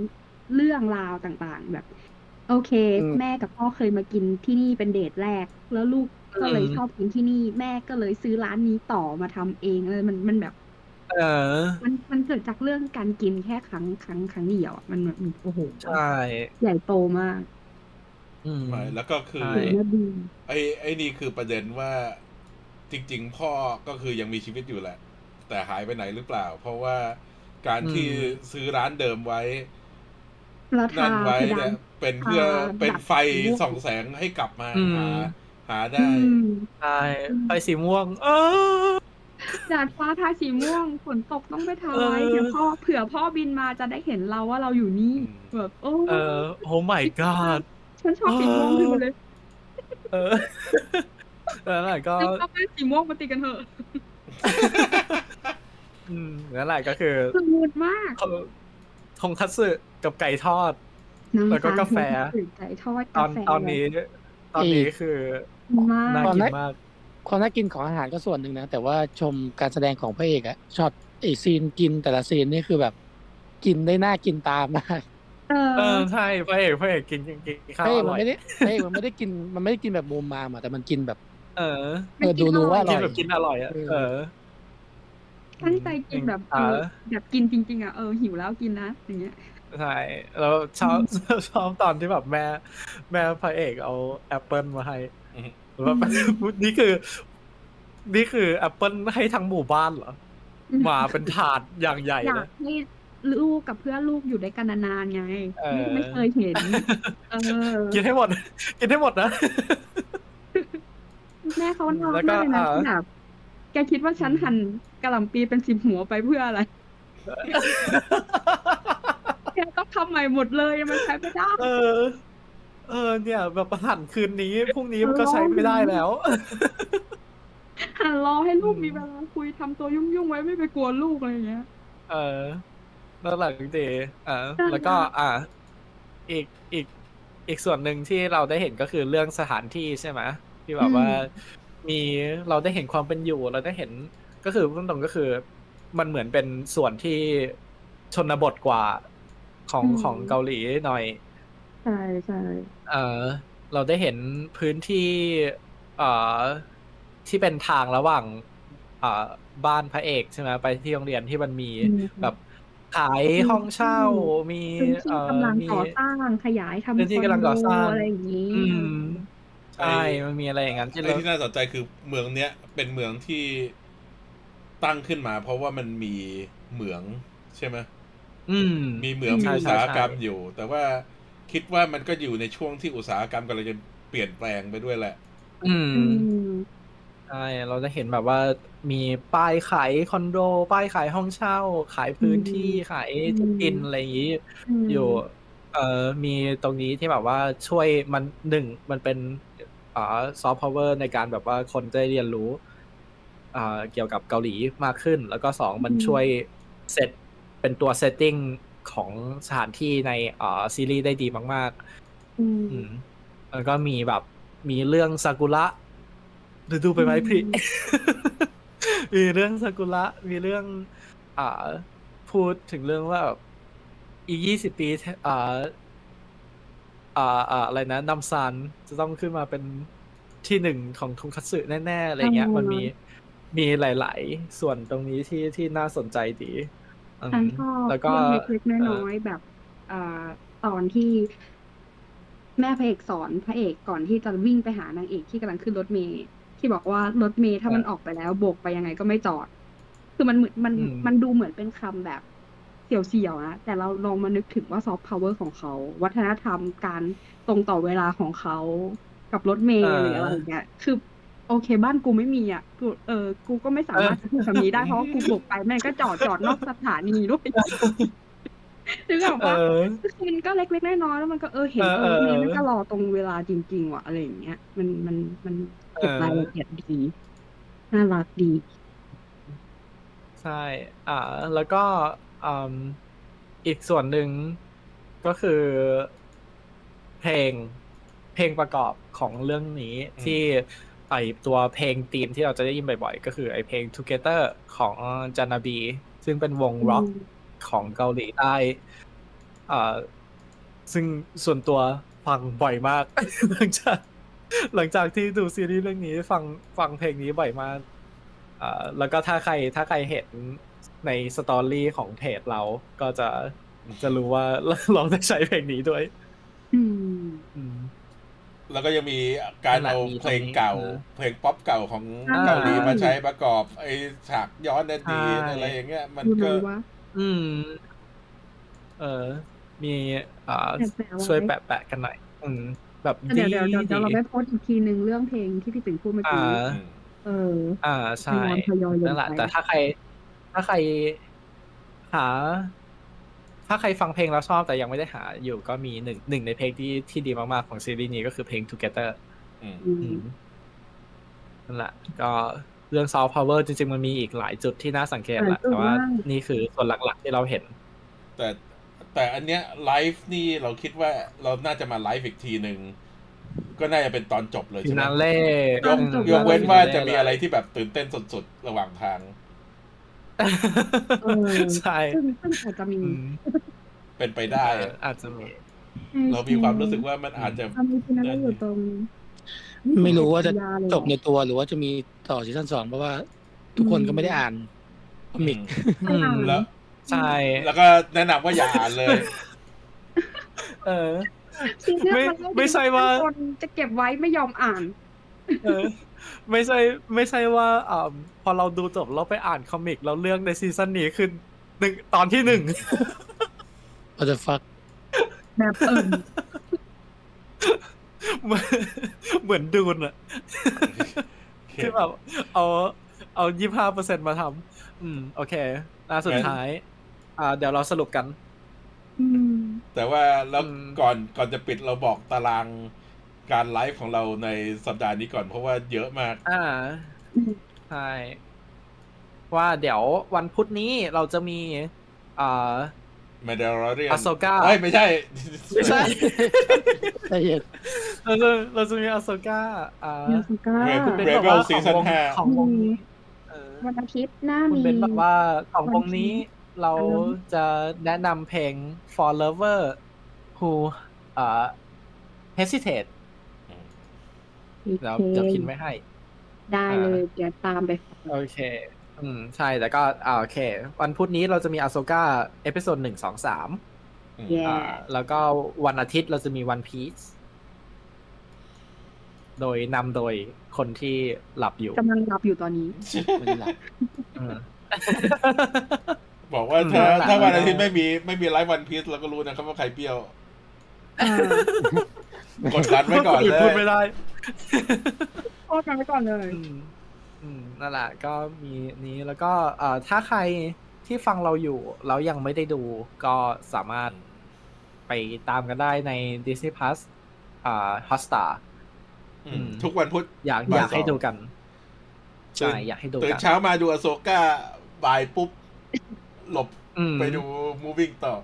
Speaker 3: เรื่องราวต่างๆ แบบ โอเค
Speaker 4: อืม
Speaker 3: แม่กับพ่อเคยมากินที่นี่เป็นเดทแรก แล้วลูกก็เลยชอบกินที่นี่ แม่ก็เลยซื้อร้านนี้ต่อมาทำเองเลยมันมันแบบ
Speaker 2: เออ
Speaker 3: มันมันเกิดจากเรื่องการกินแค่ครั้งครั้งครั้งเดียวอะมันมันโอ้โห
Speaker 2: ใช่
Speaker 3: ใหญ่โตมาก
Speaker 2: อืม
Speaker 1: ไม่แล้วก็คือ
Speaker 2: ใช่
Speaker 3: ถือว่าดี
Speaker 1: ไอ้ไอ้นี่คือประเด็นว่าจริง ๆ พ่อก็คือยังมีชีวิตอยู่แหละ แต่หายไปไหนหรือเปล่า เพราะว่าการที่
Speaker 2: อืม
Speaker 1: ซื้อร้านเดิมไว้
Speaker 3: ราคา
Speaker 1: นั่นไว้
Speaker 3: คือดั
Speaker 1: เนี่ย
Speaker 3: ง
Speaker 1: เป็นเพื่อ
Speaker 3: อ่า
Speaker 1: เป็นไฟ
Speaker 3: ดับ
Speaker 1: ส่องแสงให้กลับมา
Speaker 2: อืม
Speaker 1: หาหา
Speaker 3: อื
Speaker 1: ได้
Speaker 3: ม
Speaker 2: ใช่
Speaker 3: อืม
Speaker 2: ไปสีม่วง เออ
Speaker 3: ดาดฟ้าทาสีม่วงฝนตกต้องไปทา
Speaker 2: เออ
Speaker 3: ไว้เดี๋ยวพ่อเผื่อพ่อบินมาจะได้เห็นเราว่าเราอยู่นี่
Speaker 1: อืม
Speaker 3: แบบโอ้
Speaker 2: เออโอ้ my god
Speaker 3: ฉันชอบสีม่วง
Speaker 2: เออ
Speaker 3: ขึ้นมาเลย
Speaker 2: เออ [laughs] แล้วหลายก็
Speaker 3: ฉันชอบได้สีม่วงมาติดกันเถอะ
Speaker 2: อืมแล้วหลายก็คือ
Speaker 3: สมูทมาก
Speaker 2: ทงคัตสึกับไก่ทอด แล้วก็กาแฟ
Speaker 3: ตื่นใจทอด
Speaker 2: ต
Speaker 3: กา
Speaker 2: อน
Speaker 3: แฟ
Speaker 2: ตอนนี้ ตอนนี้คือ
Speaker 3: มาก
Speaker 2: น่ากินมาก
Speaker 4: ความน่ากินของอาหารก็ส่วนหนึ่งนะ แต่ว่าชมการแสดงของพระเอกอะช็อตไอซีนกินแต่ละซีนนี่คือแบบกินได้น่ากินตาม
Speaker 2: [laughs]
Speaker 4: มาก
Speaker 3: เอ
Speaker 2: เอ
Speaker 3: อ
Speaker 2: อใช่พระเอกพระเอกกินกินกิน
Speaker 4: พ
Speaker 2: ข้าว
Speaker 4: ระเอก
Speaker 2: อร่
Speaker 4: มัน
Speaker 2: อย
Speaker 4: ไม่ได้พระเอกมันไม่ได้กินมันไม่ได้กินแบบบูมมามอะแต่มันกินแบบ
Speaker 2: เออ
Speaker 4: เออดูรู้ว่าอ
Speaker 2: กิน
Speaker 4: ร่อย
Speaker 2: แบบกินอร่อยอ่ะเออ
Speaker 3: ตั้งใจกินแบบเอ
Speaker 2: อ่า
Speaker 3: อแบบกินจริง ๆอ่ะเออหิวแล้วกินนะอย่างเงี้ย
Speaker 2: ใช่แล้วชอบ [laughs] ชอบตอนที่แบบแม่ แม่พระเอกเอาแอปเปิลมาให้
Speaker 1: อืม
Speaker 2: แบบนี่คือ นี่คือแอปเปิลให้ทั้งหมู่บ้านเหรอมาเป็นถาดอย่างใหญ่
Speaker 3: อยา
Speaker 2: เล
Speaker 3: ก
Speaker 2: ย
Speaker 3: ให้ลูกกับเพื่อนลูกอยู่ด้วยกันนานๆไง
Speaker 2: เออ
Speaker 3: ไม่ไม่เคยเห็น เออ
Speaker 2: กินให้หมด [laughs] กินให้หมดนะ
Speaker 3: แม่เขาน่ารั
Speaker 2: แล้
Speaker 3: ก
Speaker 2: วก็
Speaker 3: มากเลยนะ
Speaker 2: อ่า
Speaker 3: ที่แบบแกคิดว่าฉันหั่นกะหล่ำปีเป็นสิบหัวไปเพื่ออะไรแกต้องทำใหม่หมดเลยมันใช้ไม่ได้
Speaker 2: [laughs] เออ เออ เนี่ย แบบหันคืน [laughs] นี้พรุ่งนี้มันก็ใช้ไม่ได้แล้ว [laughs]
Speaker 3: หั่นรอให้ลูก
Speaker 2: อืม
Speaker 3: มีเวลาคุยทำตัวยุ่งๆไว้ไม่ไปกวนลูกอะไรอย่างเงี้ย
Speaker 2: เออแล้วหลังจากนี้อ่า
Speaker 3: น่ารัก
Speaker 2: แล้วก็อ่า อีกอีกอีกส่วนหนึ่งที่เราได้เห็นก็คือเรื่องสถานที่ใช่ไหมที่แบบว่ามีเราได้เห็นความเป็นอยู่เราได้เห็นก็คือพุ่งตรงๆก็คือ มันเหมือนเป็นส่วนที่ชนบทกว่าของของเกาหลีหน่อย
Speaker 3: ใช่ใช่
Speaker 2: เออเราได้เห็นพื้นที่เอ่อที่เป็นทางระหว่างเอ่อบ้านพระเอกใช่ไหมไปที่โรงเรียนที่มันมีแบบขายห้องเช่ามี
Speaker 3: พื้นที่
Speaker 2: เอ่อก
Speaker 3: ำลัง
Speaker 2: มี
Speaker 3: ก่อสร้างขยายทำ
Speaker 2: พื้นที่กำลังก่อสร้าง
Speaker 3: คนโดอะไรอย่างงี้
Speaker 2: อืมใช่มันมีอะไรอย่างนั้นที่
Speaker 1: ไอ้
Speaker 2: เรา
Speaker 1: ที่น่าสนใจคือเมืองเนี้ยเป็นเมืองที่ตั้งขึ้นมา เพราะว่ามันมีเหมืองใช่ไหม
Speaker 2: อืม
Speaker 1: มีเหมืองมี
Speaker 2: ใช่
Speaker 1: อุต
Speaker 2: ใช่
Speaker 1: สาหกรรม
Speaker 2: ใช่
Speaker 1: อยู่ แต่ว่า คิดว่ามันก็อยู่ในช่วงที่อุตสาหกรรมกำลังจะเปลี่ยนแปลงไปด้วยแหละ
Speaker 2: อืม
Speaker 3: อืม
Speaker 2: ใช่ เราจะเห็นแบบว่ามีป้ายขายคอนโด ป้ายขายห้องเช่า ขายพื้นที่
Speaker 3: อืม
Speaker 2: ขายที่ดิน
Speaker 3: อืม
Speaker 2: อะไรอย่างนี้
Speaker 3: ม
Speaker 2: อยู่ เอ่อ มีตรงนี้ที่แบบว่าช่วยมันหนึ่งมันเป็นอ่าซอฟต์พาวเวอร์ในการแบบว่าคนได้เรียนรู้อ่าเกี่ยวกับเกาหลีมากขึ้น แล้วก็สองมัน
Speaker 3: อืม
Speaker 2: ช่วยเซตเป็นตัวเซตติ้งของสถานที่ในอ่าซีรีส์ได้ดีมาก ๆ
Speaker 3: อืม
Speaker 2: อืมแล้วก็มีแบบมีเรื่องซากุระฤดูใบไม้ผลิ
Speaker 3: อืม
Speaker 2: [laughs] มีเรื่องซากุระมีเรื่อง อ่า พูดถึงเรื่องว่าแบบอีกยี่สิบปีอ่าอ่าอ่าอะไรนะนำซานจะต้องขึ้นมาเป็นที่หนึ่งของทุงคัตสึแน่ๆอะไรเงี้ย มันมีมีหลาย ๆ ส่วนตรงนี้ที่ที่น่าสนใจดีอืม
Speaker 3: ฉันชอบ
Speaker 2: แล้วก็
Speaker 3: เรื่องเล็กๆน้อยๆแบบเอ่อตอนที่แม่พระเอกสอนพระเอกก่อนที่จะวิ่งไปหานางเอกที่กำลังขึ้นรถเมย์ที่บอกว่ารถเมย์ถ้ามันออกไปแล้วโบกไปยังไงก็ไม่จอด คือมันเหมือนมัน
Speaker 2: อืม
Speaker 3: มันดูเหมือนเป็นคำแบบเสี่ยวๆนะแต่เราลองมานึกถึงว่าซอฟต์พาวเวอร์ของเขา วัฒนธรรมการตรงต่อเวลาของเขากับรถเมย์หรืออะไรอย่างเงี้ยคือ โอเคบ้านกูไม่มีอ่ะกูเออกูก็ไม่สามารถจะพูดคำนี้ได้เพราะว่ากูบกไปแม่งก็จอดจอดนอกสถานีด้วย [laughs] นึกออก
Speaker 2: เอ
Speaker 3: ปะ
Speaker 2: อ
Speaker 3: คือมันก็เล็กๆน้อยๆแล้วมันก็เออเห็น
Speaker 2: เอ
Speaker 3: เอ
Speaker 2: อ
Speaker 3: อ
Speaker 2: เออ
Speaker 3: เมย์มันก็รอตรงเวลาจริงๆว่ะอะไรอย่างเงี้ย มันมันมันเก็บ
Speaker 2: เออ
Speaker 3: รายละเอียดดีน่ารักดี
Speaker 2: ใช่ อ่า แล้วก็อืมอีกส่วนหนึ่งก็คือเพลง เพลงประกอบของเรื่องนี้
Speaker 1: อืม
Speaker 2: ที่ไอตัวเพลงธีมที่เราจะได้ยินบ่อยๆ ก็คือไอเพลง Together ของจานาบี ซึ่งเป็นวงร็อก ของเกาหลีใต้เอ่อซึ่งส่วนตัวฟังบ่อยมาก [laughs] หลังจากหลังจากที่ดูซีรีส์เรื่องนี้ฟังฟังเพลงนี้บ่อยมากเอ่อแล้วก็ถ้าใครถ้าใครเห็นในสตอรี่ของเพจเราก็จะจะรู้ว่า เราได้ใช้เพลงนี้ด้วย
Speaker 3: อืม
Speaker 2: อืม
Speaker 1: แล้วก็ยังมีการเอาเพลงเก่า
Speaker 2: ขนาดนี้
Speaker 1: เพลงป๊อปเก่าของ
Speaker 3: อ่า
Speaker 1: เกาหลีมาใช้ประกอบไอฉากย้อนอดีต
Speaker 2: ใช่
Speaker 1: อะไรอย่างเงี้ย มัน
Speaker 3: ดูเล
Speaker 1: ก็
Speaker 3: ยว่า
Speaker 2: อืม เออมีเอ่อ
Speaker 3: แปะๆไว้
Speaker 2: ช่วยแปะแปะๆกันหน่อย อืม แบบ
Speaker 3: เดี๋ยวเดี๋ยวเดี๋ยวเดี๋ยวเราไป
Speaker 2: ดี
Speaker 3: โพสต์อีกทีหนึ่งเรื่องเพลงที่พี่ติ๋งพูดเมื่อกี้
Speaker 2: อ่า
Speaker 3: เออ
Speaker 2: อ่าใช่
Speaker 3: ทยอยทยอยลงไป
Speaker 2: นั่นแหละแต่ถ้าใคร ถ้าใครหา ถ้าใครฟังเพลงแล้วชอบแต่ยังไม่ได้หาอยู่ก็มีหนึ่งหนึ่งในเพลงที่ที่ดีมากๆของซีรีส์นี้ก็คือเพลง Together
Speaker 1: อืม
Speaker 3: อื
Speaker 2: อื
Speaker 3: ม
Speaker 2: มนั่นแหละ ก็เรื่อง soft power จริงๆ มันมีอีกหลายจุดที่น่าสังเกตแหละ
Speaker 3: หลายจุด
Speaker 2: แต่ว่า
Speaker 3: าก
Speaker 2: นี่คือส่วนหลักๆ ที่เราเห็น
Speaker 1: แต่แต่อันเนี้ยไลฟ์นี่เราคิดว่าเราน่าจะมาไลฟ์อีกทีหนึ่งก็น่าจะเป็นตอนจบเลยใช่ไหม
Speaker 2: Finale
Speaker 1: ยก
Speaker 3: ตอนจบ
Speaker 1: ยกเว้นว่าจะมีอะไรที่แบบตื่นเต้นสุดๆ ระหว่างทาง
Speaker 3: เออ
Speaker 2: ใช่
Speaker 3: ซึ่งซึ่งอาจจะมี
Speaker 2: อืม
Speaker 1: เป็นไปได้
Speaker 2: เอออาจจะมี
Speaker 1: เรามีความรู้สึกว่ามันอาจจะ
Speaker 3: ความมีที่นั้นเราอยู่ตรง
Speaker 4: ไม่รู้ว่าจะ
Speaker 3: ไม่รู้
Speaker 4: จบในตัวหรือว่าจะมีต่อซีซั่นสองเพราะว่าทุกคนก็ไม่ได้อ่านคอมิก
Speaker 2: อืม
Speaker 1: แล้ว
Speaker 2: ใช่
Speaker 1: แล้วก็แนะนำว่าอย่าอ่าน
Speaker 2: [laughs]
Speaker 1: เลย
Speaker 2: เออ
Speaker 3: ซีเรียส
Speaker 2: ไม่
Speaker 3: นเล่า
Speaker 2: ไม่ใช่ว่า
Speaker 3: คนจะเก็บไว้ไม่ยอมอ่าน
Speaker 2: เออไม่ใช่ไม่ใช่ว่าอ่าพอเราดูจบแล้วไปอ่านคอมิกแล้วเรื่องในซีซั่นนี้คือหนึ่งตอนที่หนึ่ง [laughs]
Speaker 4: What the fuck
Speaker 3: แบบเออ
Speaker 2: เหมือนเหมือนดูนอะที่แบบเอาเอายี่ห้าเปอร์เซ็นมาทำอืม โอเคอ่าสุดท้าย อ่า เดี๋ยวเราสรุปกัน
Speaker 3: อืม
Speaker 1: แต่ว่าแล้ว
Speaker 2: อืม
Speaker 1: ก่อนก่อนจะปิดเราบอกตารางการไลฟ์ของเราในสัปดาห์นี้ก่อนเพราะว่าเยอะมาก
Speaker 2: อ่า ใช่ ว่าเดี๋ยววันพุธนี้เราจะมี อ่า
Speaker 1: m a d a r i a n
Speaker 2: Ahsoka
Speaker 1: เอ้ยไม่ใช่
Speaker 2: ไม่ใช่
Speaker 4: ใจเย็น
Speaker 2: เราจะเราจะมีอาโซก้าอ่า
Speaker 3: ยูสุก้า
Speaker 1: เว้ย
Speaker 2: เป็นแบบ
Speaker 1: Rebel
Speaker 2: ว่าของ
Speaker 1: Season
Speaker 2: วง
Speaker 1: ห้า
Speaker 2: ของวงนี้เออ
Speaker 3: วันอาทิตย์หน้า
Speaker 2: คุณ
Speaker 3: มี
Speaker 2: เป็นแบบว่าของวงนี้
Speaker 3: วันที่
Speaker 2: เรา
Speaker 3: อันนั้น
Speaker 2: จะแนะนำเพลง for lover who เอ่อ hesitate
Speaker 3: อีก
Speaker 2: เดี๋ยว
Speaker 3: เพลง
Speaker 2: เดี๋ยวพินไว้ให้
Speaker 3: ได้
Speaker 2: อ่า
Speaker 3: เลยเดี๋ยวตามไป
Speaker 2: โอเค อืม ใช่ แล้วก็อ่าโอเค วันพุธนี้เราจะมีอาโซก้าเอพิโซดหนึ่งสองสาม
Speaker 1: อืม
Speaker 3: แย่
Speaker 2: อ่า แล้วก็วันอาทิตย์เราจะมีวันพีซโดยนำโดยคนที่หลับอยู่
Speaker 3: กำลังรับอยู่ตอนนี้
Speaker 4: ไม่ได้หลับ
Speaker 2: อืม
Speaker 1: บอกว่าถ้า
Speaker 2: อืม [laughs]
Speaker 1: ถ้าวันอาทิตย์ไม่มีไม่มีไลฟ์วันพีซเราก็รู้นะครับว่าใครเปรี้ยว
Speaker 3: อ่าก
Speaker 1: ดรันไว้ก่อน
Speaker 2: ค
Speaker 1: เล
Speaker 2: พูดไม่
Speaker 1: ย
Speaker 2: ได้
Speaker 3: โทษกันไว้ก่อนเลย
Speaker 2: อืมอืมนั่นแหละก็มีนี้แล้วก็เอ่อถ้าใครที่ฟังเราอยู่แล้วยังไม่ได้ดูก็สามารถไปตามกันได้ใน Disney Plus อ่า Hotstar
Speaker 1: อืมทุกวันพุธ
Speaker 2: อยาก
Speaker 1: บ่าย
Speaker 2: อยากให้
Speaker 1: สอง
Speaker 2: ดูกัน ใช่
Speaker 1: ตื่น
Speaker 2: อยากให้ดู
Speaker 1: ตื่น
Speaker 2: กัน
Speaker 1: เช้ามาดูอโซก้าบ่ายปุ๊บ หลบ
Speaker 2: อืม
Speaker 1: ไปดู moving ต่อ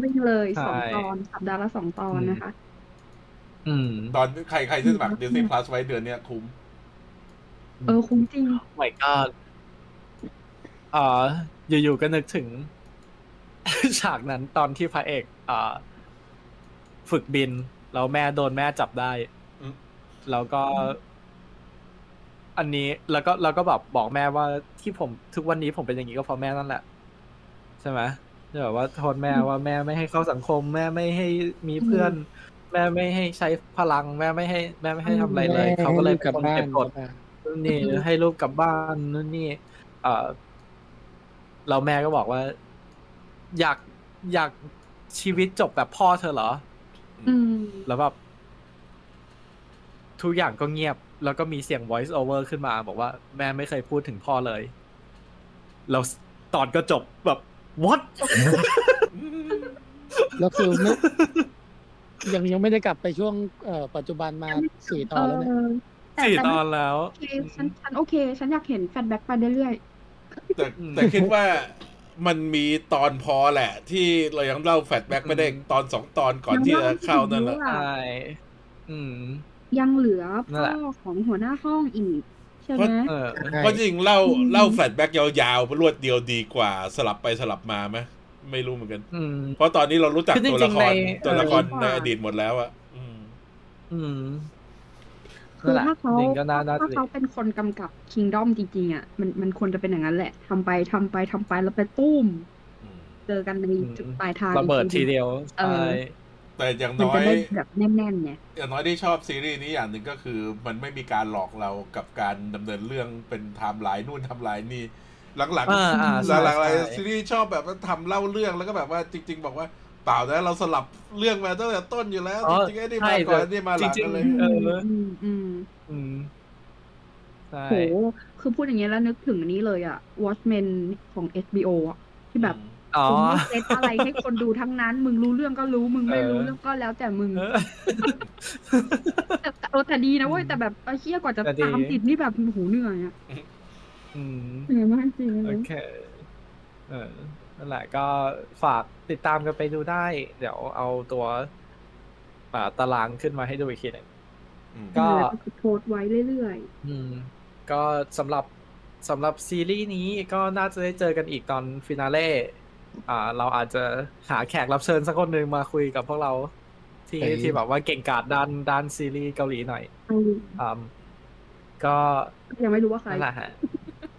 Speaker 3: ไม่เลย
Speaker 2: ใช่
Speaker 3: สองตอนสัปดาห์ละสองตอน
Speaker 2: อืม
Speaker 3: นะคะ
Speaker 2: อืม
Speaker 1: ตอนใครใครที่สมัคร Disney Plus ไว้เดือนเนี้ยคุ้ม
Speaker 3: เออคุ้มจริง
Speaker 2: ไม่ก็เอ่ออยู่ๆก็นึกถึง [laughs] ฉากนั้นตอนที่พระเอกเอ่อฝึกบิน แล้วแม่โดนแม่จับได้
Speaker 1: อืม
Speaker 2: แล้วก็ อันนี้แล้วก็แล้วก็แบบบอกแม่ว่าที่ผมทุกวันนี้ผมเป็นอย่างนี้ก็เพราะแม่นั่นแหละ ใช่ไหมที่แบบว่าโทษแม่ว่าแม่ไม่ให้เข้าสังคม แม่ไม่ให้มีเพื่อน แม่ไม่ให้ใช้พลัง แม่ไม่ให้ แม่ไม่ให้ทำอะไรเลย เขาก็เลย
Speaker 4: ให้กลับ
Speaker 2: เป็นคน
Speaker 4: บ้าน
Speaker 2: เก็บกด นู่นนี่
Speaker 3: อืม
Speaker 2: ให้ลูกกลับบ้านนู่นนี่ เออเราแม่ก็บอกว่า อยากอยากชีวิตจบแบบพ่อเธอเหรอ
Speaker 3: อืม
Speaker 2: แล้วแบบทุกอย่างก็เงียบ แล้วก็มีเสียง voice over ขึ้นมา บอกว่าแม่ไม่เคยพูดถึงพ่อเลย เราตอนก็จบแบบ what
Speaker 4: [laughs] แล้วคือไม่ยังยังไม่ได้กลับไปช่วงเอ่อปัจจุบันมาสี่ตอนแล้วเนี่ย
Speaker 3: เออแต่
Speaker 2: สี่
Speaker 3: แต่
Speaker 2: ต
Speaker 3: ไม่
Speaker 2: อนแล้ว
Speaker 3: โอเคฉันฉันโอเค ฉันอยากเห็นแฟลชแบ็กไปเรื่อย
Speaker 1: แต่
Speaker 2: อืม
Speaker 1: แต่คิดว่ามันมีตอนพอแหละ ที่เรายังเล่าแฟลชแบ็กไม่ได้
Speaker 2: อืม
Speaker 1: ตอนสองตอน
Speaker 3: ๆ
Speaker 1: ก่อนที่จะเข้านั่นแหละ
Speaker 3: ยัง
Speaker 2: ใช่
Speaker 3: ว่า
Speaker 2: อืม
Speaker 3: ยังเหลือ
Speaker 2: นั่น
Speaker 3: พ่อ
Speaker 2: แหละ
Speaker 3: ของหัวหน้าห้องอีก ใช่ไหม
Speaker 2: เออ
Speaker 1: เพราะจริงๆเล่าเล่าแฟลชแบ็กยาวๆรวดเดียวดีกว่าสลับไปสลับมาไหมไม่รู้เหมือนกัน
Speaker 2: อืม
Speaker 1: เพราะตอนนี้เรารู้จัก
Speaker 2: คือจริงๆ
Speaker 1: ตัวละครตัว
Speaker 2: ใน
Speaker 1: ละครใน
Speaker 3: เอ่อ
Speaker 1: อดีตหมดแล้วอะอืม
Speaker 2: อืม
Speaker 3: คือ
Speaker 2: นั่นแหละ
Speaker 3: ถ้าเขา
Speaker 2: จริงก็น่าน่า
Speaker 3: ถ้า
Speaker 2: จะดี
Speaker 3: เขาเป็นคนกำกับ Kingdom จริงๆอ่ะมันมันควรจะเป็นอย่างนั้นแหละทำไปทำไปทำไปแล้วไปปุ้ม เจอกันใน
Speaker 2: อืม
Speaker 3: จุดปลายทาง
Speaker 2: ระเบิด
Speaker 3: อีก
Speaker 2: ทีเดียว
Speaker 3: เอ
Speaker 2: ใช่
Speaker 3: อ
Speaker 1: แต่อย่าง
Speaker 3: มัน
Speaker 1: น้อ
Speaker 3: จะ
Speaker 1: ย
Speaker 3: ได้แบบแน่นๆไง
Speaker 1: อย่างน้อยที่ชอบซีรีส์นี้อย่างหนึ่งก็คือ มันไม่มีการหลอกเรากับการดำเนินเรื่องเป็นไทม์ไลน์นู่นไทม์ไลน์นี่ หลังๆหลัง
Speaker 2: อ่าอ่าใช่
Speaker 1: ๆหลัง
Speaker 2: ใช่
Speaker 1: ๆซีรีส์ชอบแบบว่าทำเล่าเรื่องแล้วก็แบบว่าจริง ๆ บอกว่าเปล่านะเราสลับเรื่องมาตั้งแต่ต้นอยู่แล้ว
Speaker 2: อ๋อ
Speaker 1: จริงๆไอ้นี่
Speaker 2: ใช่
Speaker 1: มาก่อน
Speaker 2: แต่
Speaker 1: ไอ้นี่มาหลัง
Speaker 2: จริงๆ
Speaker 1: อะไร
Speaker 2: เออ
Speaker 3: อืมอืม
Speaker 2: อืมใช่
Speaker 3: โหคือพูดอย่างเงี้ยแล้วนึกถึงอันนี้เลยอ่ะ Watchmen ของ HBO อ่ะที่แบบ
Speaker 2: อ๋อ
Speaker 3: ผมไม่เซตอะไรให้คนดูทั้งนั้น มึงรู้เรื่องก็รู้ มึงไม่
Speaker 2: เออ
Speaker 3: รู้เรื่องก็แล้วแต่มึง
Speaker 2: เออ
Speaker 3: แต่แต่เออแต่ดีนะเว้ย
Speaker 2: อืม
Speaker 3: แต่แบบไอ้เชี่ยกว่าจะ
Speaker 2: แต่ดี
Speaker 3: ตามติดนี่แบบโอ้โหูเหนื่อยอ่ะ
Speaker 2: อืม
Speaker 3: เหนื่อยมากจริง
Speaker 2: โอเคเออนั่นแหละก็ฝากติดตามกันไปดูได้ เดี๋ยวเอาตัวอ่าตารางขึ้นมาให้ดูอีกทีหนึง
Speaker 1: อืม
Speaker 2: ก็
Speaker 3: เออแล้วโพสต์ไว้เรื่อย
Speaker 2: อืม ก็สำหรับสำหรับซีรีส์นี้ก็น่าจะได้เจอกันอีกตอนฟินาเล่อ่า เราอาจจะหาแขกรับเชิญสักคนหนึ่งมาคุยกับพวกเรา ที่
Speaker 4: เฮ้ย
Speaker 2: ที่แบบว่าเก่งกาจด้านด้านซีรีส์เกาหลีหน่อย
Speaker 3: ๆเอา
Speaker 2: อ่าก็
Speaker 3: ยังไม่รู้ว่าใคร
Speaker 2: นั่นแหละฮะ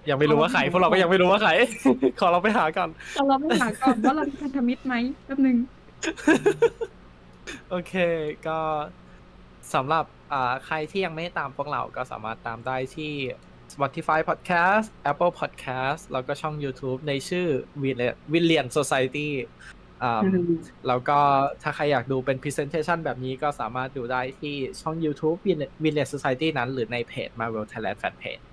Speaker 2: ยังไม่รู้ว่าใครพวกเราก็ยังไม่รู้ว่าใคร [laughs] ขอเราไปหาก่อน
Speaker 3: เอาเราไม่หาก่อนว่าเราเป็นพันธมิตรไหมแป๊บนึง
Speaker 2: โอเคก็สำหรับอ่าใครที่ยังไม่ได้ตามพวกเราก็สามารถตามได้ที่ Spotify Podcast Apple Podcast แล้วก็ช่อง YouTube ในชื่อ วิลเลียน Society อ่า
Speaker 3: อืม
Speaker 2: แล้วก็ถ้าใครอยากดูเป็น Presentation แบบนี้ก็สามารถดูได้ที่ช่อง YouTube w i l l i a n Society นั้น หรือในเพจ Marvel Thailand Fan Page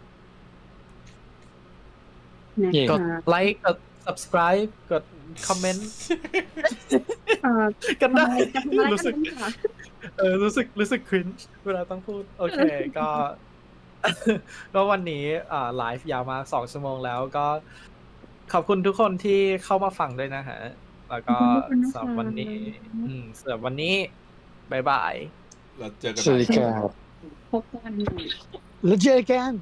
Speaker 3: นะ
Speaker 4: เย่
Speaker 2: กด
Speaker 3: คะ
Speaker 2: ไลค์กด subscribe กด comment
Speaker 3: เอ่อ
Speaker 2: กันได้
Speaker 3: ทำอะไรจะทำอะไร
Speaker 2: รู้สึก
Speaker 3: กันค่ะ
Speaker 2: เออรู้สึกรู้สึกครินช์เวลาต้องพูด โอเค ก็ [laughs] ก็วันนี้อ่าไลฟ์ยาวมาสองชั่วโมงแล้วก็ ขอบคุณทุกคนที่เข้ามาฟังด้วยนะฮะ แล้วก็
Speaker 3: ขอบคุณทุกคนนะคะ
Speaker 2: สำหรับวันนี้ อืมสำหรับวันนี้บายบาย
Speaker 1: เราเจอกัน
Speaker 4: สวัสดี
Speaker 1: ใหม่
Speaker 4: ครับ
Speaker 3: พบกันใหม่
Speaker 4: แล้วเจอกัน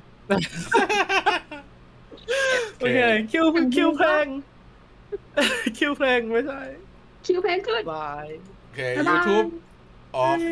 Speaker 2: โอเค คิวคิวเพลง [laughs] คิวเพลงไม่ใช่
Speaker 3: คิวแพงขึ้น
Speaker 2: บาย
Speaker 1: โอเค
Speaker 3: บ๊ายบาย
Speaker 1: YouTube off